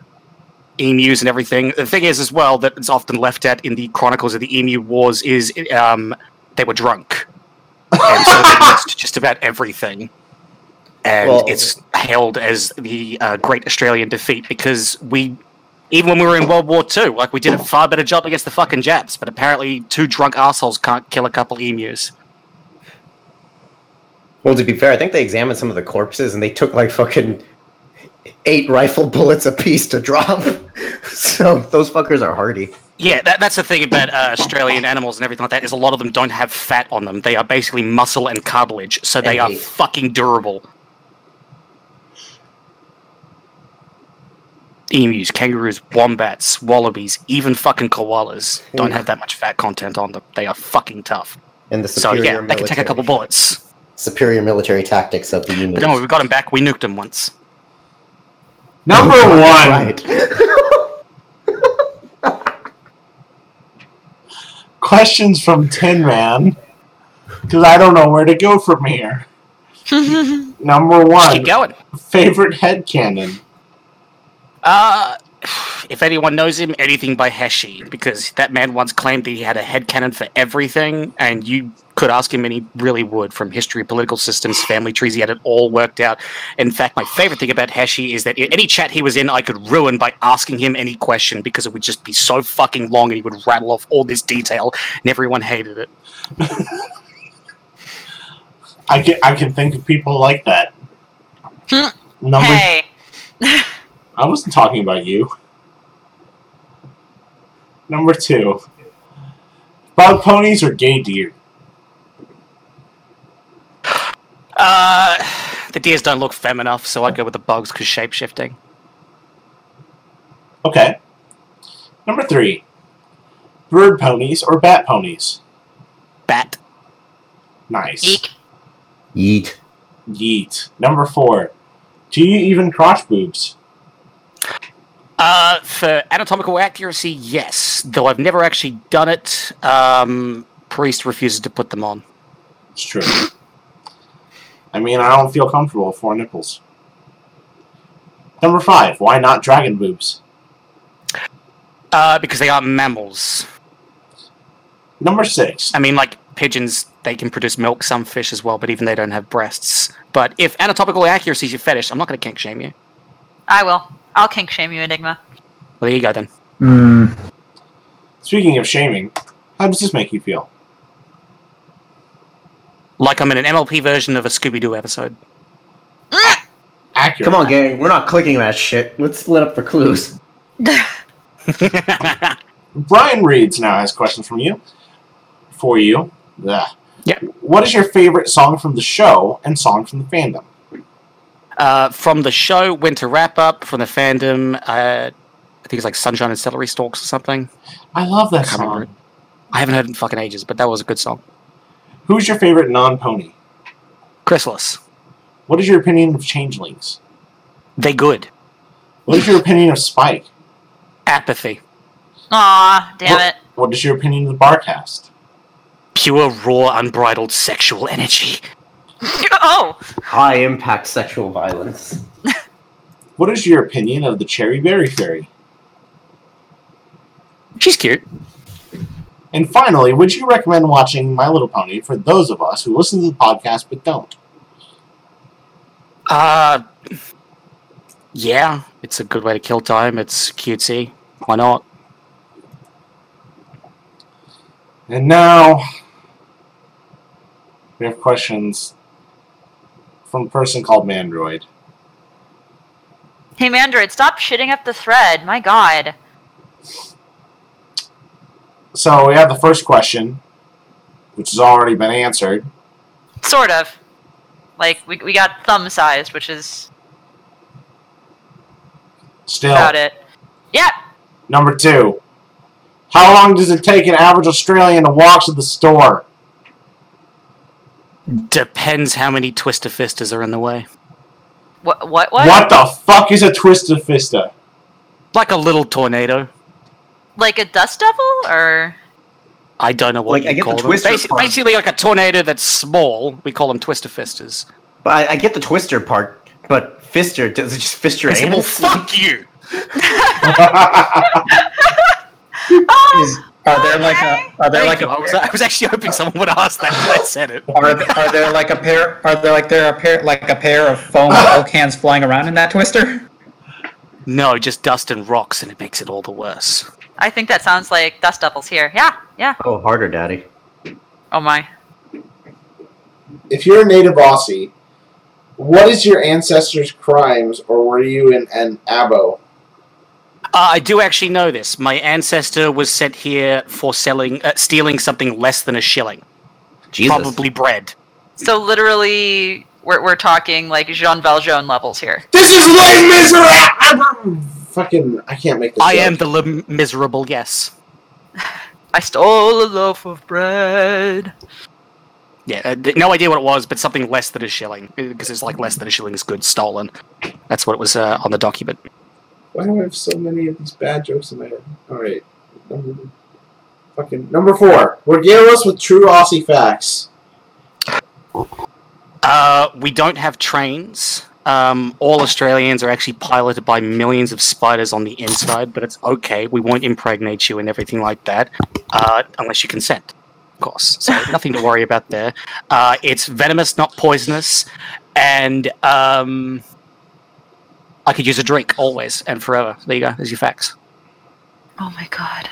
Speaker 7: emus and everything. The thing is, as well, that it's often left at in the chronicles of the emu wars is um, they were drunk, and so they missed just about everything and
Speaker 10: Well-
Speaker 7: it's hailed as the uh, Great Australian Defeat because we, even when we were in World War II, like we did a far better job against the fucking Japs, but apparently two drunk assholes can't kill a couple emus.
Speaker 6: Well, to be fair, I think they examined some of the corpses and they took like fucking eight rifle bullets apiece to drop. so those fuckers are hardy.
Speaker 7: Yeah, that, that's the thing about uh, Australian animals and everything like that is a lot of them don't have fat on them. They are basically muscle and cartilage, so they are
Speaker 6: Indeed.
Speaker 7: fucking durable. Emus, kangaroos, wombats, wallabies, even fucking koalas don't have that much fat content on them. They are fucking tough.
Speaker 6: And the
Speaker 7: so
Speaker 6: superior
Speaker 7: yeah, they can take a
Speaker 6: military.
Speaker 7: couple bullets.
Speaker 6: Superior military tactics of the
Speaker 7: But
Speaker 6: Union.
Speaker 7: no, we got them back. We nuked them once.
Speaker 3: Number one. Questions from Tin Man, because I don't know where to go from here. Number one.
Speaker 7: keep going.
Speaker 3: Favorite headcanon.
Speaker 7: Uh, if anyone knows him, anything by Heshi, because that man once claimed that he had a headcanon for everything, and you could ask him, and he really would, from history, political systems, family trees, he had it all worked out. In fact, my favorite thing about Heshi is that i- any chat he was in, I could ruin by asking him any question, because it would just be so fucking long, and he would rattle off all this detail, and everyone hated it.
Speaker 3: I can I can think of people like that. Number.
Speaker 2: Hey,
Speaker 3: I wasn't talking about you. Number two. Bug ponies or gay deer?
Speaker 7: Uh, the deers don't look femme enough, so I'd go with the bugs, because shapeshifting.
Speaker 3: Okay. Number three. Bird ponies or bat ponies?
Speaker 7: Bat.
Speaker 3: Nice.
Speaker 6: Yeet.
Speaker 3: Yeet. Number four. Do you even crotch boobs?
Speaker 7: Uh, for anatomical accuracy, yes. Though I've never actually done it. Um, priest refuses to put them on.
Speaker 3: It's true. I mean, I don't feel comfortable with four nipples. Number five. Why not dragon boobs?
Speaker 7: Uh, because they are mammals.
Speaker 3: Number six.
Speaker 7: I mean, like pigeons, they can produce milk. Some fish as well, but even they don't have breasts. But if anatomical accuracy is your fetish, I'm not going to kink shame you.
Speaker 2: I will. I'll kink shame you, Enigma.
Speaker 7: Well, there you go then.
Speaker 6: Hmm.
Speaker 3: Speaking of shaming, how does this make you feel?
Speaker 7: Like I'm in an MLP version of a Scooby Doo episode.
Speaker 3: Accurate.
Speaker 6: Come on, gang. We're not clicking that shit. Let's split up for clues.
Speaker 3: Brian Reeds now has questions from you. For you. Ugh.
Speaker 7: Yeah.
Speaker 3: What is your favorite song from the show and song from the fandom?
Speaker 7: Uh, from the show, Winter Wrap Up, from the fandom, uh, I think it's like Sunshine and Celery Stalks or something.
Speaker 3: I love that
Speaker 7: I can't remember
Speaker 3: song.
Speaker 7: it. I haven't heard it in fucking ages, but that was a good song.
Speaker 3: Who's your favorite non-pony?
Speaker 7: Chrysalis.
Speaker 3: What is your opinion of changelings?
Speaker 7: They good.
Speaker 3: What is your opinion of Spike?
Speaker 7: Apathy.
Speaker 2: Aw, damn
Speaker 3: What-
Speaker 2: it.
Speaker 3: What is your opinion of the barcast?
Speaker 7: Pure, raw, unbridled sexual energy.
Speaker 2: Oh,
Speaker 6: High impact sexual violence.
Speaker 3: What is your opinion of the Cherry Berry Fairy?
Speaker 7: She's cute.
Speaker 3: And finally, would you recommend watching My Little Pony for those of us who listen to the podcast but don't?
Speaker 7: Uh, yeah, it's a good way to kill time. It's cutesy. Why not?
Speaker 3: And now we have questions from a person called Mandroid.
Speaker 2: Hey, Mandroid, stop shitting up the thread. My God.
Speaker 3: So we have the first question, which has already been answered.
Speaker 2: Sort of. Like, we, we got thumb sized, which is
Speaker 3: Still,
Speaker 2: about it. Yeah.
Speaker 3: number two. How long does it take an average Australian to walk to the store?
Speaker 7: Depends how many Twister Fisters are in the way.
Speaker 2: What, what, what?
Speaker 3: What, the fuck is a twisted fista?
Speaker 7: Like a little tornado.
Speaker 2: Like a dust devil? Or.
Speaker 7: I don't know what
Speaker 6: Like,
Speaker 7: you
Speaker 6: I get
Speaker 7: call
Speaker 6: the
Speaker 7: them.
Speaker 6: Twister
Speaker 7: Basi-
Speaker 6: part.
Speaker 7: basically, like a tornado that's small. We call them Twister Fisters.
Speaker 6: But I, I get the twister part, but fister does it just fist your
Speaker 7: I said, well,
Speaker 6: anus?
Speaker 7: fuck you.
Speaker 2: Ah!
Speaker 4: Is, are there like a are there like a
Speaker 7: I was, I was actually hoping someone would ask that when I said it.
Speaker 4: are, are there like a pair are there like there a pair like a pair of foam Coke cans flying around in that twister?
Speaker 7: No, just dust and rocks, and it makes it all the worse.
Speaker 2: I think that sounds like dust devils here. Yeah, yeah.
Speaker 6: Oh, harder, daddy.
Speaker 2: Oh my.
Speaker 3: If you're a native Aussie, what is your ancestors' crimes, or were you an, an abo?
Speaker 7: Uh, I do actually know this. My ancestor was sent here for selling, uh, stealing something less than a shilling.
Speaker 6: Jesus.
Speaker 7: Probably bread.
Speaker 2: So literally, we're, we're talking like Jean Valjean levels here.
Speaker 3: This is Les Miserables. Fucking, I can't make this.
Speaker 7: I
Speaker 3: joke.
Speaker 7: am the lim- miserable. Yes.
Speaker 2: I stole a loaf of bread.
Speaker 7: Yeah. uh, th- no idea what it was, but something less than a shilling, because it's like less than a shilling is good stolen. That's what it was uh, on the document.
Speaker 3: Why do I have so many of these bad jokes in my head? All right, Number- fucking number four. Regale us with true Aussie facts.
Speaker 7: Uh, we don't have trains. Um, all Australians are actually piloted by millions of spiders on the inside, but it's okay. We won't impregnate you and everything like that, uh, unless you consent, of course. So nothing to worry about there. Uh, it's venomous, not poisonous, and um, I could use a drink always and forever. There you go. There's your facts.
Speaker 2: Oh my god.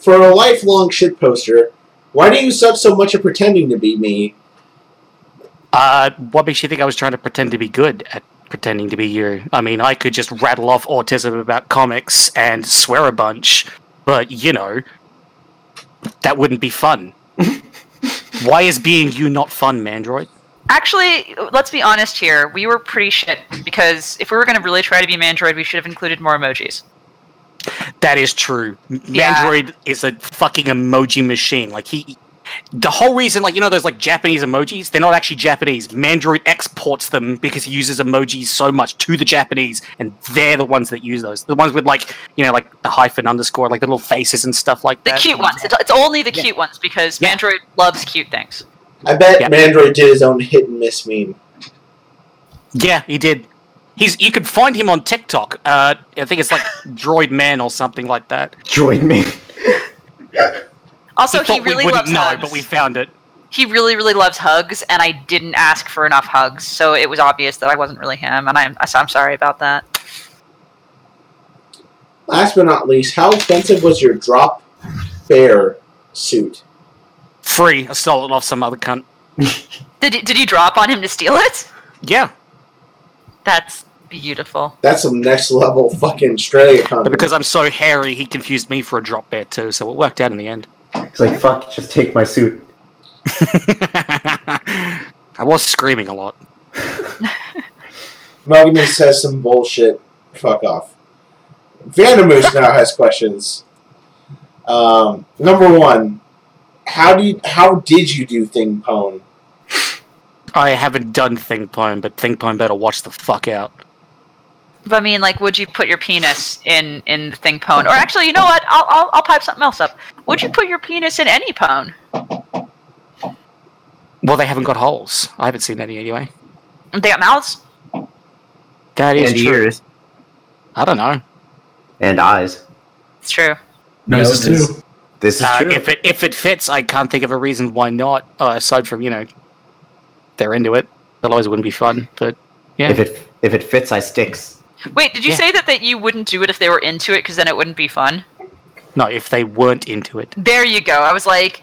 Speaker 3: For a lifelong shit poster, why do you suck so much at pretending to be me?
Speaker 7: Uh, what makes you think I was trying to pretend to be good at pretending to be you? I mean, I could just rattle off autism about comics and swear a bunch, but you know, that wouldn't be fun. Why is being you not fun, Mandroid?
Speaker 2: Actually, let's be honest here. We were pretty shit because if we were going to really try to be Mandroid, we should have included more emojis.
Speaker 7: That is true. M-
Speaker 2: Yeah.
Speaker 7: Mandroid is a fucking emoji machine. Like he, the whole reason, like you know, those like Japanese emojis, they're not actually Japanese. Mandroid exports them because he uses emojis so much to the Japanese, and they're the ones that use those. The ones with like you know, like the hyphen underscore, like the little faces and stuff like
Speaker 2: The
Speaker 7: that.
Speaker 2: cute ones. It's, it's only the cute ones because Mandroid loves cute things.
Speaker 3: I bet
Speaker 7: Yeah.
Speaker 3: Mandroid did his own hit and miss meme.
Speaker 7: Yeah, he did. He's you could find him on TikTok. Uh, I think it's like Droid Man or something like that.
Speaker 6: Join me.
Speaker 2: Also, he,
Speaker 7: thought
Speaker 2: really
Speaker 7: we wouldn't
Speaker 2: loves
Speaker 7: know,
Speaker 2: hugs.
Speaker 7: but we found it.
Speaker 2: He really, really loves hugs, and I didn't ask for enough hugs, so it was obvious that I wasn't really him, and I'm, so I'm sorry about that.
Speaker 3: Last but not least, how expensive was your drop bear suit?
Speaker 7: Free. I stole it off some other cunt.
Speaker 2: Did, you- did you drop on him to steal it?
Speaker 7: Yeah.
Speaker 2: That's beautiful.
Speaker 3: That's some next level fucking Australia
Speaker 7: But
Speaker 3: content.
Speaker 7: because I'm so hairy, he confused me for a drop bear too, so it worked out in the end.
Speaker 6: It's like fuck, just take my suit.
Speaker 7: I was screaming a lot.
Speaker 3: Melgamy says some bullshit. Fuck off. Vandermoose now has questions. Um, number one, how do you, how did you do thing pone?
Speaker 7: I haven't done Thing Pone, but Thing Pone better watch the fuck out.
Speaker 2: But I mean, like, would you put your penis in in the thing pone? Or actually, you know what? I'll, I'll I'll pipe something else up. Would you put your penis in any pone?
Speaker 7: Well, they haven't got holes. I haven't seen any anyway.
Speaker 2: They got mouths.
Speaker 7: That is
Speaker 6: and
Speaker 7: true.
Speaker 6: ears
Speaker 7: I don't know.
Speaker 6: and eyes.
Speaker 2: It's true.
Speaker 6: Noses. This is
Speaker 7: Uh,
Speaker 6: true.
Speaker 7: if it if it fits, I can't think of a reason why not. Uh, aside from you know, they're into it. Otherwise, it wouldn't be fun. But yeah,
Speaker 6: If it if it fits, I sticks.
Speaker 2: Wait, did you
Speaker 7: Yeah.
Speaker 2: say that that you wouldn't do it if they were into it because then it wouldn't be fun?
Speaker 7: No, if they weren't into it.
Speaker 2: There you go. I was like,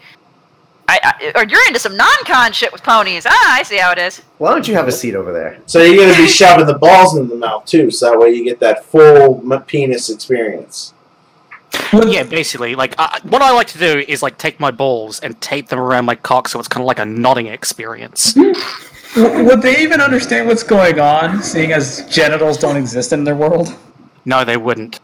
Speaker 2: I, I or you're into some non-con shit with ponies. Ah, I see how it is.
Speaker 6: Why don't you have a seat over there?
Speaker 3: So you're going to be shoving the balls into the mouth too, so that way you get that full m- penis experience.
Speaker 7: yeah, basically, like uh, what I like to do is like take my balls and tape them around my cock, so it's kind of like a nodding experience.
Speaker 4: W- Would they even understand what's going on, seeing as genitals don't exist in their world?
Speaker 7: No, they wouldn't.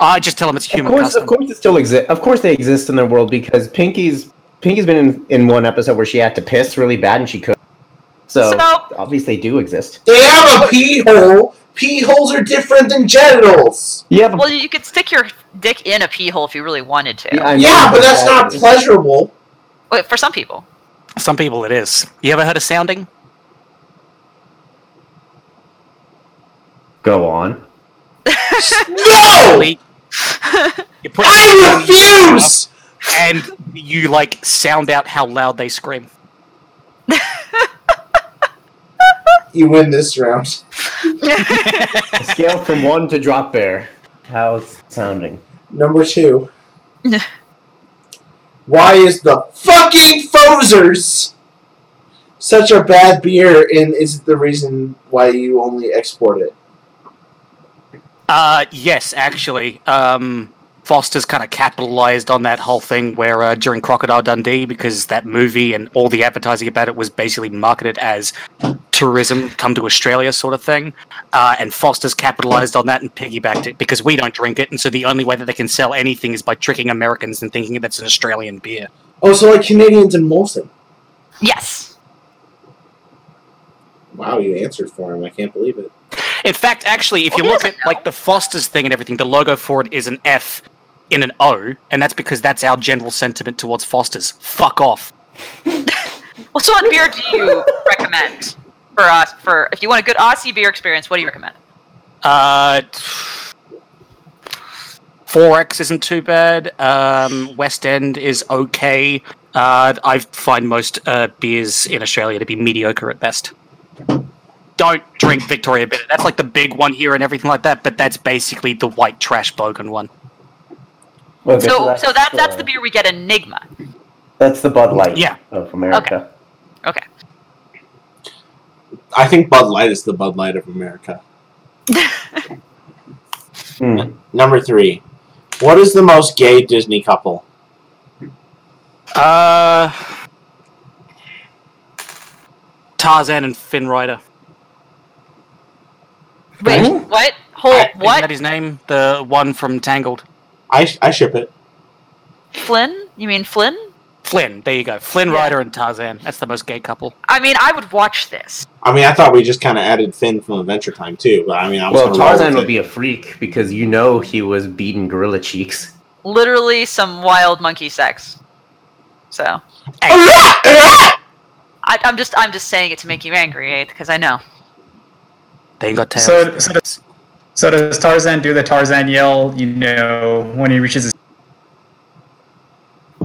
Speaker 7: I just tell them it's
Speaker 6: Of
Speaker 7: human
Speaker 6: course,
Speaker 7: custom.
Speaker 6: of course, it still exists. Of course, they exist in their world because Pinky's Pinky's been in, in one episode where she had to piss really bad and she could. So,
Speaker 2: So-
Speaker 6: obviously, they do exist.
Speaker 3: They have a pee hole. Pee holes are different than genitals.
Speaker 6: Yeah, but,
Speaker 2: Well, you could stick your dick in a pee hole if you really wanted to.
Speaker 6: Yeah, I uh, know,
Speaker 3: Yeah, but that's not pleasurable.
Speaker 2: Wait, for some people.
Speaker 7: Some people it is. You ever heard of sounding?
Speaker 6: Go on.
Speaker 3: No!
Speaker 7: Lee, you put
Speaker 3: I refuse!
Speaker 7: and you like sound out how loud they scream.
Speaker 3: You win this round.
Speaker 6: Scale from one to drop bear. How's it sounding?
Speaker 3: Number two. Why is the fucking Fozers such a bad beer, and is it the reason why you only export it?
Speaker 7: Uh, yes, actually. Um, Foster's kind of capitalized on that whole thing where uh, during Crocodile Dundee, because that movie and all the advertising about it was basically marketed as tourism come to Australia sort of thing. Uh, and Foster's capitalized on that and piggybacked it because we don't drink it. And so the only way that they can sell anything is by tricking Americans and thinking that's an Australian beer.
Speaker 3: Oh, so like Canadians and Molson.
Speaker 2: Yes.
Speaker 3: Wow, you answered for him. I can't believe it.
Speaker 7: In fact, actually, if you look at like the Foster's thing and everything, the logo for it is an F in an O, and that's because that's our general sentiment towards Foster's. Fuck off.
Speaker 2: Well, so what beer do you recommend for us? For if you want a good Aussie beer experience, what do you recommend?
Speaker 7: Uh, Forex isn't too bad. Um, West End is okay. Uh, I find most uh, beers in Australia to be mediocre at best. Don't drink Victoria Bitter. That's like the big one here and everything like that, but that's basically the white trash bogan one.
Speaker 2: so, so that that's the beer we get Enigma.
Speaker 6: That's the Bud Light
Speaker 7: Yeah.
Speaker 6: of America.
Speaker 2: Okay.
Speaker 3: I think Bud Light is the Bud Light of America.
Speaker 6: Hmm.
Speaker 3: Number three. What is the most gay Disney couple?
Speaker 7: Uh, Tarzan and Finn Rider.
Speaker 2: Wait, what? Hold
Speaker 7: What? Isn't that his name? The one from Tangled.
Speaker 3: I, I ship it.
Speaker 2: Flynn? You mean Flynn?
Speaker 7: Flynn. There you go. Flynn Rider and Tarzan. That's the most gay couple.
Speaker 2: I mean, I would watch this.
Speaker 3: I mean, I thought we just kind of added Finn from Adventure Time too, but I mean, I was
Speaker 6: Well,
Speaker 3: gonna roll
Speaker 6: Tarzan
Speaker 3: with
Speaker 6: would
Speaker 3: it.
Speaker 6: be a freak because you know he was beating gorilla cheeks.
Speaker 2: Literally some wild monkey sex. So. I, I'm just I'm just saying it to make you angry, eh? Because I know.
Speaker 7: They ain't got tails.
Speaker 4: So, so, does, so does Tarzan do the Tarzan yell? You know, when he reaches his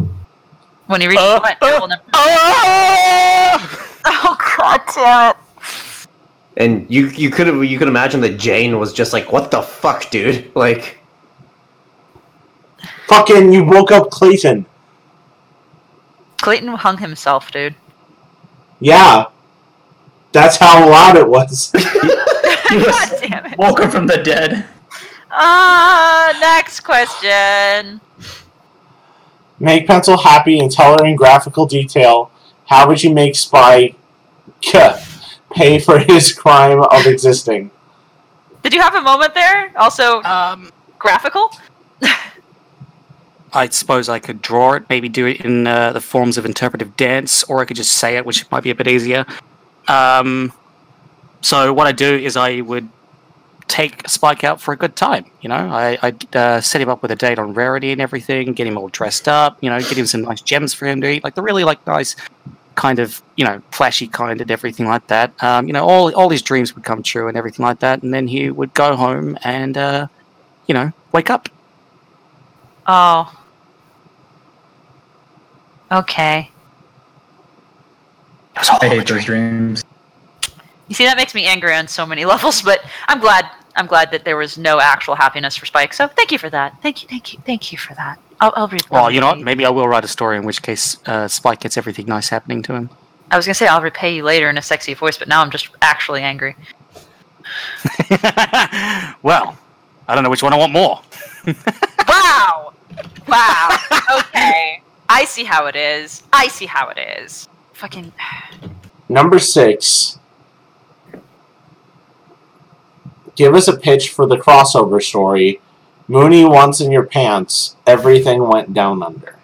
Speaker 2: When he reaches
Speaker 7: Uh,
Speaker 2: what? I will never- oh god damn it.
Speaker 6: And you you could have you could imagine that Jane was just like, "What the fuck, dude?" Like,
Speaker 3: Fucking, you woke up Clayton.
Speaker 2: Clayton hung himself, dude.
Speaker 3: Yeah. That's how loud it was.
Speaker 2: god damn it.
Speaker 4: woke up from the dead.
Speaker 2: Ah, next question.
Speaker 3: make Pencil happy and tell her in graphical detail how would you make Spy K pay for his crime of existing?
Speaker 2: Did you have a moment there? Also,
Speaker 7: um,
Speaker 2: graphical.
Speaker 7: I suppose I could draw it, maybe do it in uh, the forms of interpretive dance, or I could just say it, which might be a bit easier. Um, so what I do is I would take Spike out for a good time. You know, I I'd, uh, set him up with a date on Rarity and everything, get him all dressed up. You know, get him some nice gems for him to eat, like the really like nice kind of you know flashy kind and everything like that. Um, you know, all all his dreams would come true and everything like that, and then he would go home and uh, you know wake up.
Speaker 2: Oh. Okay.
Speaker 4: I hate those dreams.
Speaker 2: You see, that makes me angry on so many levels, but I'm glad. I'm glad that there was no actual happiness for Spike. So thank you for that. Thank you, thank you, thank you for that. I'll, I'll read.
Speaker 7: Well, you know what? Maybe I will write a story, in which case uh, Spike gets everything nice happening to him.
Speaker 2: I was gonna say I'll repay you later in a sexy voice, but now I'm just actually angry.
Speaker 7: Well, I don't know which one I want more.
Speaker 2: Wow! Wow. okay. I see how it is. I see how it is. Fucking.
Speaker 3: Number six. Give us a pitch for the crossover story. Mooney once in your pants. Everything went down under.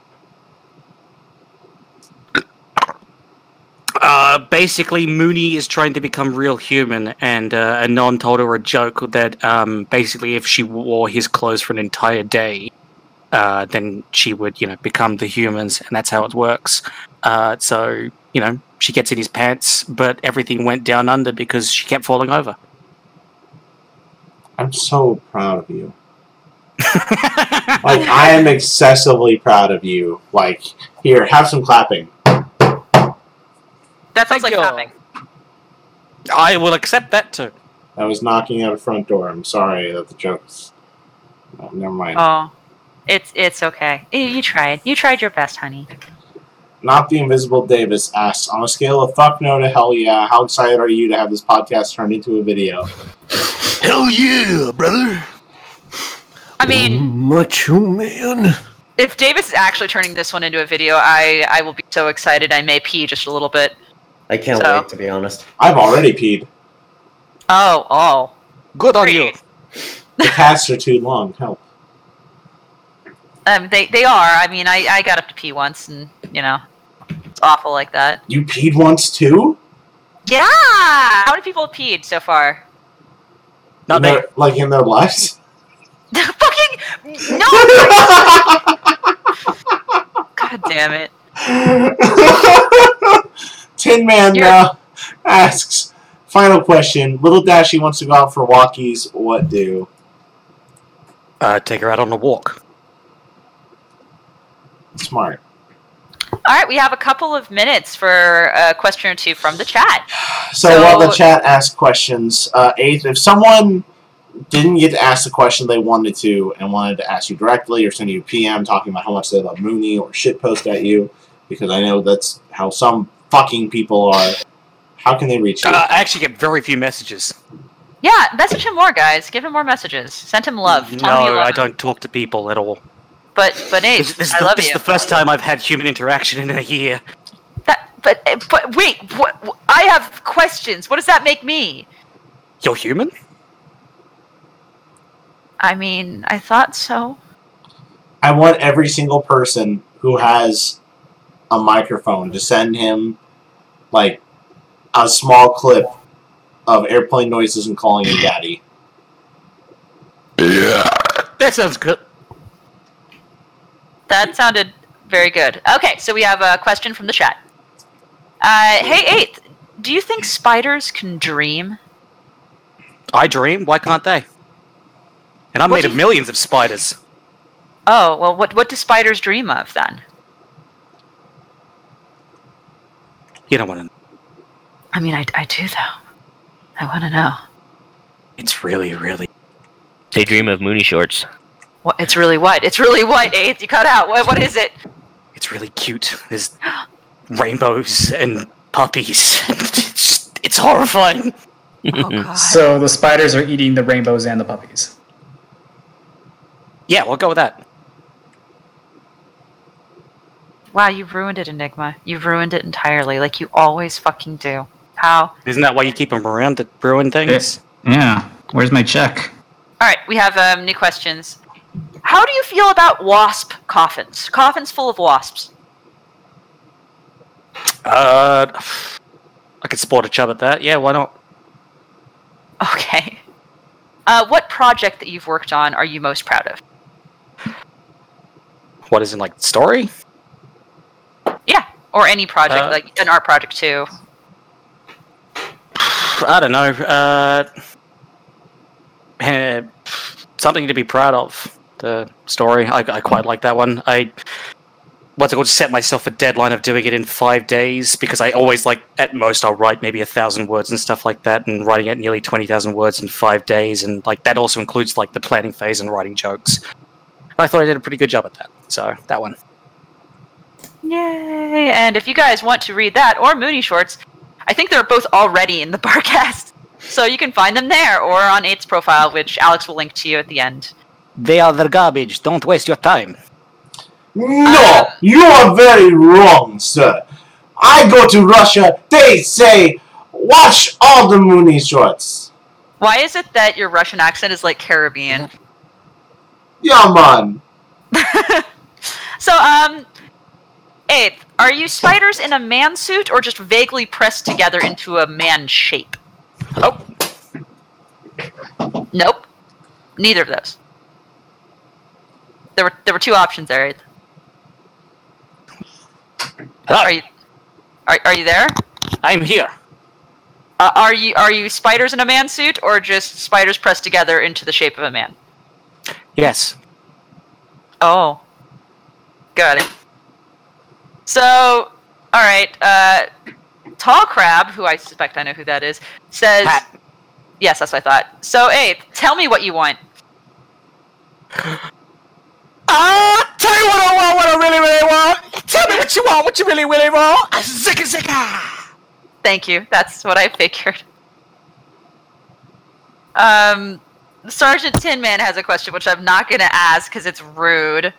Speaker 7: Uh, basically, Mooney is trying to become real human, and uh, a non told her a joke that um, basically, if she wore his clothes for an entire day, uh, then she would, you know, become the humans, and that's how it works. Uh, so, you know, she gets in his pants, but everything went down under because she kept falling over.
Speaker 3: I'm so proud of you. like I am excessively proud of you. Like here, have some clapping.
Speaker 2: That sounds like clapping.
Speaker 7: I will accept that too.
Speaker 3: I was knocking at a front door. I'm sorry that the jokes. Oh, never mind.
Speaker 2: Oh, it's it's okay. You, you tried. You tried your best, honey.
Speaker 3: Not the Invisible Davis asks on a scale of fuck no to hell yeah. How excited are you to have this podcast turned into a video?
Speaker 12: Hell yeah, brother.
Speaker 2: I mean,
Speaker 12: Macho man.
Speaker 2: if Davis is actually turning this one into a video, I I will be so excited. I may pee just a little bit.
Speaker 6: I can't
Speaker 2: So-
Speaker 6: wait to be honest.
Speaker 3: I've already peed.
Speaker 2: Oh, oh.
Speaker 7: Good on you.
Speaker 3: The casts are too long. Help.
Speaker 2: Um, they they are. I mean, I I got up to pee once, and you know, it's awful like that.
Speaker 3: You peed once too?
Speaker 2: Yeah. How many people have peed so far?
Speaker 7: Not
Speaker 3: in their, like in their lives?
Speaker 2: Fucking no. God damn it.
Speaker 3: Tin Man uh, asks, final question. Little Dashy wants to go out for walkies. What do?
Speaker 7: Uh, take her out on a walk.
Speaker 3: Smart.
Speaker 2: All right, we have a couple of minutes for a question or two from the chat.
Speaker 3: So, while the chat asks questions, uh, eighth, if someone didn't get to ask the question they wanted to and wanted to ask you directly or send you a PM talking about how much they love Mooney or shitpost at you, because I know that's how some fucking people are, how can they reach you?
Speaker 7: Uh, I actually get very few messages.
Speaker 2: Yeah, message him more, guys. Give him more messages. Send him love. Tell him you
Speaker 7: No,
Speaker 2: love
Speaker 7: I
Speaker 2: him.
Speaker 7: don't talk to people at all.
Speaker 2: But but Nate,
Speaker 7: This, this is
Speaker 2: I
Speaker 7: the,
Speaker 2: love
Speaker 7: this
Speaker 2: you.
Speaker 7: is the first time I've had human interaction in a year.
Speaker 2: That, but eh, but wait, what, what- I have questions. What does that make me?
Speaker 7: You're human?
Speaker 2: I mean, I thought so.
Speaker 3: I want every single person who has a microphone to send him like a small clip of airplane noises and calling him daddy.
Speaker 12: Yeah.
Speaker 7: That sounds good.
Speaker 2: That sounded very good. Okay, so we have a question from the chat. Uh, hey, Eighth, do you think spiders can dream?
Speaker 7: I dream. Why can't they? And I'm
Speaker 2: What
Speaker 7: made
Speaker 2: do
Speaker 7: of millions of spiders.
Speaker 2: Oh well, what what do spiders dream of then?
Speaker 7: You don't want to.
Speaker 2: I mean, I, I do though. I want to know.
Speaker 7: It's really, really.
Speaker 11: They dream of Mooney shorts.
Speaker 2: What, it's really what? It's really what? Eighth, you cut out. What, what is it?
Speaker 7: It's really cute. There's rainbows and puppies. it's, it's horrifying.
Speaker 8: Oh,
Speaker 4: So the spiders are eating the rainbows and the puppies.
Speaker 7: Yeah, we'll go with that.
Speaker 2: Wow, you ruined it, Enigma. You ruined it entirely, like you always fucking do. How?
Speaker 7: Isn't that why you keep them around to ruin things?
Speaker 4: Yeah. Where's my check?
Speaker 2: All right, we have um, new questions. How do you feel about wasp coffins? Coffins full of wasps.
Speaker 7: Uh, I could sport a chub at that. Yeah, why not?
Speaker 2: Okay. Uh, what project that you've worked on are you most proud of?
Speaker 7: What is in like story?
Speaker 2: Yeah, or any project,
Speaker 7: Uh,
Speaker 2: like an art project too.
Speaker 7: I don't know. Uh, eh, something to be proud of. The story. I, I quite like that one. I what's it called? Set myself a deadline of doing it in five days because I always like at most I'll write maybe a thousand words and stuff like that, and writing at nearly twenty thousand words in five days, and like that also includes like the planning phase and writing jokes. I thought I did a pretty good job at that. So that one.
Speaker 2: Yay! And if you guys want to read that or Mooney Shorts, I think they're both already in the barcast, so you can find them there or on Eight's profile, which Alex will link to you at the end.
Speaker 7: They are the garbage. Don't waste your time.
Speaker 3: No, you are very wrong, sir. I go to Russia, they say, watch all the Mooney shorts.
Speaker 2: Why is it that your Russian accent is like Caribbean?
Speaker 3: Yeah, man.
Speaker 2: So, um, Eighth, are you spiders in a man suit or just vaguely pressed together into a man shape? Hello? Nope. Neither of those. There were there were two options there. Eighth. Are you are, are you there?
Speaker 7: I'm here.
Speaker 2: Uh, are you are you spiders in a man suit or just spiders pressed together into the shape of a man?
Speaker 7: Yes.
Speaker 2: Oh. Got it. So, all right. Uh, Tall Crab, who I suspect I know who that is, says. Yes, that's what I thought. So, Eighth, tell me what you want.
Speaker 10: I'll Ah, tell you what I want, what I really, really want. Tell me what you want, what you really, really want. Ah, Zika, zika.
Speaker 2: Thank you. That's what I figured. Um, Sergeant Tin Man has a question, which I'm not going to ask because it's rude.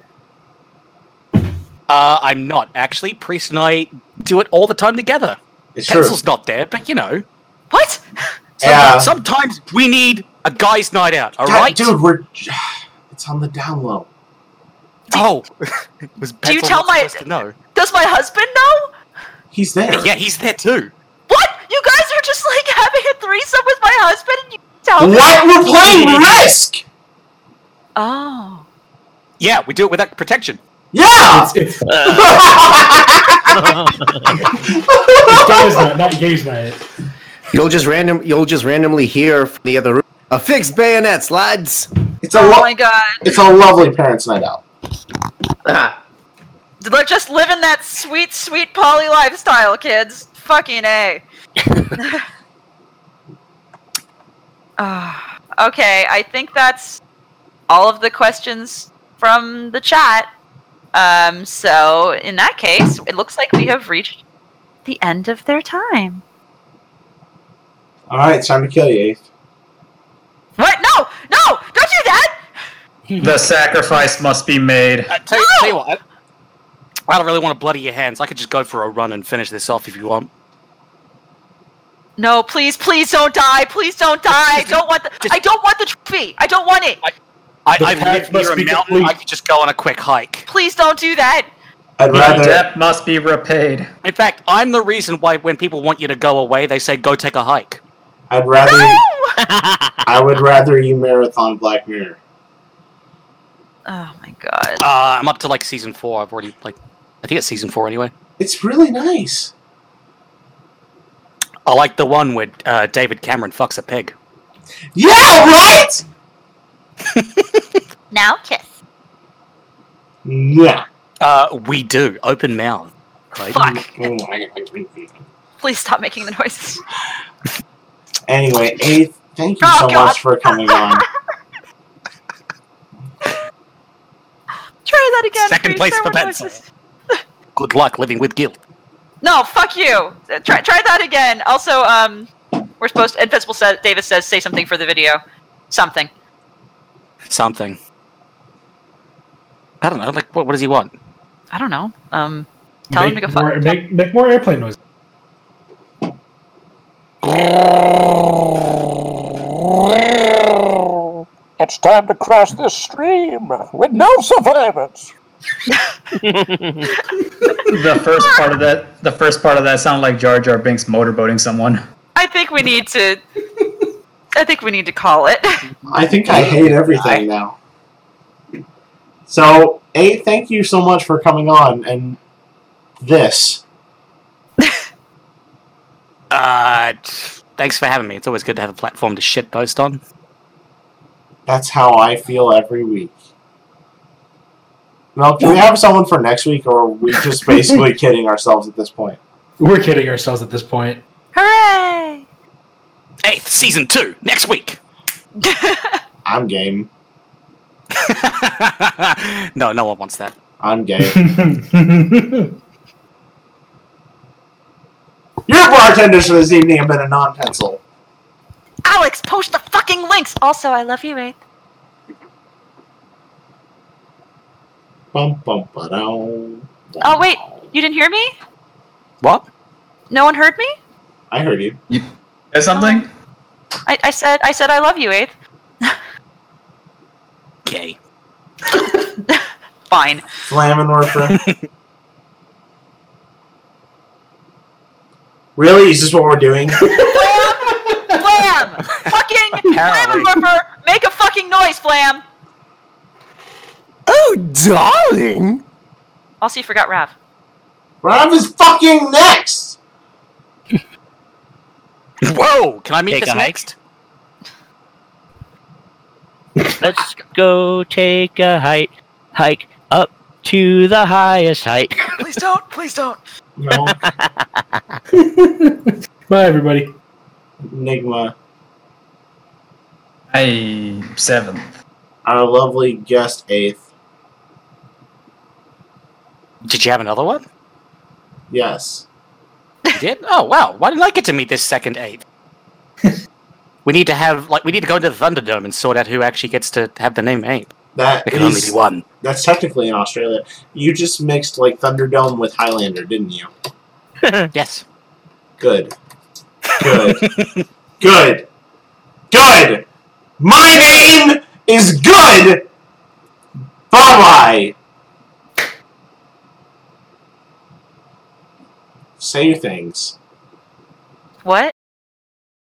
Speaker 7: Uh, I'm not actually. Priest and I do it all the time together.
Speaker 3: It's true.
Speaker 7: Pencil's not there, but you know.
Speaker 2: What?
Speaker 3: Yeah.
Speaker 7: Sometimes we need a guy's night out. All
Speaker 3: God,
Speaker 7: right,
Speaker 3: dude, we're it's on the down low.
Speaker 7: Oh, was
Speaker 2: Do you
Speaker 7: Pencil
Speaker 2: tell
Speaker 7: not
Speaker 2: my-
Speaker 7: supposed to know?
Speaker 2: Does my husband know?
Speaker 3: He's there.
Speaker 7: Yeah, he's there too.
Speaker 2: What? You guys are just like having a threesome with my husband and you tell me?
Speaker 3: What? We're playing Risk.
Speaker 2: Oh.
Speaker 7: Yeah, we do it without protection.
Speaker 3: Yeah.
Speaker 5: Gaze night, not gaze night.
Speaker 6: You'll just random. You'll just randomly hear from the other room. Affix bayonets, lads.
Speaker 3: It's a lo-
Speaker 2: oh my god.
Speaker 3: It's a lovely parents' night out.
Speaker 2: They're just living that sweet, sweet poly lifestyle, kids. Fucking A. Ah, okay, I think that's all of the questions from the chat. Um, so, in that case, it looks like we have reached the end of their time.
Speaker 3: All right, it's time to kill you. Eighth.
Speaker 2: What? No! No! Don't do that!
Speaker 4: The sacrifice must be made.
Speaker 7: I Uh, tell, you, tell you what, I, I don't really want to bloody your hands. I could just go for a run and finish this off if you want.
Speaker 2: No, please, please don't die. Please don't die. I don't want the I don't want the trophy. I don't want it.
Speaker 7: I,
Speaker 4: The
Speaker 7: I live
Speaker 4: pact must
Speaker 7: near a
Speaker 4: be
Speaker 7: mountain. I could just go on a quick hike.
Speaker 2: Please don't do that.
Speaker 3: I'd
Speaker 4: The
Speaker 3: rather.
Speaker 4: debt must be repaid.
Speaker 7: In fact, I'm the reason why when people want you to go away, they say go take a hike.
Speaker 3: I'd rather.
Speaker 2: oh
Speaker 3: I would rather you marathon Black Mirror.
Speaker 2: Oh my god.
Speaker 7: Uh, I'm up to like season four. I've already like, I think it's season four anyway.
Speaker 3: It's really nice.
Speaker 7: I like the one where uh, David Cameron fucks a pig.
Speaker 3: Yeah, right.
Speaker 9: Now kiss.
Speaker 3: Yeah.
Speaker 7: Uh, we do open mouth. Right?
Speaker 2: Fuck. Please stop making the noises.
Speaker 3: Anyway, Eighth, thank you
Speaker 2: Oh,
Speaker 3: so
Speaker 2: God.
Speaker 3: much for coming on.
Speaker 2: Try that again.
Speaker 7: Second
Speaker 2: please,
Speaker 7: place
Speaker 2: there
Speaker 7: for
Speaker 2: were
Speaker 7: pencil.
Speaker 2: noises.
Speaker 7: Good luck living with guilt.
Speaker 2: No, fuck you. Uh, Try try that again. Also, um we're supposed to, and Principal says, Davis says say something for the video. Something.
Speaker 7: Something. I don't know. Like, what, what does he want?
Speaker 2: I don't know. Um tell him to go
Speaker 5: make,
Speaker 2: fuck.
Speaker 5: more, make, make more airplane noise.
Speaker 10: It's time to cross this stream with no survivors.
Speaker 4: The first part of that, the first part of that sounded like Jar Jar Binks motorboating someone.
Speaker 2: I think we need to I think we need to call it.
Speaker 3: I think I hate everything now. So, Eighth, thank you so much for coming on and this.
Speaker 7: Uh, t- thanks for having me. It's always good to have a platform to shitpost on.
Speaker 3: That's how I feel every week. Now, can we have someone for next week, or are we just basically kidding ourselves at this point?
Speaker 5: We're kidding ourselves at this point.
Speaker 2: Hooray!
Speaker 7: Eighth season two next week.
Speaker 3: I'm game.
Speaker 7: no, no one wants that.
Speaker 3: I'm gay. Your bartenders for this evening have been a non-pencil.
Speaker 9: Alex, post the fucking links. Also, I love you, Wraith.
Speaker 3: Bum, bum, ba-dum.
Speaker 2: Oh wait, you didn't hear me?
Speaker 7: What?
Speaker 2: No one heard me?
Speaker 3: I heard you.
Speaker 4: Is something?
Speaker 2: I, I said I said I love you, Eighth.
Speaker 7: Gay.
Speaker 2: Fine.
Speaker 3: Slamming Orphan. really? Is this what we're doing?
Speaker 2: Blam! fucking
Speaker 7: Apparently.
Speaker 2: Flammerfur! Make a fucking noise, Flam!
Speaker 12: Oh, darling!
Speaker 2: Also, you forgot Rav.
Speaker 3: Rav is fucking next!
Speaker 7: Whoa! Can I make
Speaker 11: Take
Speaker 7: this
Speaker 11: a hike.
Speaker 7: next?
Speaker 11: Let's go take a hike, hike up to the highest height.
Speaker 2: Please don't. Please don't.
Speaker 3: No.
Speaker 5: Bye, everybody.
Speaker 3: Enigma,
Speaker 4: I seven.
Speaker 3: our lovely guest eighth.
Speaker 7: Did you have another one?
Speaker 3: Yes.
Speaker 7: You did? Oh wow! Why didn't I get to meet this second eighth? we need to have like we need to go into the Thunderdome and sort out who actually gets to have the name eighth.
Speaker 3: That
Speaker 7: There can only
Speaker 3: is-
Speaker 7: be one.
Speaker 3: That's technically in Australia. You just mixed like Thunderdome with Highlander, didn't you?
Speaker 7: yes.
Speaker 3: Good. Good. good. Good. My name is good. Bye bye. Say your things.
Speaker 2: What?